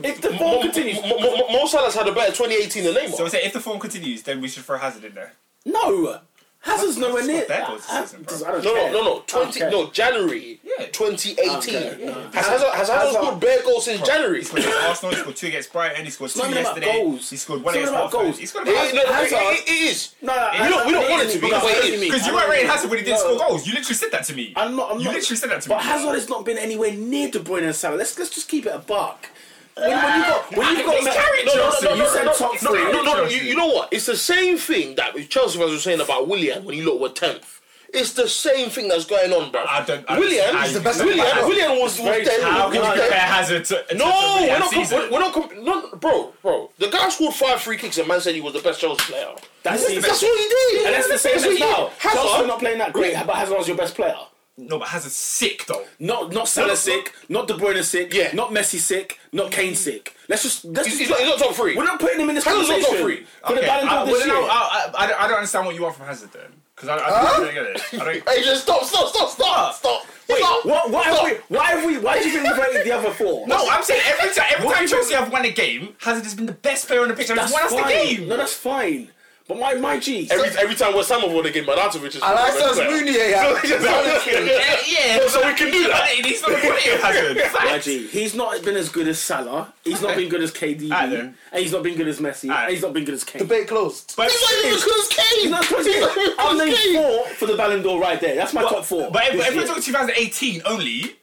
Speaker 1: If the form
Speaker 4: Mo,
Speaker 1: continues,
Speaker 4: Mo, Mo, Mo- Mo Salah's had a better 2018 than Neymar.
Speaker 3: So I say if the form continues, then we should throw Hazard in there.
Speaker 1: no, Hazard's nowhere
Speaker 3: Hazard's
Speaker 1: near.
Speaker 3: got their goals this season, bro.
Speaker 1: I don't
Speaker 4: no,
Speaker 1: care.
Speaker 4: no, no, no.
Speaker 1: I don't
Speaker 4: 20,
Speaker 1: care.
Speaker 4: no, January
Speaker 3: Yeah.
Speaker 4: 2018.
Speaker 1: Okay, yeah.
Speaker 4: Has Hazard, has Hazard
Speaker 1: Hazard-
Speaker 4: scored bare goals since January?
Speaker 3: He scored against Arsenal, he scored two against Brighton, he scored
Speaker 1: not
Speaker 3: two
Speaker 1: even about
Speaker 3: yesterday.
Speaker 1: goals.
Speaker 3: He scored one
Speaker 1: It's
Speaker 3: against
Speaker 1: not about
Speaker 3: Watford.
Speaker 1: goals.
Speaker 3: He scored
Speaker 4: It is- no, no,
Speaker 1: Hazard-
Speaker 4: it- it- it is.
Speaker 1: No, no,
Speaker 4: We don't- we don't want it to be,
Speaker 1: Because
Speaker 4: but it
Speaker 1: that's
Speaker 4: is.
Speaker 1: what I
Speaker 3: Because you
Speaker 1: mean.
Speaker 3: weren't rating Hazard when he didn't
Speaker 1: No.
Speaker 3: score goals. You literally said that to me.
Speaker 1: I'm not. I'm
Speaker 3: you
Speaker 1: not.
Speaker 3: literally said that to
Speaker 1: but
Speaker 3: me.
Speaker 1: Hazard has not been anywhere near De Bruyne and Salah. Let's let's just keep it a buck. When, when you got when
Speaker 4: Uh,
Speaker 1: you got
Speaker 3: He's carried
Speaker 1: no, no,
Speaker 3: Chelsea.
Speaker 1: no, no,
Speaker 3: You
Speaker 1: you
Speaker 3: said
Speaker 1: said top
Speaker 4: No,
Speaker 1: three.
Speaker 4: no, no, no, you, you know what? It's the same thing that with Chelsea fans were saying about Willian when he looked were tenth. It's the same thing that's going on, bro.
Speaker 3: I don't- I-
Speaker 4: Willian,
Speaker 3: I-
Speaker 4: is the
Speaker 3: I-
Speaker 4: best Willian,
Speaker 3: I-
Speaker 4: Willian was
Speaker 1: very-
Speaker 4: was dead.
Speaker 3: How
Speaker 4: was
Speaker 3: can you
Speaker 4: dead.
Speaker 3: compare Hazard to, to
Speaker 4: No,
Speaker 3: to
Speaker 4: we're
Speaker 3: Willian
Speaker 4: not,
Speaker 3: season?
Speaker 4: comp- we're not comp- no, bro, bro. The guy scored five free kicks and man said he was the best Chelsea player.
Speaker 1: That's
Speaker 4: That's,
Speaker 1: the-
Speaker 4: that's what he did.
Speaker 1: And that's the same as
Speaker 4: what he did.
Speaker 1: now.
Speaker 4: Hazard-
Speaker 1: Chelsea not playing that great, but Hazard's your best player.
Speaker 3: No, but Hazard's sick though.
Speaker 1: Not not Salah
Speaker 4: No, no,
Speaker 1: sick, not De Bruyne sick,
Speaker 4: Yeah.
Speaker 1: not Messi sick, not Kane sick. Let's just let's just
Speaker 4: He's, he's not, he's not top three.
Speaker 1: we're not putting him in this
Speaker 4: Hazard's not top
Speaker 1: conversation
Speaker 4: three.
Speaker 1: for the Ballon d'Or
Speaker 3: I,
Speaker 1: this
Speaker 3: uh, well, no,
Speaker 1: year.
Speaker 3: I, I- I, don't- I don't understand what you want from Hazard then. Because I, I, don't get it. I don't,
Speaker 4: Hey, just stop, stop, stop, stop, stop. stop.
Speaker 1: What why have
Speaker 4: Stop.
Speaker 1: we why have we why do you think we've rated the other four?
Speaker 3: no, I'm saying every time, every time Chelsea have won a game, Hazard has been the best player on the pitch and has
Speaker 1: that's
Speaker 3: won us the
Speaker 1: fine.
Speaker 3: game.
Speaker 1: No, that's fine. But my my G.
Speaker 4: Every, every time West Ham have won a game, Arnautovic is.
Speaker 2: I like
Speaker 4: the best
Speaker 2: Sans
Speaker 4: player.
Speaker 2: Mooney here. yeah.
Speaker 3: yeah, yeah.
Speaker 4: So we can do that.
Speaker 3: But he's not the quality of Hazard.
Speaker 1: My
Speaker 3: Fact.
Speaker 1: G. He's not been as good as Salah. He's not
Speaker 3: Okay.
Speaker 1: been good as KD.
Speaker 3: Alright then.
Speaker 1: and he's not been good as Messi.
Speaker 3: Alright.
Speaker 1: And he's not been good as Kane.
Speaker 2: Debate closed.
Speaker 3: But
Speaker 4: He's not even as good as Kane.
Speaker 1: He's not good as
Speaker 4: He's not
Speaker 1: Kane.
Speaker 4: even
Speaker 1: I'll
Speaker 4: as
Speaker 1: name
Speaker 4: Kane.
Speaker 1: four for the Ballon d'Or right there. That's my top four.
Speaker 3: But if,
Speaker 1: this
Speaker 3: if we're
Speaker 1: year.
Speaker 3: talking 2018 only,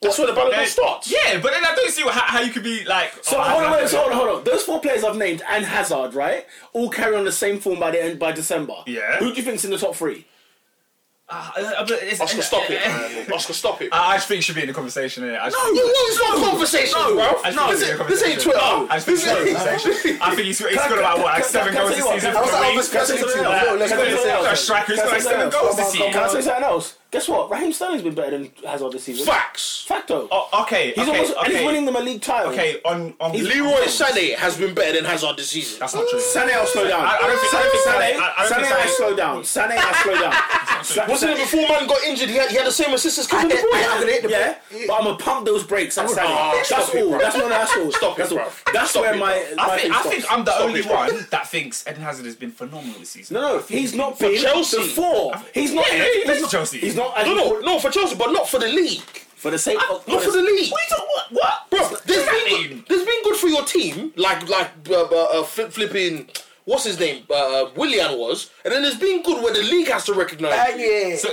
Speaker 4: That's where the Ballon d'Or
Speaker 3: then-
Speaker 4: starts.
Speaker 3: Yeah, but then I don't see how, how you could be like. oh,
Speaker 1: So hold on, wait, so hold on, hold on. Those four players I've named and Hazard, right, all carry on the same form by the end by December.
Speaker 3: Yeah.
Speaker 1: Who do you think's in the top three?
Speaker 3: Uh,
Speaker 4: Oscar, stop it. Oscar, stop it.
Speaker 3: I, I just think it should be in the conversation. innit? I just,
Speaker 4: No, it's not a conversation, bro.
Speaker 3: I just
Speaker 4: No,
Speaker 3: think
Speaker 4: this,
Speaker 3: it's
Speaker 4: ain't-
Speaker 3: a
Speaker 4: this ain't Twitter.
Speaker 3: I just think it's a conversation. I think he's, he's got about what like seven
Speaker 1: Can I
Speaker 3: goals
Speaker 1: tell you what?
Speaker 3: this season.
Speaker 1: Can I tell
Speaker 3: from the
Speaker 1: you
Speaker 3: wing.
Speaker 1: what? Can I tell you something else?
Speaker 3: Uh,
Speaker 1: Look, can I tell you something else?
Speaker 3: he's got a striker, he's
Speaker 1: Can I
Speaker 3: got like
Speaker 1: tell you
Speaker 3: seven goals this
Speaker 1: something else? Can I say
Speaker 3: year.
Speaker 1: something else? Guess what? Raheem Sterling's been better than Hazard this season.
Speaker 4: Facts.
Speaker 1: Facto.
Speaker 3: Oh, okay,
Speaker 1: he's
Speaker 3: okay,
Speaker 1: almost, and he's
Speaker 3: okay,
Speaker 1: winning them a league title.
Speaker 3: okay. On on
Speaker 4: Leroy Sané has been better than Hazard this season.
Speaker 3: That's not true.
Speaker 1: Sané, I'll slow down.
Speaker 3: I- I don't think- I don't think Sané- I- I don't
Speaker 1: Sané,
Speaker 3: think
Speaker 1: Sané, I'll
Speaker 3: Sané-
Speaker 1: slow down. Sané, I'll slow down. Sa-
Speaker 4: Wasn't it before man got injured? He had, he had the same assist as Kevin De
Speaker 2: I- I- I-
Speaker 4: Bruyne.
Speaker 2: hate the-
Speaker 1: yeah, but I'm gonna pump those brakes. That's Sané.
Speaker 4: Ah,
Speaker 1: that's
Speaker 4: stop it,
Speaker 1: all.
Speaker 4: bruv.
Speaker 1: that's not that's all.
Speaker 4: Stop
Speaker 1: that's
Speaker 4: it,
Speaker 1: all.
Speaker 4: bruv.
Speaker 1: That's
Speaker 4: Stop
Speaker 1: where
Speaker 4: it,
Speaker 1: my, my
Speaker 3: I think, I
Speaker 1: thing
Speaker 3: think
Speaker 1: stops.
Speaker 3: I'm the
Speaker 4: Stop
Speaker 3: only
Speaker 4: it, bro.
Speaker 3: one that thinks Eden Hazard has been phenomenal this season.
Speaker 1: No, no, he's not been
Speaker 4: Chelsea.
Speaker 1: the four. He's not.
Speaker 3: Yeah, yeah, he plays
Speaker 1: he's not
Speaker 3: for Chelsea.
Speaker 1: He's not.
Speaker 4: No, no, no, for Chelsea, but not for the league.
Speaker 1: For the sake of.
Speaker 4: Not for the league.
Speaker 3: What? are you talking- What?
Speaker 4: Bro,
Speaker 3: what?
Speaker 4: there's
Speaker 3: does that
Speaker 4: been,
Speaker 3: mean?
Speaker 4: good, there's been good for your team, like like uh, uh, uh, flip, flipping, what's his name, uh, Willian was, and then there's been good where the league has to recognise.
Speaker 2: Ah,
Speaker 4: you.
Speaker 2: yeah.
Speaker 3: So,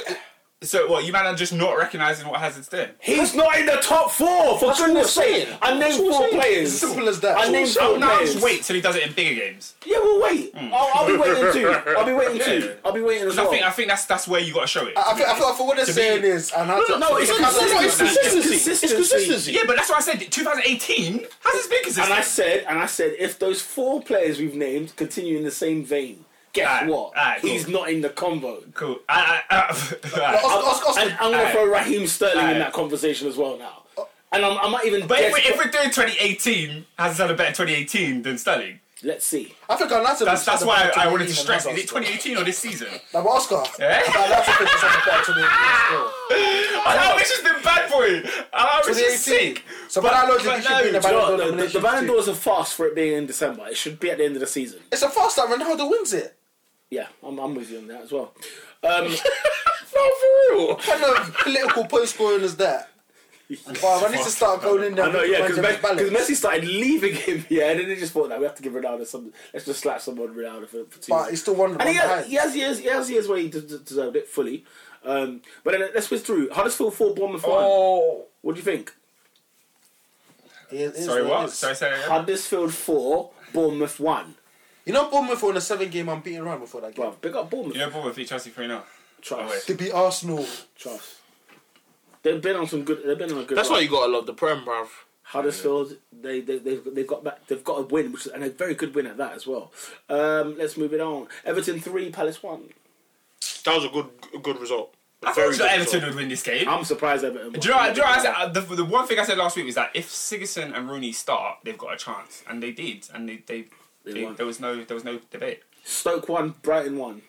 Speaker 3: so what? You man are just not recognizing what Hazard's doing.
Speaker 1: He's not in the top four. For
Speaker 4: That's what
Speaker 1: goodness'
Speaker 4: we're
Speaker 1: sake,
Speaker 4: saying.
Speaker 1: I named
Speaker 4: what we're
Speaker 1: four
Speaker 4: saying.
Speaker 1: players.
Speaker 2: Simple as that.
Speaker 1: I named
Speaker 2: So
Speaker 1: four
Speaker 3: No, I'll
Speaker 1: players. Hmm.
Speaker 3: just wait till he does it in bigger games.
Speaker 1: Yeah, well, wait. I'll, I'll be waiting too. I'll be waiting
Speaker 3: Yeah.
Speaker 1: too. I'll be waiting as
Speaker 3: Because
Speaker 1: well.
Speaker 3: I think I think that's that's where you got to show it.
Speaker 2: I feel, I feel like for what they're saying is, and how to,
Speaker 1: no, it's
Speaker 4: It's, not- it's not- it's
Speaker 1: It's
Speaker 4: consistency.
Speaker 1: consistency.
Speaker 4: It's consistency.
Speaker 3: yeah, but that's what I said. 2018 Hazard's been consistent.
Speaker 1: and I said, and I said, if those four players we've named continue in the same vein, guess
Speaker 3: Alright,
Speaker 1: what?
Speaker 3: alright, cool.
Speaker 1: He's not in the combo.
Speaker 3: cool. I, I, uh, I, alright.
Speaker 2: Oscar, Oscar,
Speaker 1: And
Speaker 2: Oscar,
Speaker 1: I'm gonna
Speaker 3: Alright.
Speaker 1: throw Raheem Sterling in
Speaker 3: Alright.
Speaker 1: that conversation as well now. And I'm, I might even.
Speaker 3: But if,
Speaker 1: guess-
Speaker 3: we, if we're doing 2018, Hazard's had a better 2018 than Sterling.
Speaker 1: let's see.
Speaker 2: I think Onana.
Speaker 3: That's that's why I, I wanted to stress. Is it 2018 or this season?
Speaker 2: No, but Oscar.
Speaker 3: Eh?
Speaker 2: That's a bit of something back to the still.
Speaker 3: How much has been bad for you? How much is
Speaker 2: 2018.
Speaker 3: sick?
Speaker 2: So, but I
Speaker 3: but
Speaker 2: logically should be
Speaker 1: You
Speaker 2: in the
Speaker 3: no,
Speaker 1: know
Speaker 2: Ballon
Speaker 1: what, the,
Speaker 2: d'Or
Speaker 1: the, the
Speaker 2: nomination
Speaker 1: Ballon
Speaker 2: too.
Speaker 1: d'Or is a fast for it being in December. It should be at the end of the season.
Speaker 2: It's a fast that Ronaldo wins it.
Speaker 1: Yeah, I'm, I'm with you on that as well. Um,
Speaker 4: No, for real.
Speaker 2: What kind of political point scoring is that? Wow, I need to start going in there.
Speaker 1: I know,
Speaker 2: with
Speaker 1: yeah,
Speaker 2: the
Speaker 1: because
Speaker 2: Benjamin Ballas.
Speaker 1: Messi started leaving him, yeah, and then they just thought that we have to give Ronaldo some. Let's just slap someone Ronaldo for, for two.
Speaker 2: But he's still one one
Speaker 1: and he has,
Speaker 2: behind.
Speaker 1: he has years, he has years where he de- de- deserved it fully. Um, but then let's whiz through Huddersfield four, Bournemouth one.
Speaker 3: Oh.
Speaker 1: What do you think?
Speaker 2: He is- he is
Speaker 3: Sorry,
Speaker 2: he
Speaker 3: what?
Speaker 2: is.
Speaker 3: Sorry, sorry. again?
Speaker 1: Huddersfield four, Bournemouth one.
Speaker 2: You know Bournemouth were on a seven-game unbeaten run before that game.
Speaker 1: Well, big up Bournemouth.
Speaker 3: You know, Bournemouth beat Chelsea 3 0.
Speaker 1: Trust,
Speaker 3: Oh, wait.
Speaker 2: They beat Arsenal.
Speaker 1: trust. They've been on some good. They've been on a good.
Speaker 4: That's
Speaker 1: run.
Speaker 4: why you gotta love the Prem, bruv.
Speaker 1: Huddersfield, they, they they've they've got back, they've got a win, which is, and a very good win at that as well. Um, let's move it on. Everton three, Palace one.
Speaker 4: That was a good, good result.
Speaker 3: I
Speaker 4: Very
Speaker 3: told you that
Speaker 4: good
Speaker 3: Everton would
Speaker 4: result.
Speaker 3: win this game.
Speaker 1: I'm surprised Everton.
Speaker 3: do you know? Do you know what I said? Uh, The, the one thing I said last week was that if Sigerson and Rooney start, they've got a chance, and they did, and they, they,
Speaker 1: They
Speaker 3: they-
Speaker 1: won.
Speaker 3: there was no there was no debate.
Speaker 1: Stoke won, Brighton won.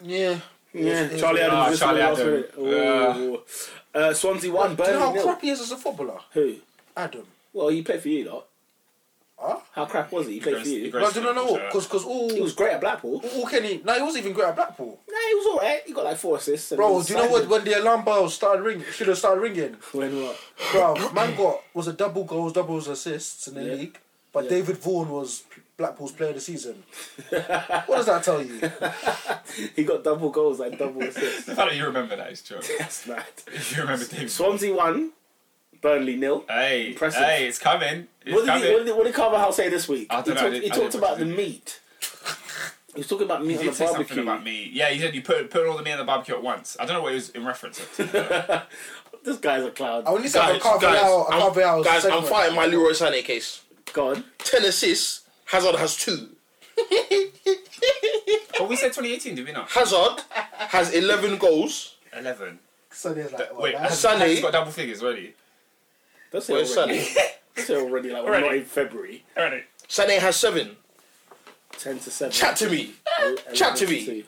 Speaker 4: Yeah.
Speaker 1: Yeah, Charlie Adams.
Speaker 3: Ah,
Speaker 1: just
Speaker 3: Charlie
Speaker 1: won last
Speaker 3: Adam.
Speaker 1: minute. Ooh. Uh, Swansea won,
Speaker 2: Do you know
Speaker 1: Burnley
Speaker 2: how
Speaker 1: nil.
Speaker 2: crap he is as a footballer?
Speaker 1: Who?
Speaker 2: Adam.
Speaker 1: Well, he played for you lot.
Speaker 2: Huh?
Speaker 1: How crap was he? He played for
Speaker 3: He
Speaker 1: you.
Speaker 3: goes-
Speaker 2: No, no, no, no. Because because all,
Speaker 1: He was great at Blackpool. Nah,
Speaker 2: all Kenny. No, he wasn't even great at Blackpool.
Speaker 1: he was all right. He got like four assists. and he
Speaker 2: Bro,
Speaker 1: was
Speaker 2: do you know what?
Speaker 1: signed.
Speaker 2: When the alarm bell started ringing, should have started ringing.
Speaker 1: When what?
Speaker 2: Bro, man got was a double goals, doubles assists in the
Speaker 1: Yeah.
Speaker 2: league. But
Speaker 1: Yeah.
Speaker 2: David Vaughan was Blackpool's player of the season. what does that tell you?
Speaker 1: He got double goals, like double assists.
Speaker 3: The fact that you remember that is true.
Speaker 1: That's mad.
Speaker 3: you remember David.
Speaker 1: Swansea won, Burnley nil.
Speaker 3: Hey,
Speaker 1: Impressive.
Speaker 3: hey, it's coming. It's
Speaker 1: What did,
Speaker 3: coming.
Speaker 1: he, what, did, what did Carvajal say this week?
Speaker 3: I don't
Speaker 1: he
Speaker 3: know, I
Speaker 1: talked,
Speaker 3: didn't-
Speaker 1: he
Speaker 3: I
Speaker 1: talked
Speaker 3: didn't
Speaker 1: about the
Speaker 3: watch it.
Speaker 1: meat. he was talking about meat
Speaker 3: He
Speaker 1: on
Speaker 3: did
Speaker 1: the
Speaker 3: say something
Speaker 1: barbecue.
Speaker 3: about me. Yeah, he said you put put all the meat on the barbecue at once. I don't know what he was in reference to.
Speaker 1: This guy's a clown.
Speaker 2: I only said a
Speaker 4: Guys,
Speaker 2: half an
Speaker 4: guys,
Speaker 2: hour, a
Speaker 4: I'm-
Speaker 2: half an hour.
Speaker 4: Guys, I'm
Speaker 2: segment.
Speaker 4: fighting my Leroy Sané case.
Speaker 1: God,
Speaker 4: Ten assists. Hazard has two.
Speaker 3: but we said 2018, did we not?
Speaker 4: Hazard has 11 goals.
Speaker 3: 11.
Speaker 2: Sunday's like, what,
Speaker 3: Wait,
Speaker 2: man?
Speaker 3: has,
Speaker 4: Sunday-
Speaker 3: has got double figures already.
Speaker 1: don't say
Speaker 4: Where's
Speaker 1: already.
Speaker 4: Sané?
Speaker 1: Don't say already. Like we're
Speaker 3: Already.
Speaker 1: not in February.
Speaker 3: Already.
Speaker 4: Sané has seven.
Speaker 1: Ten to seven.
Speaker 4: Chat to me.
Speaker 1: 11
Speaker 4: chat to me.
Speaker 1: two.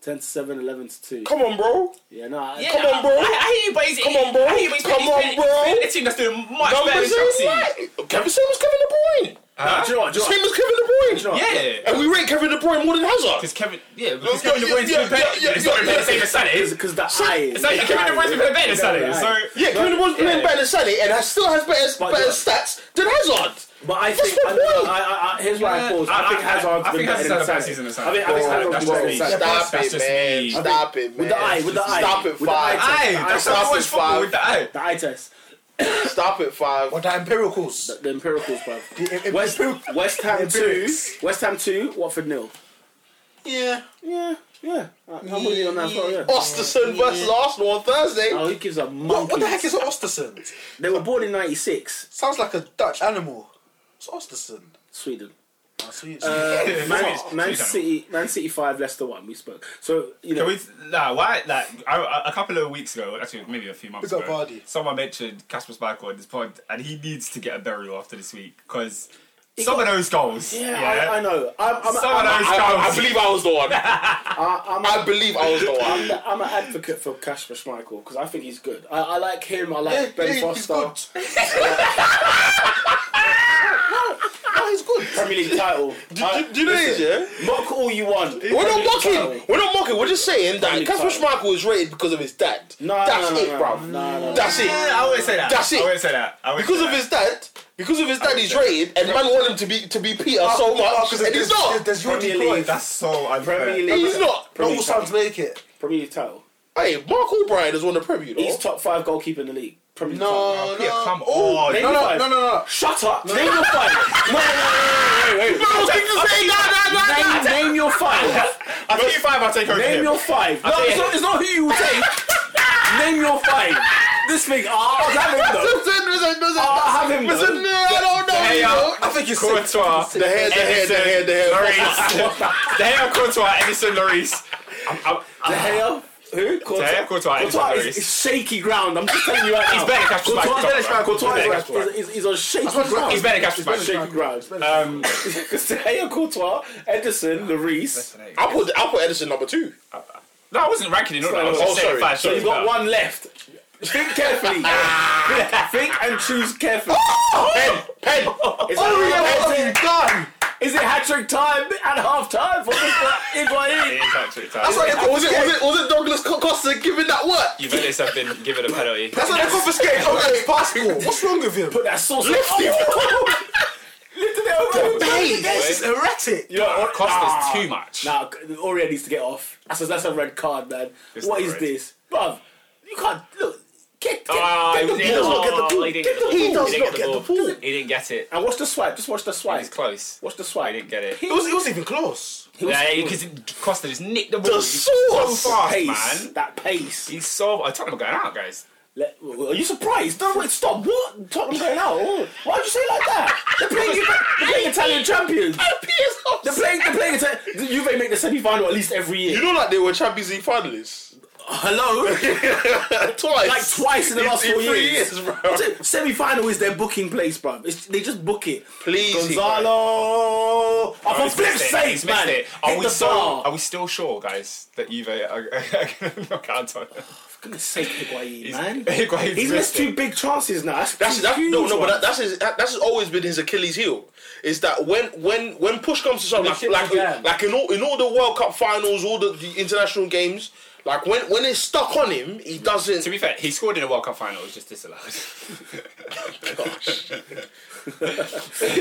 Speaker 1: Ten to seven, 11 to two.
Speaker 4: Come on, bro.
Speaker 1: Yeah, no. I,
Speaker 4: Come on, bro.
Speaker 3: I, I hear you, but he's
Speaker 4: Come on, bro.
Speaker 3: I hear you, but he's
Speaker 4: Come
Speaker 3: he's
Speaker 4: on,
Speaker 3: been-
Speaker 4: bro.
Speaker 3: he's been a team that's doing much better
Speaker 4: Numbers
Speaker 3: than
Speaker 4: is
Speaker 3: Chelsea.
Speaker 4: right. Kevin Sane was Kevin De Bruyne.
Speaker 1: Nah, do you know what? Do you know
Speaker 4: Same
Speaker 1: what?
Speaker 4: as Kevin De Bruyne.
Speaker 1: Do you know what?
Speaker 3: Yeah.
Speaker 4: And we rate Kevin De Bruyne more than Hazard.
Speaker 3: Because Kevin, yeah, because
Speaker 4: Yeah,
Speaker 3: Kevin De Bruyne's
Speaker 4: yeah,
Speaker 3: been better.
Speaker 4: yeah,
Speaker 3: It's not
Speaker 4: yeah,
Speaker 3: been the same
Speaker 4: yeah.
Speaker 3: as Sané. It's
Speaker 1: Because the eye. is-
Speaker 3: like
Speaker 1: the
Speaker 3: Kevin
Speaker 1: eye
Speaker 3: De Bruyne's
Speaker 1: is-
Speaker 3: been better than Sané.
Speaker 1: Yeah,
Speaker 3: So
Speaker 1: right.
Speaker 4: Yeah, Kevin De Bruyne's playing
Speaker 3: yeah.
Speaker 4: better than Sané and has, still has better,
Speaker 1: But-
Speaker 4: better
Speaker 1: but-
Speaker 4: stats than Hazard.
Speaker 1: But I
Speaker 4: That's
Speaker 1: think
Speaker 4: my
Speaker 1: I, I,
Speaker 4: point.
Speaker 1: I, I, here's where I pause. I, think Hazard's
Speaker 3: I
Speaker 1: been
Speaker 3: think Hazard's
Speaker 1: better than
Speaker 3: had a bad
Speaker 1: Sané.
Speaker 3: season than Sané.
Speaker 1: I think I think
Speaker 4: Oh,
Speaker 1: Hazard's
Speaker 3: that's
Speaker 1: been
Speaker 3: just
Speaker 1: better
Speaker 3: me.
Speaker 1: than Sané.
Speaker 4: Stop
Speaker 3: That's
Speaker 4: it,
Speaker 3: just
Speaker 4: man.
Speaker 3: me.
Speaker 4: Stop it, man.
Speaker 1: With the eye, with the eye,
Speaker 4: Stop it,
Speaker 1: with the
Speaker 4: five.
Speaker 1: eye.
Speaker 3: Aye,
Speaker 1: I-
Speaker 3: that's
Speaker 1: I-
Speaker 3: how I watch
Speaker 4: I-
Speaker 3: football with the eye.
Speaker 1: The eye test.
Speaker 4: Stop it, five.
Speaker 2: Or the empiricals.
Speaker 1: The empiricals, bro.
Speaker 2: The em-
Speaker 1: West,
Speaker 2: empirical-
Speaker 1: West Ham two,
Speaker 2: Empirics.
Speaker 1: West Ham two, Watford nil.
Speaker 4: Yeah.
Speaker 1: Yeah, yeah. Uh, I'm with you on that as well. Yeah.
Speaker 4: Osterson versus Arsenal on Thursday.
Speaker 1: Oh, he gives a
Speaker 2: What,
Speaker 1: monkey.
Speaker 2: what the heck is an Osterson?
Speaker 1: They were born in '96,
Speaker 2: Sounds like a Dutch animal. It's Osterson.
Speaker 1: Sweden.
Speaker 2: Ah, sweet.
Speaker 4: Uh,
Speaker 1: Man,
Speaker 3: Fuck.
Speaker 1: Man
Speaker 3: Sweden.
Speaker 1: City, Man City five, Leicester one. We spoke. So you know,
Speaker 3: Can we, nah, why? Like I- I- a couple of weeks ago, actually maybe a few months
Speaker 2: Pick up
Speaker 3: ago,
Speaker 2: Vardy.
Speaker 3: someone mentioned Casper Schmeichel on this pod, and he needs to get a burial after this week because some of those goals.
Speaker 1: yeah, I, I know. I'm, I'm,
Speaker 3: Some of
Speaker 1: I'm,
Speaker 3: those
Speaker 4: I,
Speaker 3: goals.
Speaker 4: I, I believe I was the one. I
Speaker 1: I'm, I'm,
Speaker 4: believe I was the
Speaker 1: I'm,
Speaker 4: one.
Speaker 1: a- I'm an advocate for Kasper Schmeichel because I think he's good. I, I like him. I like
Speaker 2: Yeah,
Speaker 1: Ben
Speaker 2: yeah, he's
Speaker 1: Foster.
Speaker 2: good. No, he's good.
Speaker 1: Premier League title. I-
Speaker 4: Do, do you know this, yeah?
Speaker 1: mock all you want.
Speaker 4: Uh, We're not
Speaker 1: Premier
Speaker 4: mocking.
Speaker 1: League title.
Speaker 4: We're not mocking. We're just saying that
Speaker 1: Family
Speaker 4: Casper
Speaker 1: title.
Speaker 4: Schmeichel is rated because of his dad.
Speaker 1: No,
Speaker 4: That's
Speaker 1: no, no,
Speaker 4: it,
Speaker 1: no,
Speaker 4: bruv.
Speaker 1: no, no, no.
Speaker 4: That's it.
Speaker 3: Yeah, I wouldn't say that.
Speaker 4: That's it.
Speaker 3: I wouldn't say that. I wouldn't
Speaker 4: Because
Speaker 3: say
Speaker 4: of
Speaker 3: that.
Speaker 4: his dad. Because of his dad, he's
Speaker 3: say that.
Speaker 4: rated, and man want him to be to be Peter so much, and he's
Speaker 2: there's,
Speaker 4: not.
Speaker 2: There's
Speaker 1: Premier
Speaker 2: Jordi
Speaker 1: League.
Speaker 2: Cruyff.
Speaker 3: That's so
Speaker 1: Premier
Speaker 3: unfair.
Speaker 1: League.
Speaker 4: He's not.
Speaker 2: Not
Speaker 1: Premier
Speaker 2: all
Speaker 1: League
Speaker 2: sons
Speaker 1: title.
Speaker 2: make it.
Speaker 1: Premier League title.
Speaker 4: Hey, Mark Albright has won the Premier though.
Speaker 1: He's top five goalkeeper in the league. Premier League title.
Speaker 4: no,
Speaker 3: Yeah, come
Speaker 1: Oh, Name your
Speaker 3: on.
Speaker 2: no,
Speaker 1: five.
Speaker 2: no, no, no.
Speaker 1: Shut up. Name your five. No, no, no, no, no, no,
Speaker 4: I was thinking the same. Nah, nah, nah, nah.
Speaker 1: no. Name, name your five.
Speaker 3: I think five. I'll take over.
Speaker 1: Name
Speaker 3: him.
Speaker 1: your five. No,
Speaker 3: think-
Speaker 1: it's not, it's not who you will take. name your five. This thing. Oh, that one though.
Speaker 4: Listen, listen, listen.
Speaker 1: I'll have him.
Speaker 4: Listen,
Speaker 1: though.
Speaker 4: I don't know.
Speaker 3: Hey,
Speaker 4: you know.
Speaker 3: I think it's Courtois.
Speaker 4: The head, the head, the head, the head.
Speaker 3: Lloris. De Gea, Courtois, Edison, Lloris. I'm- I'm-
Speaker 1: De Gea. Who? Courtois.
Speaker 3: Gea, Courtois, Edison
Speaker 1: Courtois
Speaker 3: Lloris.
Speaker 1: is, is shaky ground. I'm just telling you right now.
Speaker 3: He's better than Kasper
Speaker 1: Courtois-
Speaker 3: Schmeichel.
Speaker 1: Courtois is better than
Speaker 3: He's
Speaker 1: Schmeichel.
Speaker 3: better than
Speaker 1: He's- He's on shaky
Speaker 2: what-
Speaker 1: ground.
Speaker 3: He's better than Kasper
Speaker 1: He's
Speaker 3: Schmeichel.
Speaker 1: shaky ground.
Speaker 3: Um,
Speaker 1: Because De Gea, Courtois, Edison, Lloris.
Speaker 4: I'll put, I'll put Edison number two.
Speaker 3: No, I wasn't ranking in order. I was
Speaker 1: Oh,
Speaker 3: just saying
Speaker 4: sorry.
Speaker 3: five
Speaker 1: So
Speaker 3: shots
Speaker 1: you've got
Speaker 3: better.
Speaker 1: one left. Think carefully. think, think and choose carefully.
Speaker 4: Pen, pen.
Speaker 1: Is, that-
Speaker 2: What have you done?
Speaker 1: is it hat trick time at half time for Higuain?
Speaker 3: It is actually tight.
Speaker 4: That's why they was it, was it, was it Douglas Co- Costa giving that work?
Speaker 3: Juventus have been given a penalty.
Speaker 4: That's why they confiscated Douglas passport.
Speaker 2: What's wrong with him?
Speaker 1: Put that sauce
Speaker 4: Lift him.
Speaker 1: Oh, Lift it over.
Speaker 2: This is erratic.
Speaker 1: You know,
Speaker 3: Nah,
Speaker 1: what?
Speaker 3: Costa's
Speaker 1: Nah.
Speaker 3: too much.
Speaker 1: Nah, Aurier needs to get off. That's a, that's a red card, man.
Speaker 3: It's
Speaker 1: what
Speaker 3: not
Speaker 1: is
Speaker 3: red.
Speaker 1: this? Bruv, you can't. Look, get, get,
Speaker 3: Ah,
Speaker 1: get the
Speaker 3: he didn't-
Speaker 1: ball. Get the
Speaker 3: oh,
Speaker 1: ball.
Speaker 3: he didn't
Speaker 1: Get the
Speaker 3: get
Speaker 1: ball.
Speaker 3: the
Speaker 1: He
Speaker 3: ball.
Speaker 1: does
Speaker 3: He
Speaker 1: not get
Speaker 3: didn't get
Speaker 1: the
Speaker 3: the
Speaker 1: ball.
Speaker 3: He didn't get it.
Speaker 1: And watch the swipe. Just watch the
Speaker 3: It
Speaker 1: swipe.
Speaker 3: was close.
Speaker 1: Watch the swipe.
Speaker 3: He didn't get it.
Speaker 2: It was, it was even close.
Speaker 3: Yeah, because Costa just nicked the ball.
Speaker 4: The
Speaker 3: He's so
Speaker 4: sauce.
Speaker 3: fast,
Speaker 1: pace.
Speaker 3: man.
Speaker 1: That pace.
Speaker 3: He's so. I told him going out, guys.
Speaker 1: Let, are you surprised? Don't wait, stop. What? Tottenham going out? Oh, Why'd you say it like that? They're playing, they're playing Italian champions. They're playing. They're playing Italian. Juve make the semi final at least every
Speaker 4: You
Speaker 1: year.
Speaker 4: know, like they were Champions League finalists.
Speaker 1: hello,
Speaker 4: twice.
Speaker 1: like twice in the
Speaker 4: In-
Speaker 1: last
Speaker 4: in
Speaker 1: four
Speaker 4: three
Speaker 1: years.
Speaker 4: years, bro.
Speaker 1: Semi final is their booking place, bro. It's, they just book it.
Speaker 4: Please,
Speaker 1: Gonzalo. Oh, for
Speaker 3: he's
Speaker 1: flip's
Speaker 3: missed it,
Speaker 1: sake,
Speaker 3: he's missed
Speaker 1: man.
Speaker 3: it. Are
Speaker 1: Hit
Speaker 3: we
Speaker 1: the
Speaker 3: so?
Speaker 1: bar.
Speaker 3: Are we still sure, guys, that Juve are, are, are going to knock out Tottenham?
Speaker 1: For goodness sake, Higuain, man. He's
Speaker 3: Higuain's missed
Speaker 1: missed two
Speaker 3: it.
Speaker 1: big chances now. That's,
Speaker 4: That's
Speaker 1: two
Speaker 4: that,
Speaker 1: huge
Speaker 4: no, no, but
Speaker 1: ones.
Speaker 4: that, that's his, that, that's always been his Achilles' heel. Is that when when when push comes to something
Speaker 1: When
Speaker 4: like
Speaker 1: shit
Speaker 4: like,
Speaker 1: began.
Speaker 4: like in all in all the World Cup finals, all the, the international games, like when when it's stuck on him, he doesn't.
Speaker 3: To be fair, he scored in the World Cup final. It was just disallowed.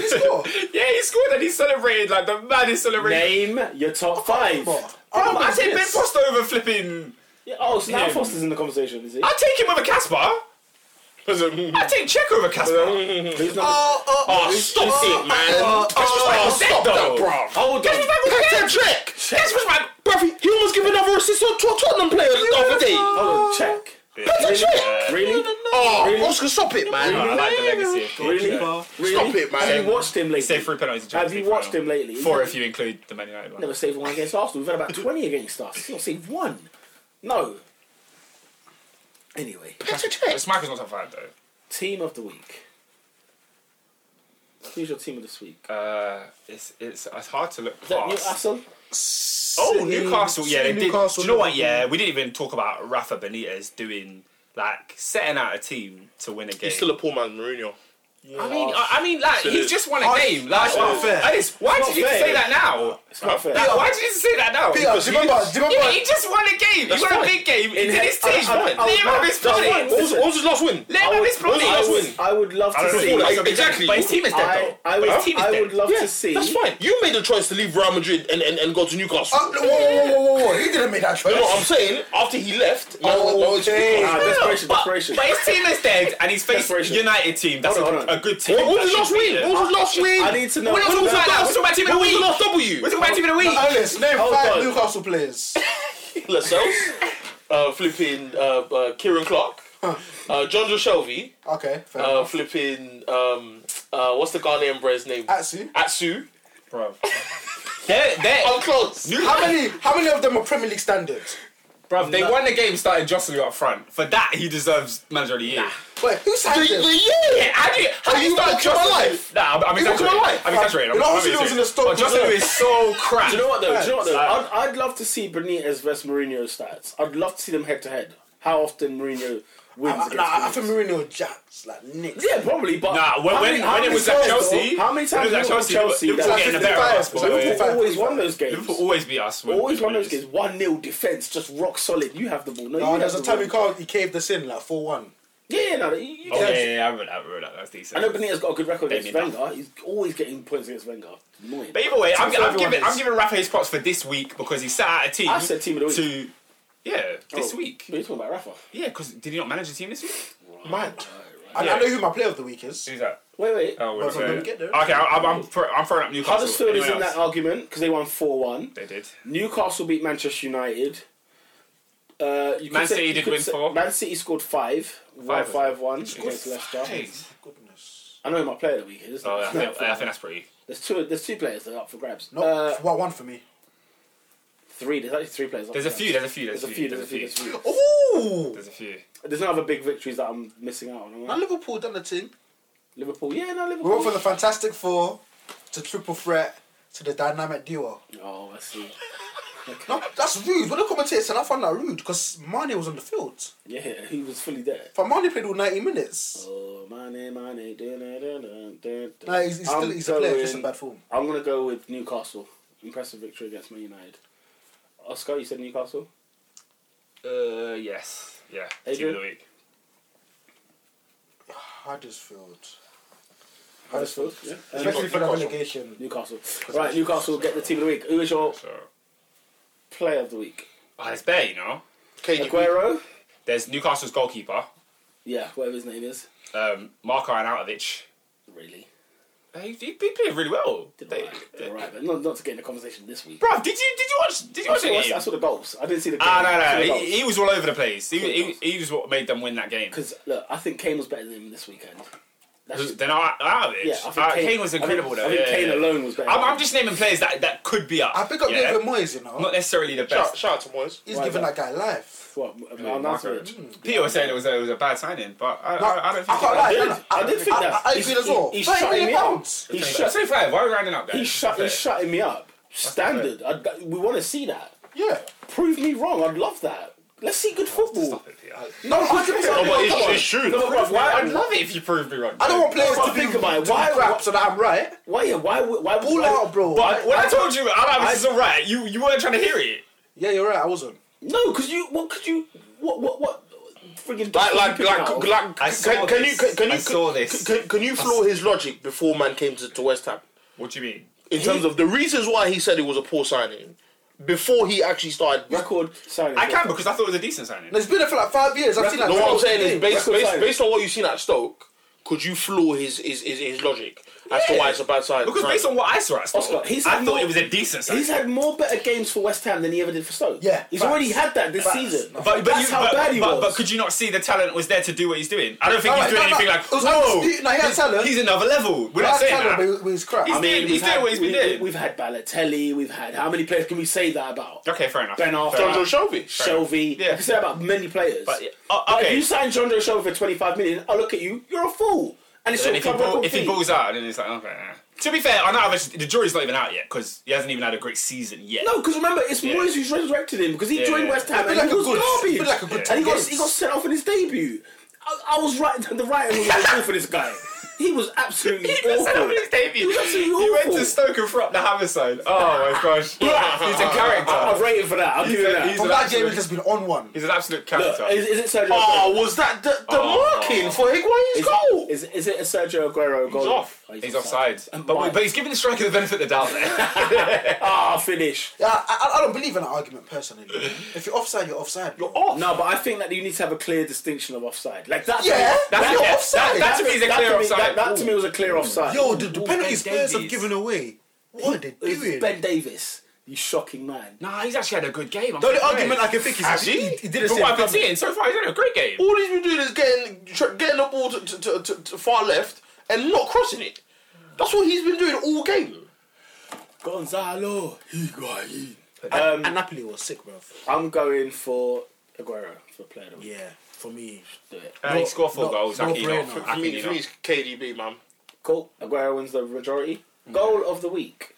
Speaker 2: score.
Speaker 3: yeah, he scored and he celebrated like the maddest celebration.
Speaker 1: Name your top five. Oh,
Speaker 2: Bro,
Speaker 3: Bro, Oh, I take
Speaker 1: goodness.
Speaker 3: Ben Foster over flipping.
Speaker 1: Yeah, Oh, so now
Speaker 3: Yeah.
Speaker 1: Foster's in the conversation, is he?
Speaker 3: I take him over Caspar. I take Check over Caspar.
Speaker 1: He's not-
Speaker 2: Oh, oh,
Speaker 4: Oh,
Speaker 2: oh,
Speaker 4: stop it, man!
Speaker 2: oh,
Speaker 4: oh,
Speaker 3: oh,
Speaker 4: stop that,
Speaker 3: oh,
Speaker 4: bro!
Speaker 1: Hold on.
Speaker 4: Peter Check,
Speaker 3: This was my
Speaker 4: bruv, he almost gave another assist to a to a Tottenham player the other day.
Speaker 1: Hold on. Check.
Speaker 4: Peter Check,
Speaker 1: Really?
Speaker 4: oh,
Speaker 1: Really?
Speaker 4: Oscar, stop it, man!
Speaker 3: I like the legacy. Of Keane.
Speaker 1: Really?
Speaker 3: Yeah.
Speaker 1: Really?
Speaker 4: Stop it, man.
Speaker 1: Have you watched him lately?
Speaker 3: Save three penalties. in Champions
Speaker 1: Have you
Speaker 3: League
Speaker 1: watched
Speaker 3: final.
Speaker 1: him lately?
Speaker 3: Four if you include the Man United one.
Speaker 1: Never saved one against Arsenal. We've had about 20 against us. He's not saved one. No. Anyway,
Speaker 4: Peter Check.
Speaker 3: It's Michael's not top five though.
Speaker 1: team of the week. Who's your team of this week?
Speaker 3: Uh, it's, it's it's hard to look
Speaker 1: Is that
Speaker 3: past.
Speaker 1: Newcastle?
Speaker 3: Oh, Newcastle. Yeah, they did.
Speaker 2: Newcastle,
Speaker 3: do you know what?
Speaker 2: Liverpool.
Speaker 3: Yeah, we didn't even talk about Rafa Benitez doing like setting out a team to win a game.
Speaker 4: He's still a poor man, Mourinho.
Speaker 3: I mean, I, I mean, like
Speaker 4: Still
Speaker 3: he's
Speaker 4: is.
Speaker 3: just won a
Speaker 2: Oh,
Speaker 3: game. Like,
Speaker 2: that's not
Speaker 3: why-
Speaker 2: fair.
Speaker 3: Alice, why
Speaker 1: It's not
Speaker 3: did you
Speaker 1: fair.
Speaker 3: say that now?
Speaker 1: It's not fair.
Speaker 3: Like, why did you say that now?
Speaker 2: Peter, do you remember? Do you
Speaker 3: Yeah,
Speaker 2: remember?
Speaker 3: he just won a game. He
Speaker 4: That's
Speaker 3: won a
Speaker 4: fine.
Speaker 3: big game. He
Speaker 1: In
Speaker 3: did
Speaker 1: he-
Speaker 3: his
Speaker 1: I-
Speaker 3: team.
Speaker 1: I- I-
Speaker 3: Let him have his
Speaker 1: That's fine.
Speaker 3: plaudits.
Speaker 4: What was, what was his last win?
Speaker 3: Let him have his
Speaker 4: I
Speaker 3: plaudits.
Speaker 4: would-
Speaker 1: I would love
Speaker 3: I
Speaker 1: to
Speaker 3: don't
Speaker 1: see.
Speaker 3: know.
Speaker 4: Like,
Speaker 3: Exactly. But his team is dead,
Speaker 1: I,
Speaker 3: though.
Speaker 1: I would,
Speaker 3: But his team is
Speaker 1: I
Speaker 3: dead.
Speaker 1: would love
Speaker 4: Yeah,
Speaker 1: to see.
Speaker 4: That's fine. You made the choice to leave Real Madrid and, and, and go to Newcastle.
Speaker 2: Oh, whoa, whoa, whoa, whoa, whoa! He didn't make that choice.
Speaker 4: you know what I'm saying? After he left, man went- man went to
Speaker 2: okay.
Speaker 1: Ah,
Speaker 4: Newcastle.
Speaker 1: desperation,
Speaker 3: But,
Speaker 1: desperation.
Speaker 3: but his team is dead, and he's faced
Speaker 1: Desperation.
Speaker 3: United team. That's
Speaker 1: Hold on,
Speaker 3: a,
Speaker 1: hold on.
Speaker 3: a good team.
Speaker 4: What, what was
Speaker 3: That
Speaker 4: his last
Speaker 3: should beat
Speaker 4: win?
Speaker 3: them.
Speaker 4: What was his last win?
Speaker 1: I need to know.
Speaker 3: We're not talking
Speaker 1: No,
Speaker 3: about that. We're talking about team of the
Speaker 4: What was
Speaker 3: week.
Speaker 4: the
Speaker 3: We're
Speaker 4: last W?
Speaker 3: talking about team of the week.
Speaker 2: Alice, name
Speaker 1: Hold
Speaker 2: five
Speaker 1: on.
Speaker 2: Newcastle players.
Speaker 4: Lascelles, uh, flipping uh, uh, Kieran Clark, uh, John Joe Shelby,
Speaker 2: Okay, fair
Speaker 4: uh,
Speaker 2: enough.
Speaker 4: flipping um, uh, what's the Ghanaian boy's name?
Speaker 3: Uh,
Speaker 2: Atsu.
Speaker 4: Atsu.
Speaker 3: Bro,
Speaker 4: They're, I'm close.
Speaker 2: How many? How many of them are Premier League standards?
Speaker 3: bro, they won the game starting Jostling up front. For that, he deserves manager of the year.
Speaker 2: Wait, who signed
Speaker 4: The-
Speaker 2: them?
Speaker 4: the year.
Speaker 3: Yeah, how do you, how do you
Speaker 4: you
Speaker 3: start
Speaker 4: walking my
Speaker 3: Jocelyn?
Speaker 4: life?
Speaker 3: Nah, I'm, I'm
Speaker 2: You walking my
Speaker 3: exaggerating.
Speaker 2: life?
Speaker 3: I'm exaggerating. I'm,
Speaker 2: You know,
Speaker 3: I'm
Speaker 2: Austin was in the store,
Speaker 3: But Jocelyn
Speaker 2: Jocelyn.
Speaker 3: is so crap.
Speaker 1: Do you know what though? Do you know what though?
Speaker 3: Facts.
Speaker 1: I'd, I'd love to see Benitez versus Mourinho stats. I'd love to see them head to head. How often Mourinho wins
Speaker 2: I,
Speaker 1: against
Speaker 2: nah, I
Speaker 1: Benitez.
Speaker 2: think Mourinho jacks like Nick.
Speaker 1: Yeah, probably. But
Speaker 3: Nah, when,
Speaker 1: how
Speaker 3: when,
Speaker 1: many- how
Speaker 3: when it
Speaker 1: many
Speaker 3: was at
Speaker 1: times, though-
Speaker 3: Chelsea,
Speaker 1: how many times
Speaker 3: when it was
Speaker 1: Liverpool
Speaker 3: at Chelsea,
Speaker 1: Chelsea
Speaker 3: Liverpool
Speaker 1: that-
Speaker 3: were getting the better of us.
Speaker 2: Liverpool
Speaker 3: by the way.
Speaker 1: Liverpool always
Speaker 2: 55.
Speaker 1: won those games.
Speaker 3: Liverpool always beat us. when
Speaker 1: Always
Speaker 3: we
Speaker 1: won those
Speaker 3: lose.
Speaker 1: games. One 0 defense, just rock solid. You have the ball. No,
Speaker 2: Oh,
Speaker 1: you have
Speaker 2: there's a
Speaker 1: the
Speaker 2: time he
Speaker 1: ball.
Speaker 2: called, he caved us in like four one.
Speaker 1: Yeah, yeah, no, you, you
Speaker 3: Oh, yeah,
Speaker 1: guys-
Speaker 3: yeah, yeah, I remember that. I remember that. That's
Speaker 1: I
Speaker 3: decent.
Speaker 1: know Benitez got a good record against
Speaker 3: They need that.
Speaker 1: Wenger. He's always getting points against Wenger. Annoying.
Speaker 3: But either way, I'm,
Speaker 1: So
Speaker 3: I'm
Speaker 1: everyone
Speaker 3: giving
Speaker 1: is-
Speaker 3: I'm giving Rafa his props for this week because he sat out a team.
Speaker 1: I said team of the week.
Speaker 3: To, yeah, this
Speaker 1: Oh,
Speaker 3: week.
Speaker 1: We're talking about Rafa.
Speaker 3: Yeah, because did he not manage the team this week?
Speaker 2: Mad. I,
Speaker 3: Yeah.
Speaker 2: I know who my player of the week is.
Speaker 3: Who's that?
Speaker 1: Wait, wait.
Speaker 3: Oh,
Speaker 2: Well,
Speaker 3: we're
Speaker 2: so when we
Speaker 3: okay.
Speaker 2: get there-
Speaker 3: Okay, I, I'm I'm, thro- I'm throwing up Newcastle.
Speaker 1: Huddersfield is
Speaker 3: Anyone
Speaker 1: in that
Speaker 3: else?
Speaker 1: argument because they won four one.
Speaker 3: They did.
Speaker 1: Newcastle beat Manchester United. Uh, you could
Speaker 3: Man
Speaker 1: say-
Speaker 3: City
Speaker 1: you
Speaker 3: did
Speaker 1: could
Speaker 3: win
Speaker 1: say-
Speaker 3: four.
Speaker 1: Man City scored five.
Speaker 3: Five,
Speaker 1: Five,
Speaker 3: was
Speaker 1: five, one against Leicester.
Speaker 3: Jeez.
Speaker 2: Goodness.
Speaker 1: I know my player of the week is.
Speaker 3: Oh, yeah, I, think, I think that's pretty.
Speaker 1: There's two. There's two players that are up for grabs.
Speaker 2: No,
Speaker 1: Uh,
Speaker 2: well, one for me.
Speaker 1: three. There's actually three players. Up
Speaker 3: There's
Speaker 1: for
Speaker 3: a few.
Speaker 1: grabs.
Speaker 3: There's a few.
Speaker 1: There's a few. There's a few. There's a few.
Speaker 2: Ooh.
Speaker 3: There's a few.
Speaker 1: There's no other big victories that I'm missing out on. am I?
Speaker 2: Now Liverpool done the thing.
Speaker 1: Liverpool. Yeah, no
Speaker 2: We
Speaker 1: Liverpool.
Speaker 2: went from the fantastic four to triple threat to the dynamic duo.
Speaker 1: oh, I see.
Speaker 2: No, that's rude. When the commentator said, I found that rude because Mane was on the field.
Speaker 1: Yeah, he was fully there.
Speaker 2: But Mane played all ninety minutes.
Speaker 1: Oh, money, money. dun, dun, dun, dun, dun, dun.
Speaker 2: No, he's, he's still
Speaker 1: I'm
Speaker 2: he's a player, just in
Speaker 1: going-
Speaker 2: bad form.
Speaker 1: I'm gonna go with Newcastle. Impressive victory against Man United. Oscar, you said Newcastle.
Speaker 3: Uh, yes. Yeah. Team
Speaker 1: Adrian?
Speaker 3: of the week.
Speaker 2: Huddersfield.
Speaker 1: Huddersfield. Yeah. And
Speaker 2: Especially for the
Speaker 4: Newcastle.
Speaker 2: relegation.
Speaker 1: Newcastle. Right, Newcastle get the team of the week. Who is your
Speaker 3: So.
Speaker 1: player of the week?
Speaker 3: Oh, there's Bear, you know.
Speaker 4: KDB.
Speaker 1: Aguero.
Speaker 3: There's Newcastle's goalkeeper,
Speaker 1: Yeah, whatever his name is.
Speaker 3: um, Marko Arnautovic.
Speaker 1: Really.
Speaker 3: He, he, he played really well.
Speaker 1: Did
Speaker 3: They-
Speaker 1: all right. Did all right, but not, not to get in the conversation this week.
Speaker 3: Bruv, did you did you watch did you
Speaker 1: I
Speaker 3: watch
Speaker 1: saw,
Speaker 3: the
Speaker 1: I, saw,
Speaker 3: game?
Speaker 1: the goals. I didn't see the. Game.
Speaker 3: Ah no
Speaker 1: I
Speaker 3: no,
Speaker 1: saw
Speaker 3: no.
Speaker 1: the
Speaker 3: He, he was all over the place. He,
Speaker 1: Two
Speaker 3: he,
Speaker 1: goals.
Speaker 3: he was what made them win that game.
Speaker 1: Because look, I think Kane was better than him this weekend. That's,
Speaker 3: Then out, out of it.
Speaker 1: yeah, I think
Speaker 3: Uh, Kane, was incredible
Speaker 1: I think,
Speaker 3: though.
Speaker 1: I think
Speaker 3: yeah,
Speaker 1: Kane
Speaker 3: yeah.
Speaker 1: alone was better.
Speaker 3: I'm, I'm just naming players that, that could be up.
Speaker 2: I pick up
Speaker 3: yeah?
Speaker 2: David Moyes, you know.
Speaker 3: Not necessarily the
Speaker 4: Shout,
Speaker 3: best.
Speaker 4: shout out to Moyes.
Speaker 2: He's
Speaker 1: Why
Speaker 2: giving
Speaker 1: not?
Speaker 2: that guy life.
Speaker 1: what,
Speaker 3: Yeah,
Speaker 1: Mal- Malnatovic?
Speaker 3: Peter was saying it was a, it was a bad signing, but I,
Speaker 2: No,
Speaker 3: I, I don't think.
Speaker 2: I can't lie.
Speaker 1: I did.
Speaker 2: no, no,
Speaker 1: I did think that.
Speaker 2: I, I
Speaker 1: He's-
Speaker 2: agree as well.
Speaker 1: he- he's
Speaker 2: 30
Speaker 1: shutting
Speaker 2: million
Speaker 1: me out.
Speaker 2: pounds.
Speaker 1: He
Speaker 3: Shut,
Speaker 1: shut,
Speaker 3: say five. Why are we rounding up there?
Speaker 1: he's, shut, he's shutting me up. Standard. I, we want to see that.
Speaker 2: Yeah.
Speaker 1: Prove me wrong. I'd love that. Let's see good football.
Speaker 3: Stop it, Peter.
Speaker 2: No, 100%.
Speaker 4: No, but
Speaker 2: come on.
Speaker 4: it's, it's true.
Speaker 1: No, but
Speaker 3: Why? I'd
Speaker 1: why?
Speaker 3: love it if you proved me wrong.
Speaker 2: I don't want players
Speaker 1: Bro,
Speaker 2: to
Speaker 1: think
Speaker 2: be-
Speaker 1: about it.
Speaker 2: to be
Speaker 1: Why-
Speaker 2: crap
Speaker 1: why-
Speaker 2: so that I'm right.
Speaker 1: Why? yeah, Why? would- Why? would-
Speaker 2: Pull
Speaker 1: why,
Speaker 2: out, bro.
Speaker 1: But,
Speaker 3: When I told you, Alan, this is alright. You you weren't trying to hear it.
Speaker 2: Yeah, you're right. I wasn't.
Speaker 1: no, because you. What could you? What? What? What? Friggin'
Speaker 4: Like, like,
Speaker 1: picking
Speaker 4: like,
Speaker 1: out?
Speaker 4: like,
Speaker 3: I saw
Speaker 4: can, can you,
Speaker 3: this.
Speaker 4: can, can you,
Speaker 3: I saw this.
Speaker 4: Can, can you floor his logic before man came to, to West Ham
Speaker 3: What do you mean?
Speaker 4: in terms of the reasons why he said it was a poor signing before he actually started?
Speaker 1: record signing.
Speaker 3: I can because I thought it was a decent signing.
Speaker 2: No, It's been there for like five years. I've seen that.
Speaker 4: No, what I'm saying is based,
Speaker 1: Record
Speaker 4: based,
Speaker 1: signing.
Speaker 4: based on what you've seen at Stoke, could you floor his his, his, his logic as to
Speaker 3: Yeah.
Speaker 4: why it's a bad sign?
Speaker 3: Because based on what I saw at Stoke,
Speaker 1: Oscar, he's
Speaker 3: I
Speaker 1: had
Speaker 3: thought
Speaker 1: more-
Speaker 3: it was a decent signing.
Speaker 1: He's had more better games for West Ham than he ever did for Stoke.
Speaker 2: Yeah,
Speaker 1: he's
Speaker 2: facts.
Speaker 1: already had that this
Speaker 2: Facts.
Speaker 1: season.
Speaker 2: But-
Speaker 3: but, but
Speaker 1: that's
Speaker 3: you,
Speaker 1: how
Speaker 3: but,
Speaker 1: bad he
Speaker 3: but,
Speaker 1: was.
Speaker 3: But could you not see the talent was there to do what he's doing? I don't think
Speaker 2: Alright,
Speaker 3: he's doing
Speaker 2: no, no,
Speaker 3: anything
Speaker 2: it
Speaker 3: like,
Speaker 2: was
Speaker 3: whoa,
Speaker 2: undisputed. No, he had talent.
Speaker 3: he's another level. We're not
Speaker 2: That's
Speaker 3: saying
Speaker 2: terrible,
Speaker 3: that.
Speaker 2: but it's crap.
Speaker 3: He's-
Speaker 2: I mean,
Speaker 3: doing- he's
Speaker 1: we've
Speaker 3: doing
Speaker 1: had-
Speaker 3: what he's been
Speaker 1: we- we-
Speaker 3: doing.
Speaker 1: We've had Balotelli. We've had how many players can we say that about?
Speaker 3: Okay, fair enough.
Speaker 1: Ben Arthur.
Speaker 3: Fair
Speaker 4: John Joe
Speaker 3: enough.
Speaker 4: Shelby.
Speaker 1: Shelby.
Speaker 3: Yeah.
Speaker 1: I can say that about many players.
Speaker 3: But, yeah. Oh,
Speaker 1: if
Speaker 3: okay.
Speaker 1: you sign John Joe Shelby for 25 million, I look at you, you're a fool. And it's
Speaker 3: And
Speaker 1: your
Speaker 3: if he,
Speaker 1: club
Speaker 3: ball,
Speaker 1: record
Speaker 3: if he
Speaker 1: fee.
Speaker 3: balls out, then it's like okay. eh. To be fair, I know I've actually, the jury's not even out yet because he hasn't even had a great season yet.
Speaker 1: No, because remember, it's
Speaker 3: Yeah.
Speaker 1: Moyes who's resurrected him because he
Speaker 3: Yeah.
Speaker 1: joined West Ham and
Speaker 2: It'd be
Speaker 1: he
Speaker 2: like a
Speaker 1: was
Speaker 2: good-
Speaker 1: garbage.
Speaker 2: it'd be like a good
Speaker 1: and he got,
Speaker 2: 10
Speaker 1: he got sent off in his debut. I, I was right, the right end was on the ball for this guy. He was absolutely
Speaker 3: He
Speaker 1: awful.
Speaker 3: was out on his debut.
Speaker 1: He was absolutely
Speaker 3: He went
Speaker 1: awful.
Speaker 3: to Stoke and up the Hammerside. Oh my gosh, he's a character.
Speaker 1: I, I've rated for that. I'll give
Speaker 3: a-
Speaker 1: you that.
Speaker 3: he's
Speaker 2: From
Speaker 3: an
Speaker 2: that
Speaker 3: absolute-
Speaker 2: game, he's just been on one.
Speaker 3: He's an absolute
Speaker 1: Look,
Speaker 3: character.
Speaker 1: is, is it Sergio?
Speaker 4: Oh,
Speaker 1: Aguero?
Speaker 4: was that the, the
Speaker 3: Oh.
Speaker 4: marking for Higuain's goal?
Speaker 1: Is, is it a Sergio Aguero goal?
Speaker 4: He's off.
Speaker 1: Oh,
Speaker 3: He's offside. But,
Speaker 1: why?
Speaker 3: but he's giving the striker the benefit of the doubt there.
Speaker 1: Ah, finish.
Speaker 2: Yeah, I, I- I don't believe in that argument personally. if you're offside, you're offside. You're
Speaker 4: off.
Speaker 1: No, but I think that you need to have a clear distinction of offside. Like that.
Speaker 2: Yeah,
Speaker 1: that,
Speaker 2: that's
Speaker 1: that,
Speaker 2: your
Speaker 1: that- that-
Speaker 2: offside.
Speaker 3: That to me is a
Speaker 1: that
Speaker 3: clear
Speaker 1: to me-
Speaker 3: offside.
Speaker 1: That, that to me was a clear offside.
Speaker 2: Yo, the, the penalty
Speaker 3: Ben
Speaker 2: Spurs have
Speaker 3: Davies.
Speaker 2: given away. What are they
Speaker 1: It was
Speaker 2: doing?
Speaker 1: Ben Davis, you shocking man.
Speaker 3: nah, he's actually had a good game. I'm
Speaker 2: the only
Speaker 3: surprised.
Speaker 2: argument I can think
Speaker 3: Ah,
Speaker 2: is
Speaker 4: Has
Speaker 2: he,
Speaker 4: he?
Speaker 2: he, he didn't
Speaker 3: From
Speaker 2: say
Speaker 3: what I've been
Speaker 2: it.
Speaker 3: seeing so far, he's had a great game.
Speaker 4: All he's been doing is getting tr- getting the ball to, to, to, to, to far left and not crossing it. That's what he's been doing all game.
Speaker 1: Gonzalo Higuain.
Speaker 2: And, and Napoli was sick, bro.
Speaker 1: I'm going for Aguero for player. of the week.
Speaker 2: Yeah, for me.
Speaker 1: Do it.
Speaker 3: Uh, he scored four
Speaker 2: no-
Speaker 3: goals.
Speaker 2: no
Speaker 3: Aki, you know,
Speaker 2: brainer.
Speaker 3: for-
Speaker 4: I
Speaker 3: Aki,
Speaker 4: mean,
Speaker 3: you
Speaker 4: for
Speaker 3: know.
Speaker 4: me, it's KDB, man.
Speaker 1: Cool. Aguero wins the majority.
Speaker 3: Mm.
Speaker 1: Goal of the week.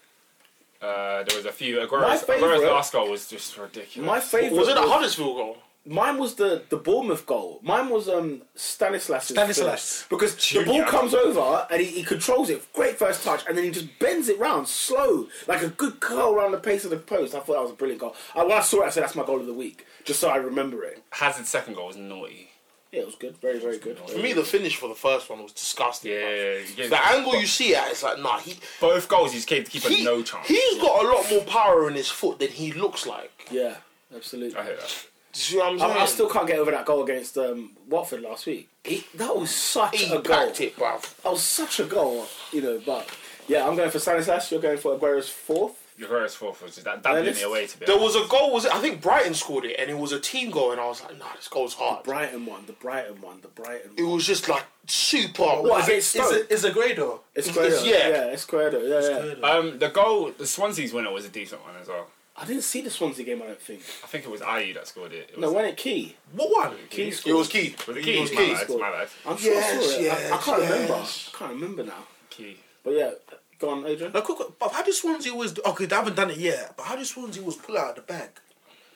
Speaker 3: Uh, there was a few.
Speaker 1: My
Speaker 3: Aguero's, Aguero's
Speaker 1: favourite-
Speaker 3: last goal was just ridiculous.
Speaker 1: My favourite
Speaker 4: Was it a Huddersfield goal?
Speaker 1: Mine was the, the Bournemouth goal. Mine was um Stanislas.
Speaker 2: Stanislas.
Speaker 1: Because the
Speaker 3: Junior.
Speaker 1: ball comes over and he, he controls it. Great first touch. And then he just bends it round slow. Like a good curl around the pace of the post. I thought that was a brilliant goal. I, when I saw it, I said, that's my goal of the week. Just so I remember it.
Speaker 3: Hazard's second goal was naughty.
Speaker 1: Yeah, it was good. Very, very good.
Speaker 4: For me, the finish for the first one was disgusting.
Speaker 3: Yeah,
Speaker 4: man.
Speaker 3: yeah, yeah.
Speaker 4: The angle you see at, it's like, nah, he,
Speaker 3: Both goals, he just gave the keeper
Speaker 4: he,
Speaker 3: no chance.
Speaker 4: he's got a lot more power in his foot than he looks like.
Speaker 1: Yeah, absolutely.
Speaker 3: I hear that.
Speaker 4: Do you see what I'm saying?
Speaker 1: I, I still can't get over that goal against um, Watford last week. He, that was such
Speaker 4: he
Speaker 1: a goal.
Speaker 4: packed it, bruv.
Speaker 1: That was such a goal, you know. But yeah, I'm going for Stanislas. You're going for Aguero's fourth.
Speaker 3: Aguero's fourth was just that, that blew
Speaker 1: Ernest?
Speaker 3: me away, to be
Speaker 4: There
Speaker 3: honest.
Speaker 4: was a goal. Was it? I think Brighton scored it, and it was a team goal, and I was like, nah, this goal's hard.
Speaker 1: Brighton one. The Brighton one. The Brighton.
Speaker 4: It was just like super.
Speaker 1: What is
Speaker 4: like,
Speaker 1: it? Stoke.
Speaker 2: It's a Grado.
Speaker 1: Esquerdo.
Speaker 4: yeah.
Speaker 1: Yeah, yeah Esquerdo. Yeah, yeah.
Speaker 3: Um, the goal, the Swansea's winner was a decent one as well.
Speaker 1: I didn't see the Swansea game. I don't think.
Speaker 3: I think it was Ayu that scored it. it
Speaker 1: No,
Speaker 3: was,
Speaker 1: when it key.
Speaker 2: What one?
Speaker 1: Key
Speaker 4: It
Speaker 1: scored.
Speaker 4: was key.
Speaker 3: was it Key?
Speaker 4: It was
Speaker 3: my
Speaker 4: Key.
Speaker 3: bad,
Speaker 1: scored.
Speaker 3: my bad.
Speaker 1: I'm sure I
Speaker 2: Yes,
Speaker 1: saw it. I, I
Speaker 2: yes,
Speaker 1: can't remember.
Speaker 2: yes.
Speaker 1: I can't remember now.
Speaker 3: Key.
Speaker 1: But yeah, go on, Adrian.
Speaker 2: No, quick, quick, but how do Swansea always? do- Okay, they haven't done it yet. But how do Swansea always pull out of the bag?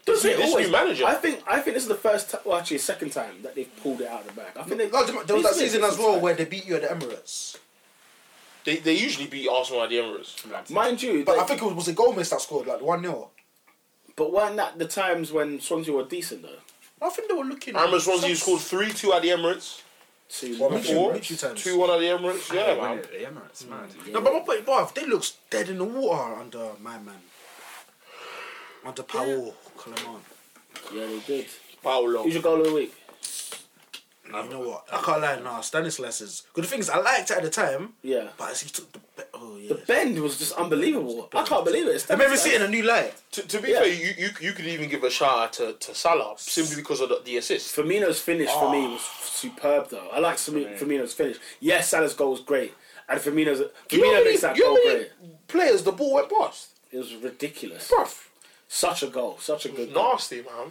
Speaker 1: Does
Speaker 4: this new manager?
Speaker 1: I think. I think this is the first. T- well, actually, second time that they've pulled it out of the bag. I think they.
Speaker 2: No, there was- there was that
Speaker 1: These
Speaker 2: season
Speaker 1: things-
Speaker 2: as well where they beat you at the Emirates.
Speaker 4: They, they usually beat Arsenal at the Emirates.
Speaker 1: Mind you,
Speaker 2: But
Speaker 1: they-
Speaker 2: I think it was, was it Gomez that scored like one 0
Speaker 1: But weren't that the times when Swansea were decent though?
Speaker 2: I think they were looking.
Speaker 4: I remember Swansea scored three two at the Emirates,
Speaker 1: To
Speaker 2: Well, Mitchell-
Speaker 4: four
Speaker 2: Mitchell times.
Speaker 4: two one at the Emirates. Yeah,
Speaker 3: Win
Speaker 4: man.
Speaker 3: it, The Emirates, man.
Speaker 2: No, but my point, bruv, they looks dead in the water under my man, under Powell Coleman.
Speaker 1: yeah, they did.
Speaker 4: Paolo.
Speaker 1: Who's your goal of the week?
Speaker 2: You know what? I can't lie. Nah, Stanislas is. Good thing is, I liked it at the time.
Speaker 1: Yeah.
Speaker 2: But as he took the. be- Oh yeah.
Speaker 1: The bend was just unbelievable. I can't believe it.
Speaker 2: I remember seeing a new light.
Speaker 4: To, to be
Speaker 1: Yeah.
Speaker 4: fair, you, you you could even give a shout out to, to Salah simply because of the, the assist.
Speaker 1: Firmino's finish for me was superb, though. I like Firmi- Firmino's finish. Yes, Salah's goal was great, and Firmino's Firmino
Speaker 4: Do you know how many,
Speaker 1: makes that
Speaker 4: you know
Speaker 1: goal
Speaker 4: how many
Speaker 1: great.
Speaker 4: players the ball went past?
Speaker 1: It was ridiculous.
Speaker 4: Bruv,
Speaker 1: Such a goal. Such a good goal.
Speaker 4: nasty, man.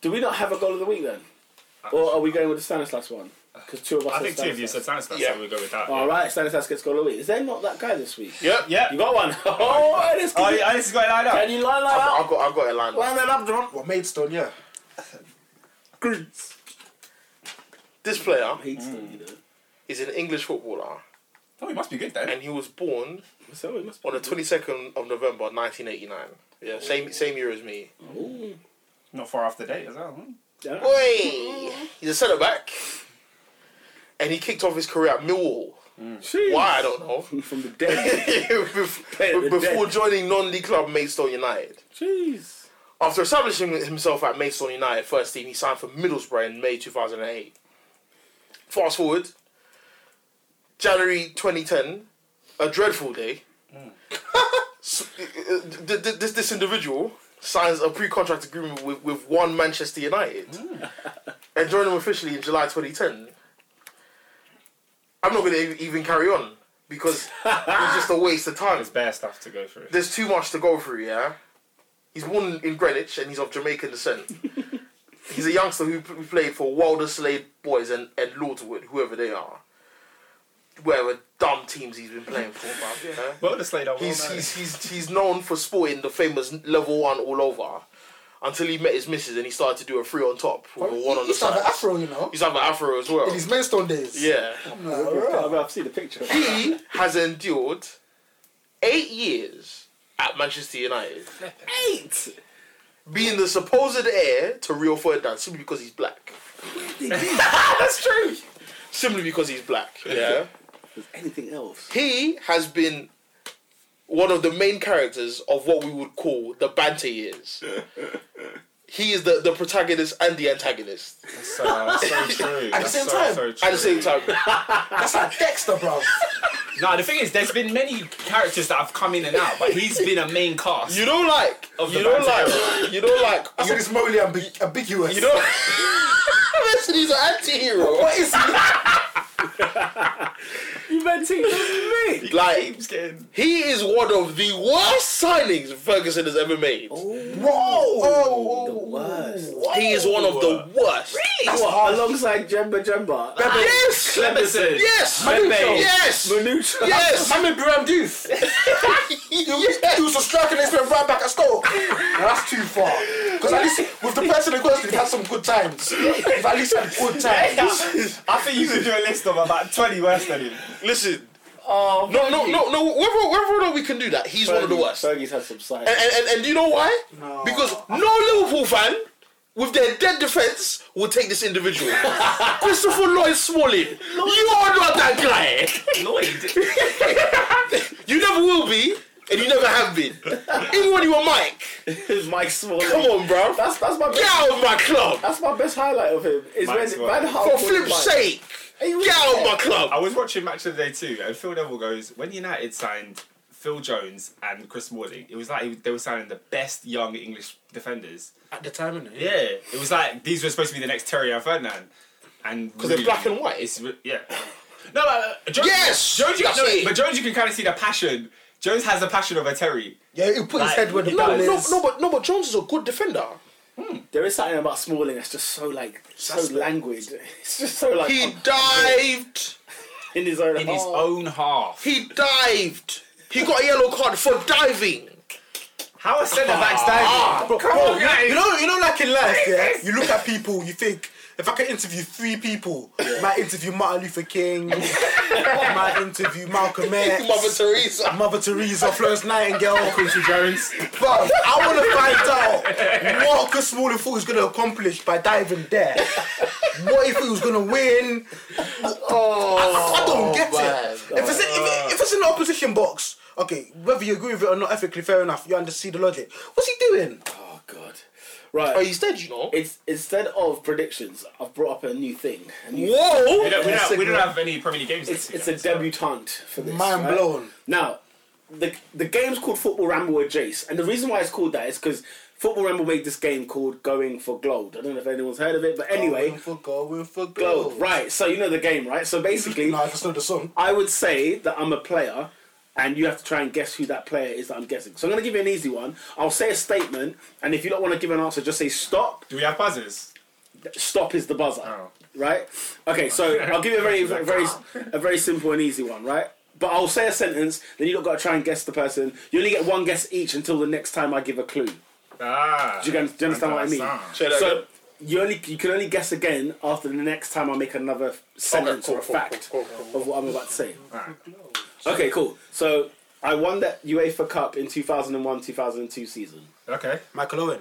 Speaker 1: Do we not have a goal of the week then, or are we going with the Stanislas one? Because two of us.
Speaker 3: I
Speaker 1: said
Speaker 3: think two of you said
Speaker 1: Stanislas.
Speaker 3: Stanislas,
Speaker 4: Yeah.
Speaker 3: so we'll go with that.
Speaker 1: All right, Stanislas gets goal of the week. Is there not that guy this week?
Speaker 4: Yep.
Speaker 3: Yeah.
Speaker 1: You got one. Oh, this
Speaker 3: Oh,
Speaker 1: can, you,
Speaker 3: yeah, this is going lined up.
Speaker 1: can you line that
Speaker 4: I've
Speaker 1: up?
Speaker 4: got, I've got it lined up.
Speaker 1: Line that up, John.
Speaker 2: What Maidstone? Yeah.
Speaker 4: This player
Speaker 1: Hates them, you know.
Speaker 4: is an English footballer,
Speaker 3: Oh, he must be good then.
Speaker 4: and he was born
Speaker 1: So it must be
Speaker 4: on the twenty second of November, nineteen eighty nine. Yeah, same same year as me.
Speaker 1: Ooh.
Speaker 3: Not far off the date as well. hmm?
Speaker 1: Yeah.
Speaker 4: Boy, he's a centre back, and he kicked off his career at Millwall.
Speaker 1: Jeez.
Speaker 4: Why I don't know.
Speaker 1: From the dead.
Speaker 4: Bef- Before joining non-league club Maidstone United.
Speaker 1: Jeez.
Speaker 4: After establishing himself at Maidstone United first team, he signed for Middlesbrough in May 2008. Fast forward, January 2010, a dreadful day. S- uh, th- th- this, this individual signs a pre contract agreement with, with one Manchester United and joined them officially in July 2010. I'm not going to even carry on because it's just a waste of time
Speaker 3: There's bare stuff to go through.
Speaker 4: there's too much to go through, yeah? He's born in Greenwich and he's of Jamaican descent. he's a youngster who p- played for Wilder Slade Boys and, and Lauderwood, whoever they are. Whatever dumb teams he's been playing for, man. Yeah?
Speaker 3: Well, the Slater. well,
Speaker 4: He's,
Speaker 3: no.
Speaker 4: he's, he's, he's known for sporting the famous level one all over until he met his missus and he started to do a three on top with a one on the
Speaker 2: He's like
Speaker 4: side.
Speaker 2: an afro, you know.
Speaker 4: He's having an afro as well.
Speaker 2: In his Maidstone days.
Speaker 4: Yeah.
Speaker 2: Nah,
Speaker 1: I
Speaker 2: bruh.
Speaker 1: mean, I've seen the picture.
Speaker 4: He has endured eight years at Manchester United.
Speaker 1: Eight.
Speaker 4: being the supposed heir to Rio Ferdinand simply because he's black. That's true. Simply because he's black. Yeah.
Speaker 1: There's anything else?
Speaker 4: he has been one of the main characters of what we would call the banter years. He is the, the protagonist and the antagonist
Speaker 3: That's, uh, so true. At
Speaker 2: the same time.
Speaker 4: at the same time.
Speaker 2: That's like Dexter, bro.
Speaker 3: No, the thing is, there's been many characters that have come in and out, but he's been a main cast.
Speaker 4: You don't like.
Speaker 3: Of the
Speaker 4: you don't
Speaker 3: banter
Speaker 4: like. You don't like.
Speaker 2: I said it's morally ambi- ambiguous.
Speaker 4: You don't. Listen, he's an anti-hero.
Speaker 2: What is he?
Speaker 1: You meant to me.
Speaker 4: Like
Speaker 3: Keeps getting-
Speaker 4: he is one of the worst signings Ferguson has ever made.
Speaker 2: Whoa! Oh,
Speaker 1: The worst.
Speaker 4: He is one of the worst.
Speaker 1: That's what? Alongside Jemba Jemba. That
Speaker 4: Yes!
Speaker 3: Clemenson.
Speaker 4: Yes!
Speaker 1: Pepe.
Speaker 4: Yes!
Speaker 1: Manucha.
Speaker 4: Yes!
Speaker 2: I'm in Buram Doof. He was a striker and he's been right back at school. Now, that's too far. Because at least with the person in question, he had some good times. If at least had good times.
Speaker 3: I think you could do a list of about 20 worse than him.
Speaker 4: Listen,
Speaker 1: Oh,
Speaker 4: no, no, no, no, whether, whether or not we can do that, he's one of the worst. And,
Speaker 1: Fergie's had some sides.
Speaker 4: and, and, and you know why? Because no Liverpool fan, with their dead defence, will take this individual. Christopher Lloyd Smalling, you are not that guy!
Speaker 3: Lloyd.
Speaker 4: You never will be, and you never have been. Even when you were Mike.
Speaker 1: His Mike Smalling.
Speaker 4: Come on, bro.
Speaker 1: That's, that's, my
Speaker 4: Get
Speaker 1: best,
Speaker 4: out of my club!
Speaker 1: that's my best highlight of him. Is
Speaker 3: Mike
Speaker 1: when Van
Speaker 3: Smalling.
Speaker 1: Hal
Speaker 4: For
Speaker 1: called him
Speaker 4: flip's
Speaker 1: Mike.
Speaker 4: sake!
Speaker 1: He was
Speaker 4: Get out of
Speaker 1: there.
Speaker 4: my club!
Speaker 3: I was watching Match of the Day too, and Phil Neville goes, when United signed Phil Jones and Chris Smalling, it was like he- they were signing the best young English defenders.
Speaker 2: At the time, innit?
Speaker 3: Yeah, it was like these were supposed to be the next Terry and Ferdinand, and because
Speaker 4: they're black and white.
Speaker 3: It's re- yeah. No, like, uh, Jones,
Speaker 4: Yes!
Speaker 3: Jones, you
Speaker 4: That's
Speaker 3: no,
Speaker 4: it.
Speaker 3: but Jones, you can kind of see the passion. Jones has the passion of a Terry.
Speaker 2: Yeah, he put his
Speaker 3: Like,
Speaker 2: head where the
Speaker 3: no,
Speaker 2: ball
Speaker 4: No, no,
Speaker 2: is.
Speaker 4: no, but no, but Jones is a good defender.
Speaker 1: There is something about Smalling that's just so like so
Speaker 2: That's-
Speaker 1: languid. It's just so like
Speaker 4: He dived.
Speaker 1: in his own.
Speaker 3: In his own half.
Speaker 4: He dived. He got a yellow card for diving.
Speaker 3: How are centre backs
Speaker 1: Ah.
Speaker 3: diving?
Speaker 2: Bro,
Speaker 3: Come
Speaker 2: bro,
Speaker 4: Oh,
Speaker 3: on, guys.
Speaker 2: You know, you know, like in life, yeah. You look at people, you think. If I could interview three people, might interview Martin Luther King, might interview Malcolm X,
Speaker 4: Mother Teresa.
Speaker 2: Mother Teresa, Florence Nightingale,
Speaker 3: Quincy Jones.
Speaker 2: Bruv, I want to find out what Chris Smalling thought he was going to accomplish by diving there. What if he was going to win? I, I don't get
Speaker 4: man.
Speaker 2: it. If it's, in, if, it- if it's in the opposition box, okay, whether you agree with it or not ethically, fair enough. You understand the logic. What's he doing?
Speaker 1: Oh god.
Speaker 4: But
Speaker 1: Right.
Speaker 4: he's dead, you know.
Speaker 1: It's instead of predictions, I've brought up a new thing. A new
Speaker 3: We
Speaker 4: Whoa!
Speaker 3: don't, we,
Speaker 1: It's
Speaker 3: don't, we
Speaker 1: a-
Speaker 3: don't have any Premier League games.
Speaker 1: It's it's
Speaker 3: next
Speaker 1: a
Speaker 3: weekend, so-
Speaker 1: debutante for this.
Speaker 2: Mind
Speaker 1: right?
Speaker 2: blown.
Speaker 1: Now, the the game's called Football Ramble with Jace, and the reason why it's called that is because Football Ramble made this game called Going for Gold. I don't know if anyone's heard of it, but anyway,
Speaker 2: Oh, Going for going for
Speaker 1: Gold.
Speaker 2: gold.
Speaker 1: Right. So you know the game, right? So basically,
Speaker 2: No, that's not the song.
Speaker 1: I would say that I'm a player, and you have to try and guess who that player is that I'm guessing. So I'm going to give you an easy one. I'll say a statement, and if you don't want to give an answer, just say stop.
Speaker 3: Do we have buzzers?
Speaker 1: Stop is the buzzer,
Speaker 3: Oh.
Speaker 1: right? Okay, so I'll give you a very, a very, a very simple and easy one, right? But I'll say a sentence, then you don't got to try and guess the person. You only get one guess each until the next time I give a clue.
Speaker 3: Ah.
Speaker 1: Do you, get- do you understand what I mean?
Speaker 4: Say that
Speaker 1: So
Speaker 4: again.
Speaker 1: you only you can only guess again after the next time I make another sentence
Speaker 4: cool,
Speaker 1: or a
Speaker 4: Oh, cool,
Speaker 1: fact
Speaker 4: cool, cool,
Speaker 1: of what I'm about to say.
Speaker 3: Alright.
Speaker 1: Okay, cool. So I won that UEFA Cup in 2001-2002 season.
Speaker 3: Okay.
Speaker 2: Michael Owen.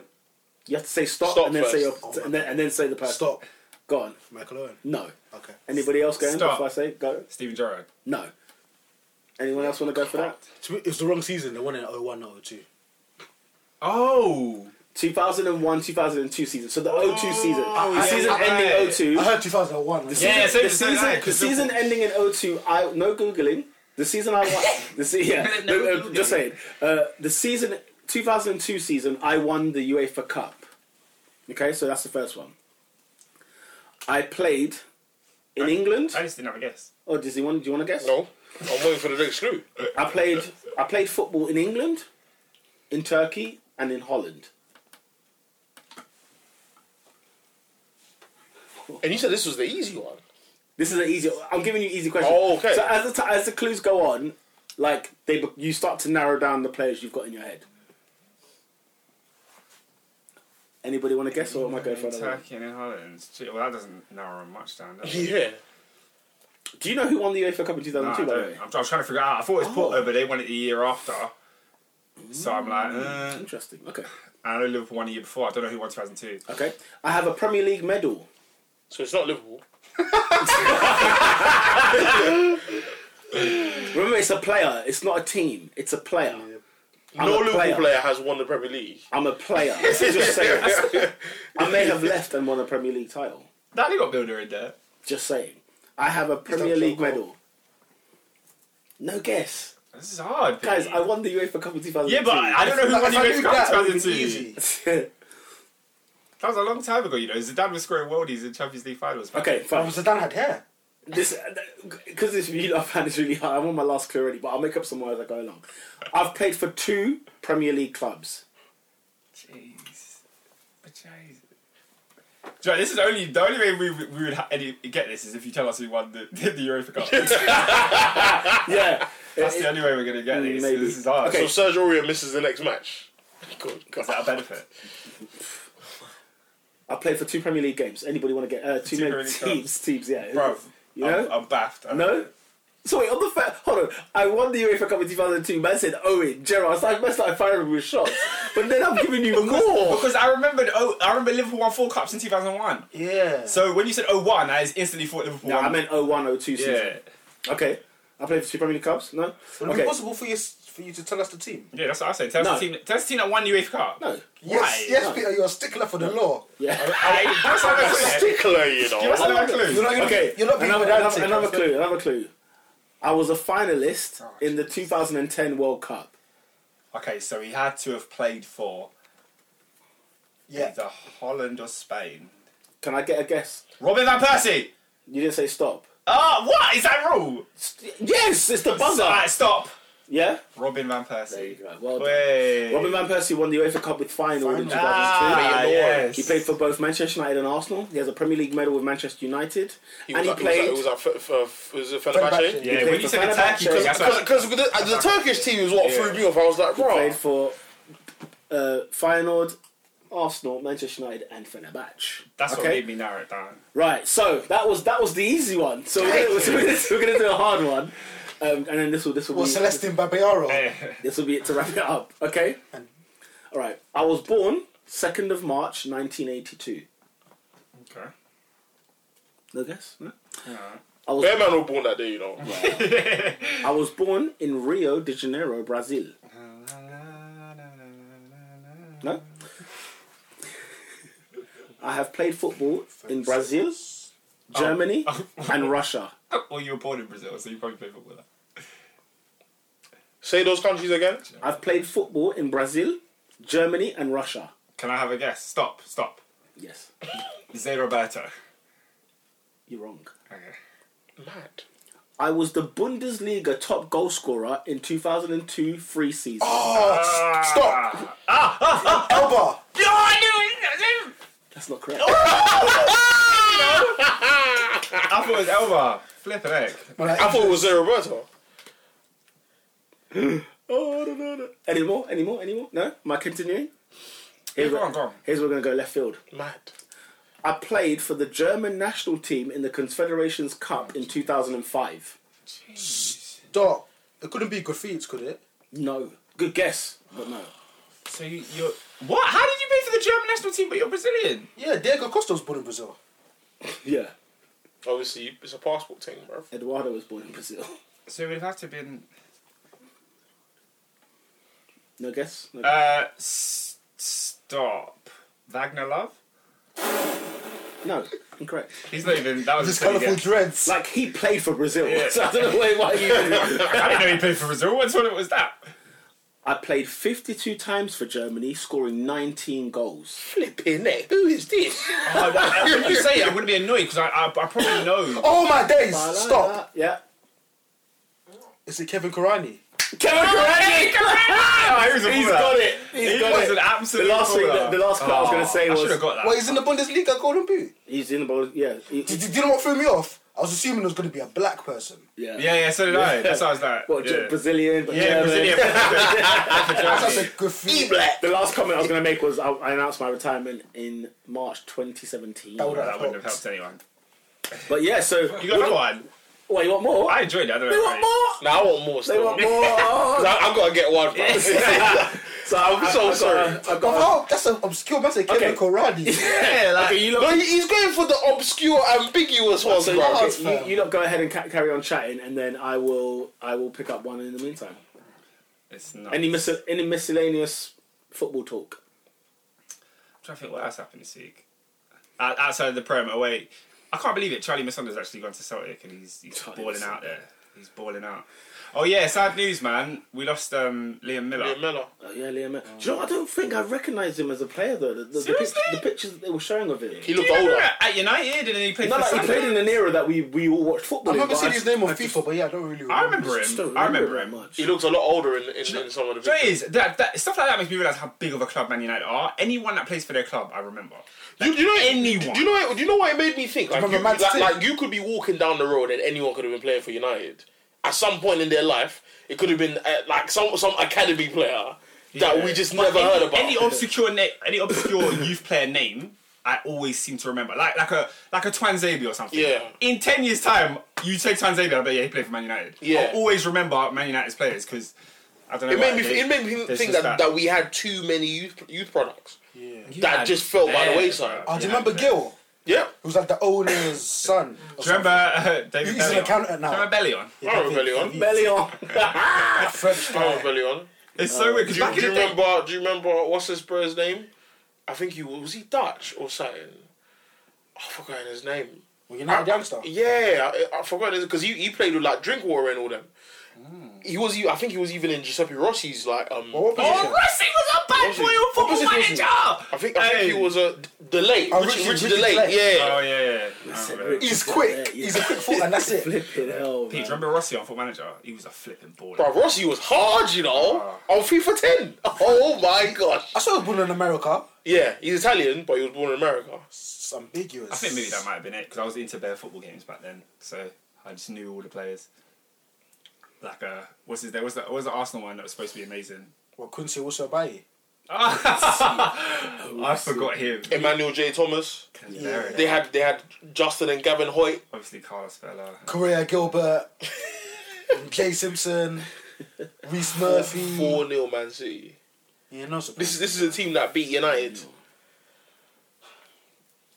Speaker 1: You have to say stop,
Speaker 4: Stop
Speaker 1: and then say your,
Speaker 4: first.
Speaker 1: and, then, and then say the person.
Speaker 2: Stop.
Speaker 1: Go on.
Speaker 2: Michael Owen.
Speaker 1: No.
Speaker 2: Okay.
Speaker 1: Anybody else going
Speaker 3: Stop.
Speaker 1: before I say go?
Speaker 3: Steven Gerrard.
Speaker 1: No. Anyone else want to go for that?
Speaker 2: To me, It's the wrong season. They won in 01 or 02.
Speaker 3: Oh.
Speaker 1: 2001 2002 season. So the 02 season.
Speaker 3: Oh,
Speaker 1: the
Speaker 3: yeah,
Speaker 1: season
Speaker 3: right.
Speaker 1: ending 02.
Speaker 2: I heard 2001.
Speaker 1: The
Speaker 2: This
Speaker 3: Yeah,
Speaker 1: season,
Speaker 3: same-
Speaker 1: the
Speaker 3: same
Speaker 1: season,
Speaker 3: line,
Speaker 1: the
Speaker 3: 'cause
Speaker 1: season ending in 02, I no googling. The season I won. the se- yeah,
Speaker 3: No
Speaker 1: no, uh, just
Speaker 3: Googling.
Speaker 1: saying. Uh, the season 2002 season, I won the UEFA Cup. Okay, so that's the first one. I played in England.
Speaker 3: I just didn't have a guess.
Speaker 1: oh, does he want? Do you want to guess?
Speaker 4: No, I'm waiting for the next clue.
Speaker 1: I played. I played football in England, in Turkey, and in Holland.
Speaker 4: And you said this was the easy one.
Speaker 1: This is an easy. I'm giving you easy questions.
Speaker 4: Oh, okay.
Speaker 1: So as the, t- as the clues go on, like they, be- you start to narrow down the players you've got in your head. Anybody want to guess, or am I going for another? one?
Speaker 3: Turkey and in Holland. Gee, Well, that doesn't narrow much down. Does it?
Speaker 4: Yeah.
Speaker 1: Do you know who won the UEFA Cup in
Speaker 3: No, I
Speaker 1: 2002?
Speaker 3: don't.
Speaker 1: by the way,
Speaker 3: Ah, I'm, I'm trying to figure out. I thought it was Porto,
Speaker 1: Oh.
Speaker 3: but they won it the year after. So I'm like,
Speaker 1: Mm.
Speaker 3: uh,
Speaker 1: interesting. Okay,
Speaker 3: I know Liverpool won the year before. I don't know who won 2002.
Speaker 1: okay. I have a Premier League medal.
Speaker 4: So it's not Liverpool.
Speaker 1: Remember, it's a player. It's not a team. It's a player. I'm
Speaker 4: no
Speaker 1: a
Speaker 4: Liverpool
Speaker 1: player.
Speaker 4: player. has won the Premier League.
Speaker 1: I'm a player. Just saying. I may have left and won a Premier League title.
Speaker 3: That they got Builder in there.
Speaker 1: Just saying. I have a Premier
Speaker 2: that
Speaker 1: League
Speaker 2: your
Speaker 1: medal. No guess.
Speaker 3: This is hard, Pete.
Speaker 1: Guys, I won the UEFA Cup in 2002.
Speaker 3: yeah, but I don't know who won
Speaker 2: If
Speaker 3: the
Speaker 2: I
Speaker 3: World
Speaker 2: knew
Speaker 3: Cup
Speaker 2: that, it
Speaker 3: in
Speaker 2: would've been
Speaker 3: 2002.
Speaker 2: easy.
Speaker 3: That was a long time ago, you know. Zidane was scoring worldies in Champions League finals. man.
Speaker 1: Okay,
Speaker 2: But
Speaker 1: fine.
Speaker 2: Zidane had hair.
Speaker 1: This because this Villa fan is really hard. I'm on my last clue already, but I'll make up some more as I go along. I've played for two Premier League clubs.
Speaker 3: Jeez. But jeez. Do you know, this is only the only way we, we would ha- any, get this is if you tell us who won the, the Europa Cup. That's
Speaker 1: Yeah,
Speaker 3: the only way we're gonna get this.
Speaker 1: Maybe.
Speaker 3: This is hard.
Speaker 1: Okay.
Speaker 4: So Sergio Aurier misses the next match. Good
Speaker 3: Is that a benefit?
Speaker 1: I played for two Premier League games. Anybody want to get uh, two,
Speaker 3: Two
Speaker 1: Premier
Speaker 3: Premier League
Speaker 1: teams? Teams, yeah,
Speaker 3: Bro,
Speaker 1: You
Speaker 3: I'm,
Speaker 1: know?
Speaker 3: I'm baffed. I'm-
Speaker 1: No. So wait, on the fact, hold on. I won the UEFA Cup in 2002. Man said Owen, Gerrard. So I must start firing with shots. But then I'm giving you more.
Speaker 3: Because I remembered, oh, I remember Liverpool won four cups in 2001.
Speaker 2: Yeah.
Speaker 3: So when you said 01, I instantly thought Liverpool
Speaker 1: No,
Speaker 3: won.
Speaker 1: I meant 01, 02 season.
Speaker 3: yeah.
Speaker 1: Okay. I played for two Premier League clubs. No.
Speaker 2: Would it be
Speaker 1: Okay.
Speaker 2: possible for you, for you to tell us the team?
Speaker 3: Yeah, that's what I say. Tell us
Speaker 1: No.
Speaker 3: the team, tell us the team that won the UEFA Cup.
Speaker 1: No.
Speaker 2: Yes,
Speaker 3: Why?
Speaker 2: yes, Peter, you're a stickler for the law.
Speaker 1: Yeah.
Speaker 3: I, that's what I said.
Speaker 4: Stickler, you
Speaker 3: Give us
Speaker 4: know.
Speaker 3: another
Speaker 2: You're
Speaker 3: clue.
Speaker 2: not, gonna-
Speaker 1: Okay.
Speaker 2: you're not being
Speaker 1: another,
Speaker 2: pedantic.
Speaker 1: another, another clue. Another clue. I was a finalist in the 2010 World Cup.
Speaker 3: Okay, so he had to have played for
Speaker 2: Yeah.
Speaker 3: either Holland or Spain.
Speaker 1: Can I get a guess?
Speaker 3: Robin van Persie.
Speaker 1: You didn't say stop.
Speaker 3: Ah, what is that rule?
Speaker 1: Yes, it's the buzzer.
Speaker 3: Alright, stop.
Speaker 1: Yeah.
Speaker 3: Robin van
Speaker 1: There you
Speaker 3: Persie.
Speaker 1: go. Well done.
Speaker 3: Wait.
Speaker 1: Robin van Persie won the UEFA Cup with final, in 2002.
Speaker 3: Ah, yes.
Speaker 1: He played for both Manchester United and Arsenal. He has a Premier League medal with Manchester United,
Speaker 4: He
Speaker 1: and
Speaker 4: was
Speaker 1: he
Speaker 4: like-
Speaker 1: played.
Speaker 4: He was like, he was like, f- f- was it
Speaker 2: Fenerbahce.
Speaker 4: Fenerbahce?
Speaker 3: yeah,
Speaker 1: played
Speaker 3: when you
Speaker 1: for
Speaker 3: said the
Speaker 1: Fenerbahce.
Speaker 3: Turkey, thing, that's what I said.
Speaker 4: Because the, uh, the Turkish team is what
Speaker 3: Yeah.
Speaker 4: threw me off. I was like, bro.
Speaker 1: played for uh, Feyenoord, Arsenal, Manchester United, and Fenerbahce.
Speaker 3: That's what
Speaker 1: Okay?
Speaker 3: made me narrow it down.
Speaker 1: Right, so that was that was the easy one. So we're gonna, so we're gonna, we're gonna do a hard one, um, and then this will this will
Speaker 2: Or
Speaker 1: be
Speaker 2: Celestine Babayaro.
Speaker 1: this will be it to wrap it up. Okay. All right. I was born second of March, nineteen eighty two.
Speaker 3: okay.
Speaker 1: No guess. No?
Speaker 3: Alright.
Speaker 1: I was
Speaker 4: Bear man was born that day, you know.
Speaker 1: I was born in Rio de Janeiro, Brazil. No. I have played football in Brazil, Germany,
Speaker 3: Oh.
Speaker 1: and Russia.
Speaker 3: Well, you were born in Brazil, so you probably play football there.
Speaker 4: Say those countries again.
Speaker 1: I've played football in Brazil, Germany, and Russia.
Speaker 3: Can I have a guess? Stop, stop.
Speaker 1: Yes,
Speaker 3: Zé Roberto.
Speaker 1: you're wrong.
Speaker 3: Okay.
Speaker 4: Mad.
Speaker 1: I was the Bundesliga top goal scorer in 2002 3 season.
Speaker 3: Oh.
Speaker 4: Stop.
Speaker 2: Elba.
Speaker 3: No, Ah. I knew it!
Speaker 1: That's not correct.
Speaker 3: Oh. I thought it was Elba. Flippin' heck.
Speaker 2: Like,
Speaker 4: I thought it was Zé Roberto.
Speaker 1: Any more? Any more? Any more? No? Am I continuing? Here's,
Speaker 3: Go on,
Speaker 1: where,
Speaker 3: go on.
Speaker 1: here's where we're going to go left field.
Speaker 4: Mad.
Speaker 1: I played for the German national team in the Confederations Cup in 2005.
Speaker 2: Stop. It couldn't be Graffiti, could it?
Speaker 1: No. Good guess, but no.
Speaker 3: So you, you're. What? How did you play for the German national team but you're Brazilian?
Speaker 2: Yeah, Diego Costa was born in Brazil.
Speaker 1: Yeah.
Speaker 4: Obviously, it's a passport thing, bro.
Speaker 1: Eduardo was born in Brazil.
Speaker 3: So it would have to have been.
Speaker 1: No guess? No
Speaker 3: Uh, s- stop. Wagner Love?
Speaker 1: No, incorrect.
Speaker 3: He's not even. That was
Speaker 2: His
Speaker 3: a silly
Speaker 2: colourful
Speaker 3: guess.
Speaker 2: dreads.
Speaker 1: Like he played for Brazil,
Speaker 3: Yeah.
Speaker 1: so I don't know why. why he-
Speaker 3: I didn't know he played for Brazil. What's what it was that?
Speaker 1: I played 52 times for Germany, scoring 19 goals.
Speaker 4: Flipping neck. Who is this?
Speaker 3: Oh, that if you say it, I'm going to be annoyed because I, I, I probably know.
Speaker 2: Oh my days! Stop.
Speaker 1: Yeah.
Speaker 2: Is it Kevin Karani?
Speaker 1: Kevin Correa.
Speaker 3: Ah, he was a
Speaker 1: He's
Speaker 3: baller.
Speaker 1: got it. He's
Speaker 3: He
Speaker 1: got
Speaker 3: was
Speaker 1: it.
Speaker 3: an absolute.
Speaker 1: The last thing,
Speaker 3: baller.
Speaker 1: the, the last part I was going to say
Speaker 3: Oh, I should
Speaker 1: was
Speaker 3: have got that.
Speaker 2: Wait, he's in the Bundesliga Golden Boot.
Speaker 1: he's in the ball. Yeah, he-
Speaker 2: Did, did you know what threw me off? I was assuming it was going to be a black person.
Speaker 1: yeah.
Speaker 3: Yeah, yeah, so did I. That's how I was like.
Speaker 1: What
Speaker 3: yeah.
Speaker 1: Ge- Brazilian? But
Speaker 3: Yeah,
Speaker 1: German.
Speaker 3: Brazilian.
Speaker 2: That's a
Speaker 3: E
Speaker 2: graffiti.
Speaker 1: black. The last comment I was going to make was I, I announced my retirement in March 2017.
Speaker 2: That would
Speaker 3: that wouldn't
Speaker 2: helped.
Speaker 3: have helped anyone.
Speaker 1: But yeah, so
Speaker 3: You got another one.
Speaker 1: Wait, you want more?
Speaker 3: I enjoyed it. I don't
Speaker 1: they
Speaker 3: know.
Speaker 1: want more.
Speaker 4: Now I want more
Speaker 1: They
Speaker 4: still.
Speaker 1: want more.
Speaker 4: I, have got to get one, bro.
Speaker 1: so I'm,
Speaker 4: so
Speaker 1: I've got
Speaker 4: sorry.
Speaker 1: a- I've got.
Speaker 2: Oh, that's an obscure man said Kevin
Speaker 1: Okay.
Speaker 2: Karani.
Speaker 3: Uh-huh. Yeah, like,
Speaker 1: okay, you
Speaker 4: No,
Speaker 1: look.
Speaker 4: he- he's going for the obscure, ambiguous ones,
Speaker 1: So,
Speaker 4: bro.
Speaker 1: okay,
Speaker 2: that's fair.
Speaker 1: you, you lot go ahead and ca- carry on chatting, and then I will. I will pick up one in the meantime.
Speaker 3: it's not.
Speaker 1: Any mis- any miscellaneous football talk?
Speaker 3: trying to think what else happened this week. Out- Outside of the Prem, away. I can't believe it. Charlie Musonder's actually gone to Celtic and he's, he's
Speaker 1: Charlie
Speaker 3: balling
Speaker 1: Missonder.
Speaker 3: out there. He's balling out. Oh, yeah, sad news, man. We lost um, Liam Miller.
Speaker 4: Yeah, Miller.
Speaker 1: Oh, yeah, Liam. Do you know? what? I don't think I recognised him as a player though. The, the, the, pic-
Speaker 3: Seriously?
Speaker 1: the pictures that they were showing of him.
Speaker 4: He
Speaker 3: Do you
Speaker 4: looked
Speaker 3: know
Speaker 4: older.
Speaker 3: that? At United and then he played
Speaker 1: Not
Speaker 3: for
Speaker 1: like he
Speaker 3: Sunderland?
Speaker 1: played in an era that we, we all watched football.
Speaker 2: I've
Speaker 1: in,
Speaker 2: never
Speaker 1: but
Speaker 2: seen
Speaker 1: I
Speaker 2: his
Speaker 1: just-
Speaker 2: name on FIFA, but yeah, I don't really remember.
Speaker 3: I remember
Speaker 1: just don't
Speaker 3: him. I remember
Speaker 1: that
Speaker 3: him.
Speaker 1: much.
Speaker 4: He looks a lot older in, in, in some of the
Speaker 3: Do you know what
Speaker 4: pictures.
Speaker 3: it is? That, that, stuff like that makes me realise how big of a club Man United are. Anyone that plays for their club, I remember.
Speaker 4: Do you, do you know
Speaker 3: Anyone.
Speaker 4: Do you know? What, do you know what it made me think? Like you,
Speaker 2: Remember Man
Speaker 4: like,
Speaker 2: City?
Speaker 4: like you could be walking down the road and anyone could have been playing for United. At some point in their life, it could have been uh, like some some academy player that we just never
Speaker 3: any,
Speaker 4: heard about.
Speaker 3: Any obscure na- any obscure youth player name, I always seem to remember. Like like a like a Twanzabi or something.
Speaker 4: Yeah.
Speaker 3: In ten years' time, you take Twanzabi, I bet yeah, he played for Man United.
Speaker 4: Yeah.
Speaker 3: I'll always remember Man United's players because I don't know.
Speaker 4: it made me.
Speaker 3: why,
Speaker 4: th-
Speaker 3: they-
Speaker 4: It made me
Speaker 3: there's
Speaker 4: think
Speaker 3: just
Speaker 4: that, that we had too many youth youth products
Speaker 2: Yeah.
Speaker 4: that
Speaker 3: Yeah,
Speaker 4: just fell by
Speaker 3: yeah,
Speaker 4: the wayside.
Speaker 3: bro.
Speaker 2: Oh, do you remember Gil?
Speaker 4: Yeah,
Speaker 2: He was like the owner's son. or
Speaker 3: Do you remember uh, David
Speaker 2: He's an
Speaker 3: Bellion?
Speaker 2: accountant now.
Speaker 3: Do you remember Bellion?
Speaker 2: something.
Speaker 4: I remember Leon.
Speaker 1: Belly on.
Speaker 2: French
Speaker 3: Oh.
Speaker 4: I
Speaker 2: guy.
Speaker 4: remember Leon.
Speaker 3: It's so weird
Speaker 4: Do
Speaker 3: because
Speaker 4: you,
Speaker 3: back
Speaker 4: do
Speaker 3: in
Speaker 4: you
Speaker 3: the day,
Speaker 4: remember? Do you remember what's his brother's name? I think he was he Dutch or something. I forgot his name.
Speaker 2: Well, United youngster.
Speaker 4: Yeah, I, I forgot his because he, he played with like Drinkwater and all them. He was I think he was even in Giuseppe Rossi's like um.
Speaker 2: Well, Hmm. what
Speaker 3: oh,
Speaker 2: position?
Speaker 3: Rossi was a bad
Speaker 4: Rossi.
Speaker 3: boy on
Speaker 4: What
Speaker 3: football
Speaker 4: position was he?
Speaker 3: manager.
Speaker 4: I think I
Speaker 3: Hey.
Speaker 4: think he was a Delay.
Speaker 2: Oh,
Speaker 4: Richie,
Speaker 2: Richie-
Speaker 4: Richie
Speaker 2: Richie
Speaker 4: Delay.
Speaker 2: Delay.
Speaker 3: Oh yeah,
Speaker 4: Yeah.
Speaker 3: yeah, yeah. I remember.
Speaker 2: He's quick.
Speaker 1: Yeah,
Speaker 2: He's a quick foot, and that's it.
Speaker 1: Flipping hell,
Speaker 3: Pete, do you
Speaker 1: man.
Speaker 3: remember Rossi on football manager? He was a flipping baller.
Speaker 4: Bro, Rossi was hard, you
Speaker 2: Ah.
Speaker 4: know, on FIFA 10. Oh my gosh.
Speaker 2: I saw he was born in America.
Speaker 4: Yeah, he's Italian, but he was born in America.
Speaker 2: It's ambiguous.
Speaker 3: I think maybe that might have been it because I was into bare football games back then, so I just knew all the players. Like, uh, what's his name? What's the what was the Arsenal one that was supposed to be amazing?
Speaker 2: Well, Quincy also by
Speaker 3: I forgot him.
Speaker 4: Emmanuel J. Thomas.
Speaker 3: Hilarious.
Speaker 4: They had they had Justin and Gavin Hoyt.
Speaker 3: Obviously, Carlos Vela.
Speaker 2: Correa Gilbert, Jay Simpson, Reese Murphy.
Speaker 4: Four 0 Man City.
Speaker 2: Yeah, no surprise.
Speaker 4: This is this is a team that beat United.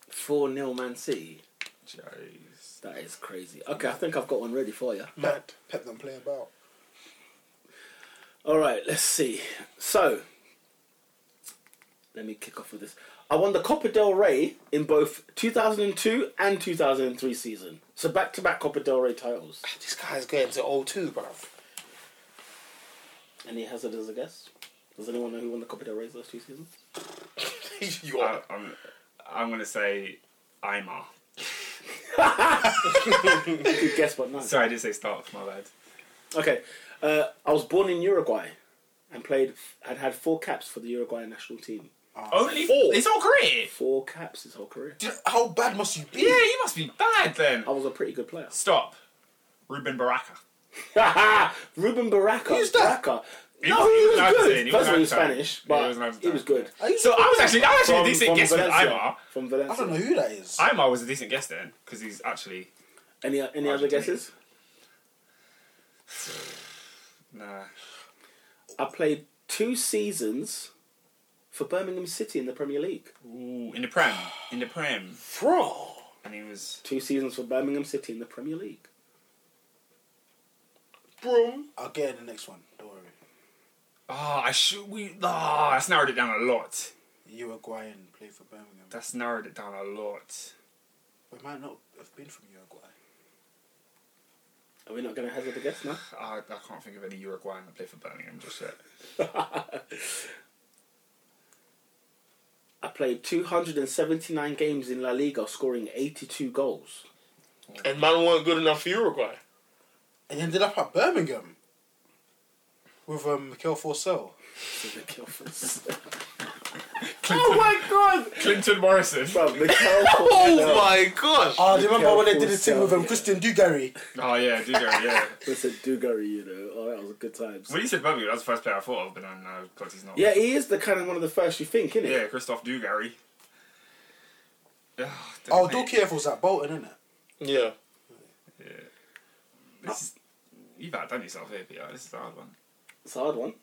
Speaker 1: Four 0 Man City.
Speaker 3: Jeez.
Speaker 1: That is crazy. Okay, I think I've got one ready for you.
Speaker 4: Mad.
Speaker 2: Pep them play about.
Speaker 1: All right, let's see. So, let me kick off with this. I won the Copa del Rey in both 2002 and 2003 season. So back to back Copa del Rey titles.
Speaker 4: This guy's getting to 0-2, bruv.
Speaker 1: Any hazard as a guess? Does anyone know who won the Copa del Rey those two seasons?
Speaker 4: you
Speaker 3: I,
Speaker 4: are.
Speaker 3: Uh, I'm, I'm gonna say Imar.
Speaker 1: Good guess, but no.
Speaker 3: Sorry, I didn't say Stark. My bad.
Speaker 1: Okay, uh, I was born in Uruguay and played and had four caps for the Uruguayan national team.
Speaker 3: Only
Speaker 4: Four.
Speaker 3: It's all great.
Speaker 1: Four caps his whole career.
Speaker 2: How bad must you be?
Speaker 3: Yeah, you must be bad then.
Speaker 1: I was a pretty good player.
Speaker 3: Stop. Ruben Baraka.
Speaker 1: Ruben Baraka.
Speaker 2: Who's that?
Speaker 1: Baraka.
Speaker 3: He
Speaker 1: no,
Speaker 3: was-
Speaker 1: he
Speaker 3: he
Speaker 1: was
Speaker 3: was an
Speaker 1: good.
Speaker 3: Argentine, he was
Speaker 1: First of all, he was
Speaker 3: an
Speaker 1: Spanish, but he was,
Speaker 3: Argentine. Yeah, he was an Argentine.
Speaker 1: good.
Speaker 2: Are you
Speaker 3: So I was actually, I was actually
Speaker 1: From-
Speaker 3: a decent
Speaker 1: from
Speaker 3: guess with
Speaker 1: Valencia.
Speaker 3: Imar.
Speaker 1: From Valencia.
Speaker 2: I don't know who that is.
Speaker 3: Imar was a decent guess then because he's actually
Speaker 1: Any, any other
Speaker 3: Argentinian.
Speaker 1: guesses?
Speaker 3: nah.
Speaker 1: I played two seasons for Birmingham City in the Premier League.
Speaker 3: Ooh, in the prem, in the prem,
Speaker 4: Bro.
Speaker 3: and he was
Speaker 1: Two seasons for Birmingham City in the Premier League.
Speaker 4: Bro.
Speaker 2: I'll get in the next one. Don't worry.
Speaker 3: ah. I should we ah. that's narrowed it down a lot.
Speaker 2: Uruguayan played for Birmingham.
Speaker 3: That's narrowed it down a lot.
Speaker 2: We might not have been from Uruguay.
Speaker 1: Are we not going to hazard a guess now?
Speaker 3: I, I can't think of any Uruguayan that play for Birmingham just yet.
Speaker 1: I played 279 games in La Liga, scoring 82 goals.
Speaker 4: And man weren't good enough for Uruguay.
Speaker 2: And he ended up at Birmingham with um, Mikel Forsell.
Speaker 1: oh my god!
Speaker 3: Clinton Morrison.
Speaker 1: Bro, Mikel Forsell.
Speaker 4: Oh my gosh.
Speaker 2: Oh, do you remember
Speaker 1: Mikel
Speaker 2: when they did the thing
Speaker 1: Forsell,
Speaker 2: with um,
Speaker 1: yeah.
Speaker 2: Christian Dugarry?
Speaker 3: Oh yeah, do go, yeah.
Speaker 1: It's a Dugarry, you know. Oh, that was a good time.
Speaker 3: When you said Birmingham, that was the first player I thought of, but then no, because he's not.
Speaker 1: Yeah, he is the kind of one of the first you think, isn't
Speaker 3: yeah,
Speaker 1: it?
Speaker 3: Christoph Dugarry. Ah,
Speaker 2: Oh,
Speaker 3: damn
Speaker 2: Duke
Speaker 3: it.
Speaker 2: Careful's at Bolton, isn't it?
Speaker 4: Yeah.
Speaker 3: Yeah. This is, you've outdone yourself here, Peter. This is the hard one.
Speaker 1: It's a hard one.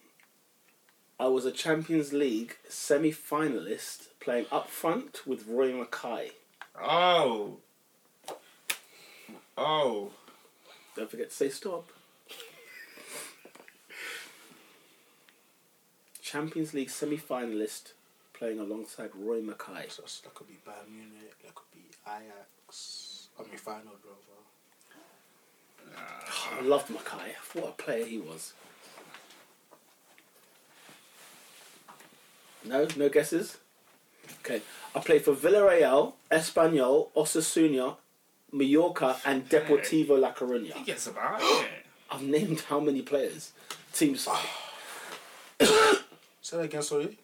Speaker 1: I was a Champions League semi finalist playing up front with Roy Mackay.
Speaker 3: Oh. Oh.
Speaker 1: Don't forget to say stop. Champions League semi finalist playing alongside Roy Mackay.
Speaker 2: So that's- that could be Bayern Munich, that could be Ajax. I mean, Feyenoord, rather.
Speaker 1: I loved Mackay. What a player he was. No, no guesses. Okay, I played for Villarreal, Espanyol, Osasuna, Mallorca, and Deportivo La
Speaker 3: He
Speaker 1: Coruña.
Speaker 3: gets about it.
Speaker 1: I've named how many players, teams
Speaker 2: Say that again, sorry.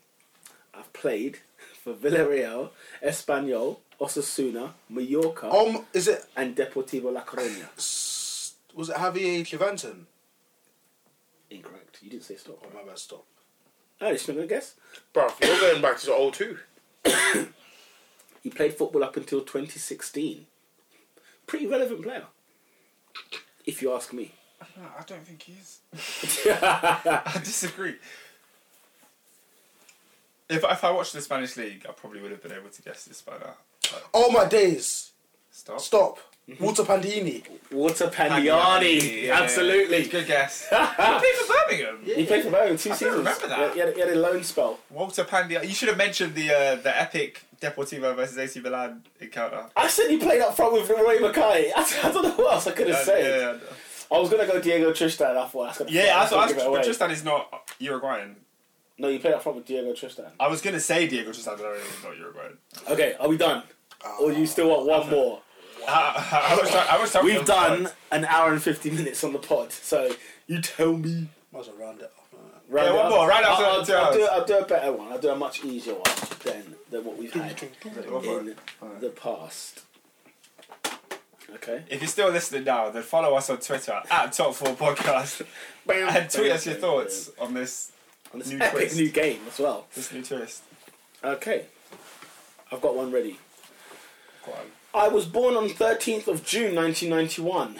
Speaker 1: I've played for Villarreal, Espanyol, Osasuna, Mallorca,
Speaker 2: Um, is it
Speaker 1: and Deportivo La Coruña.
Speaker 2: s- was it Javier Clevanton?
Speaker 1: Incorrect. You didn't say stop.
Speaker 2: Oh, my bad, stop.
Speaker 1: Oh, it's not gonna guess.
Speaker 4: Bruv, you're going back to 0-2.
Speaker 1: He played football up until 2016. Pretty relevant player, if you ask me.
Speaker 3: No, I don't think he is. I disagree. If, if I watched the Spanish league, I probably would have been able to guess this by now. But
Speaker 2: Oh, my days!
Speaker 3: stop.
Speaker 2: Stop. Walter Pandini.
Speaker 1: Walter
Speaker 3: Pagliani,
Speaker 1: Pandiani,
Speaker 3: yeah.
Speaker 1: absolutely.
Speaker 3: Good guess. he played for Birmingham.
Speaker 1: He played for Bayern two
Speaker 3: I
Speaker 1: seasons.
Speaker 3: don't remember that.
Speaker 1: He had, he had a loan spell.
Speaker 3: Walter Pandia. You should have mentioned the uh, the epic Deportivo versus AC Milan encounter.
Speaker 1: I said he played up front with Roy Mackay. I, don't know what else I could have
Speaker 3: Uh,
Speaker 1: said.
Speaker 3: yeah, yeah.
Speaker 1: I was gonna go Diego Tristan. I thought that's gonna.
Speaker 3: Yeah, I
Speaker 1: that's gonna
Speaker 3: thought I
Speaker 1: give it
Speaker 3: was, but
Speaker 1: away.
Speaker 3: Tristan is not Uruguayan.
Speaker 1: No, you played up front with Diego Tristan.
Speaker 3: I was gonna say Diego Tristan, but I know he's not Uruguayan.
Speaker 1: Okay, are we done? or do you still want one more?
Speaker 3: I, I was try- I was trying
Speaker 1: We've
Speaker 3: to-
Speaker 1: done an hour and 50 minutes on the pod, so you tell me.
Speaker 2: Might as well round it off. man.
Speaker 1: Round
Speaker 3: Yeah, one
Speaker 1: it up.
Speaker 3: more, round up
Speaker 1: I'll,
Speaker 3: to
Speaker 1: I'll,
Speaker 3: the
Speaker 1: do-
Speaker 3: two
Speaker 1: I'll do,
Speaker 3: hours.
Speaker 1: I'll do a better one. I'll do a much easier one than, than what we've had
Speaker 3: Go for
Speaker 1: in
Speaker 3: it.
Speaker 1: the past. Okay.
Speaker 3: If you're still listening now, then follow us on Twitter at Top Four Podcast and tweet us your thoughts on this
Speaker 1: On this
Speaker 3: New
Speaker 1: epic
Speaker 3: twist.
Speaker 1: new game as well.
Speaker 3: this new twist.
Speaker 1: Okay. I've got one ready.
Speaker 3: Go on.
Speaker 1: I was born on 13th of June 1991.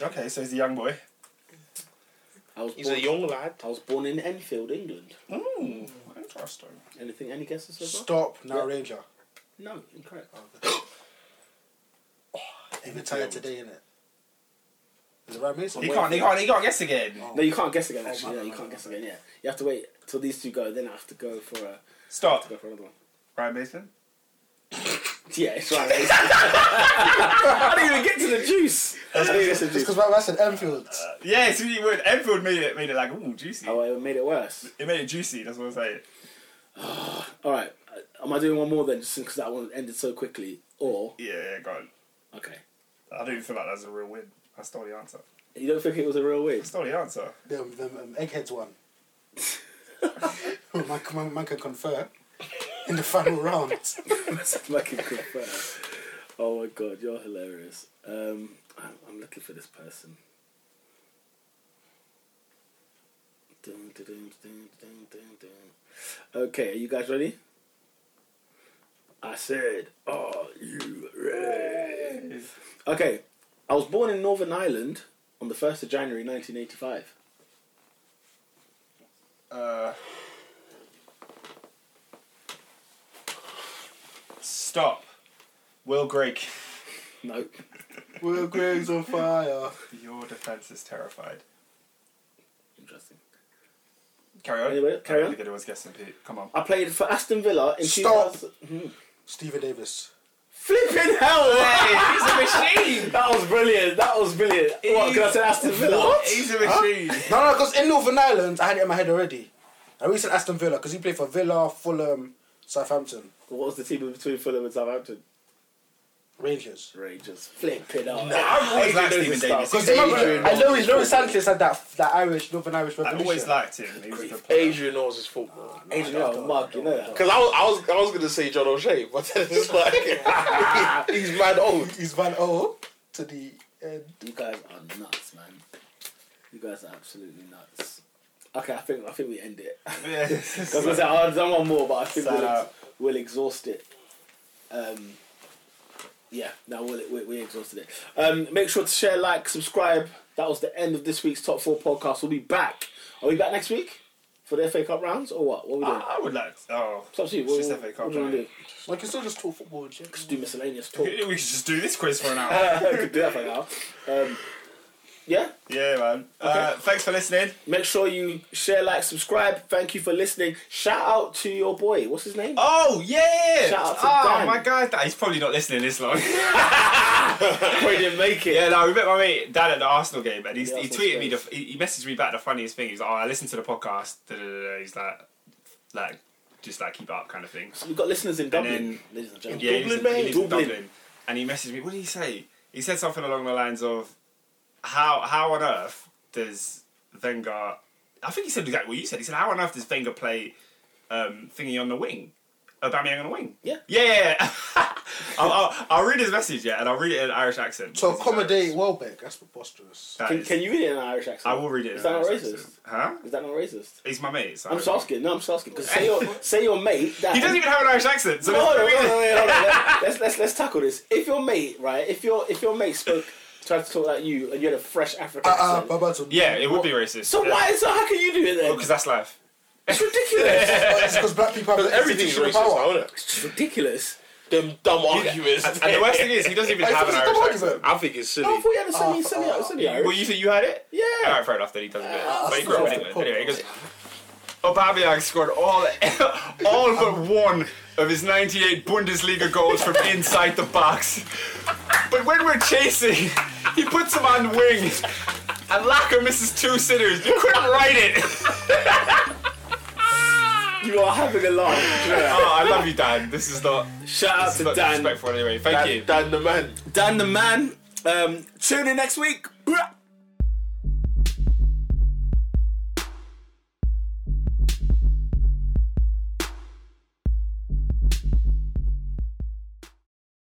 Speaker 3: Okay, so he's a young boy.
Speaker 1: I was
Speaker 4: He's
Speaker 1: born,
Speaker 4: a young lad.
Speaker 1: I was born in Enfield, England.
Speaker 3: Ooh, Hmm, interesting.
Speaker 1: Anything? Any guesses so far?
Speaker 2: Stop, now
Speaker 1: Yeah.
Speaker 2: Ranger.
Speaker 1: No, incorrect.
Speaker 2: He retired today, innit? Is it right, Mason?
Speaker 3: He can't. He can't. He can't guess again.
Speaker 1: No, you can't guess again. Actually,
Speaker 2: my
Speaker 1: no, you
Speaker 2: God.
Speaker 1: can't guess again. Yeah, you have to wait till these two go. Then I have to go for a
Speaker 3: Stop.
Speaker 1: go for another one.
Speaker 3: Ryan Mason?
Speaker 1: Yeah, it's right. I didn't even get to the juice. I didn't even get to the
Speaker 2: It's because
Speaker 1: juice.
Speaker 2: my man's in Enfield.
Speaker 3: Yeah, it's really weird. Enfield made it made it like ooh juicy.
Speaker 1: Oh, it made it worse.
Speaker 3: It made it juicy. That's what I'm saying.
Speaker 1: All right. Am I doing one more then, just because that one ended so quickly? Or
Speaker 3: Yeah, yeah, go on.
Speaker 1: okay,
Speaker 3: I don't even feel like that's a real win. I stole the answer.
Speaker 1: you don't think it was a real win?
Speaker 3: I stole the answer.
Speaker 2: Them, them um, eggheads won. man, can- man, man can confer in the final round.
Speaker 1: Fucking confirm. Oh my god, you're hilarious. Um, I'm, I'm looking for this person. Dun, dun, dun, dun, dun, dun, dun. Okay, are you guys ready? I said, are you ready? Okay, I was born in Northern Ireland on the 1st of January 1985.
Speaker 3: Uh, stop. Will Greg.
Speaker 1: Nope.
Speaker 2: Will Greg's on fire.
Speaker 3: Your defense is terrified.
Speaker 1: Interesting.
Speaker 3: Carry on.
Speaker 1: Anyway, carry on.
Speaker 3: I think it was guessing Pete. Come on.
Speaker 1: I played for Aston Villa in
Speaker 2: Stop.
Speaker 1: 2000.
Speaker 2: Stephen Davis.
Speaker 1: Flipping hell!
Speaker 3: he's a machine.
Speaker 1: That was brilliant. That was brilliant. What? Because I said Aston Villa.
Speaker 3: He's a machine.
Speaker 2: No, no, because in Northern Ireland, I had it in my head already. I recent Aston Villa because he played for Villa, Fulham, Southampton,
Speaker 1: What was the team in between Fulham and Southampton?
Speaker 2: Rangers.
Speaker 1: Rangers. Flipping up.
Speaker 3: I've always liked
Speaker 1: Adrian
Speaker 3: Stephen
Speaker 1: Davis stuff.
Speaker 3: Davis.
Speaker 2: Because remember,
Speaker 4: Adrian
Speaker 2: I know
Speaker 1: Moyes.
Speaker 2: Louis Sanchez had that that Irish Northern Irish
Speaker 3: I
Speaker 2: Revolution.
Speaker 3: always liked him. He was the player.
Speaker 4: Adrian knows his football.
Speaker 1: Adrian, you're a mug, you know that.
Speaker 4: Because I was, I was, I was gonna say John O'Shea, but then it's like he's mad old.
Speaker 2: He's Van O to the end.
Speaker 1: You guys are nuts, man. You guys are absolutely nuts. Okay, I think I think we end it. I was gonna say I'll done one more, but I think
Speaker 3: Sad
Speaker 1: we'll, ex-
Speaker 3: out.
Speaker 1: we'll exhaust it. Um, yeah, no, we'll, we we exhausted it. Um, make sure to share, like, subscribe. That was the end of this week's top four podcast. We'll be back. Are we back next week for the FA Cup rounds or what? What are we doing?
Speaker 3: I would like. Oh,
Speaker 1: It's up to you.
Speaker 3: It's
Speaker 1: What,
Speaker 3: just
Speaker 1: what,
Speaker 3: FA
Speaker 1: what
Speaker 3: Cup,
Speaker 1: do you want to do?
Speaker 3: innit?
Speaker 2: Like, can still just talk football, Jim.
Speaker 1: Just do miscellaneous talk.
Speaker 3: we should just do this quiz for an hour.
Speaker 1: I could do that for now. Um, yeah.
Speaker 3: yeah, man. Uh, thanks for listening.
Speaker 1: Make sure you share, like, subscribe. Thank you for listening. Shout out to your boy. What's his name?
Speaker 3: Oh yeah!
Speaker 1: Shout out to
Speaker 3: oh
Speaker 1: Dan.
Speaker 3: my god, he's probably not listening this long.
Speaker 1: Probably didn't make it.
Speaker 3: yeah, no, we met my mate Dan at the Arsenal game, and he's,
Speaker 1: Yeah,
Speaker 3: he
Speaker 1: that's
Speaker 3: tweeted me. The,
Speaker 1: what's
Speaker 3: he he messaged me back the funniest thing. He's like, "Oh, I listened to the podcast." Da, da, da, da. He's like, like, just like keep it up, kind of thing.
Speaker 1: We've got listeners in Dublin,
Speaker 3: then-
Speaker 1: ladies and gentlemen.
Speaker 3: Yeah, he lives, in- he lives in
Speaker 1: Dublin.
Speaker 3: Dublin, and he messaged me. What did he say? He said something along the lines of, "How how on earth does Wenger?" I think he said exactly what you said. He said, "How on earth does Wenger play um, thingy on the wing, Aubameyang on the wing?"
Speaker 1: Yeah.
Speaker 3: yeah. yeah, yeah. I'll, I'll, I'll read his message, yeah, and I'll read it in an Irish accent.
Speaker 2: So
Speaker 3: because he's
Speaker 2: accommodate
Speaker 3: Irish.
Speaker 2: Welbeck. That's preposterous.
Speaker 3: That
Speaker 1: Can,
Speaker 3: is-
Speaker 1: can you read it in an Irish accent?
Speaker 3: I will read it. in
Speaker 1: Is
Speaker 3: an
Speaker 1: that not
Speaker 3: Irish
Speaker 1: racist?
Speaker 3: accent. Huh?
Speaker 1: Is that not racist?
Speaker 3: He's my mate. so-
Speaker 1: I'm just asking. No, I'm just asking. Because say your say your mate. That,
Speaker 3: He doesn't even have an Irish accent. So
Speaker 1: No, no,
Speaker 3: there's
Speaker 1: no,
Speaker 3: no
Speaker 1: no,
Speaker 3: reason-
Speaker 1: no, no, no. Let's let's let's tackle this. If your mate, right? If your if your mate spoke tried to talk like you and you had a fresh African
Speaker 2: Uh,
Speaker 1: accent,
Speaker 2: uh, Babatunde.
Speaker 3: Yeah, it would be racist.
Speaker 1: so
Speaker 3: yeah.
Speaker 1: why? So how can you do it then?
Speaker 3: Because that's life.
Speaker 1: it's ridiculous.
Speaker 2: It's because black people have
Speaker 4: Everything's
Speaker 2: institutional
Speaker 4: racist, now,
Speaker 2: power.
Speaker 4: isn't it?
Speaker 1: It's just ridiculous.
Speaker 4: Them dumb arguments.
Speaker 3: And, and the worst thing is, he doesn't even
Speaker 2: I thought
Speaker 3: have an
Speaker 2: it was
Speaker 3: Irish
Speaker 2: double
Speaker 3: accent.
Speaker 2: argument.
Speaker 4: I think it's silly.
Speaker 1: Oh, I thought you had a semi,
Speaker 2: Ah,
Speaker 1: semi,
Speaker 2: ah,
Speaker 1: semi
Speaker 3: Well, you think you had it?
Speaker 1: Yeah.
Speaker 3: All right, fair enough. Then he doesn't do it.
Speaker 1: Oh,
Speaker 3: but he grew up with it. Anyway, he goes. Aubameyang scored all, all but one of his 98 Bundesliga goals from inside the box. But when we're chasing, he puts him on the wing, and Laka misses two sitters. You couldn't write it.
Speaker 1: You are having a laugh. Do you know that?
Speaker 3: Oh, I love you, Dan. This is not,
Speaker 1: Shout out
Speaker 3: this is
Speaker 1: to
Speaker 3: not
Speaker 1: Dan.
Speaker 3: disrespectful anyway. Thank you.
Speaker 4: Dan, Dan the man.
Speaker 1: Dan the man. Um, tune in next week. Blah.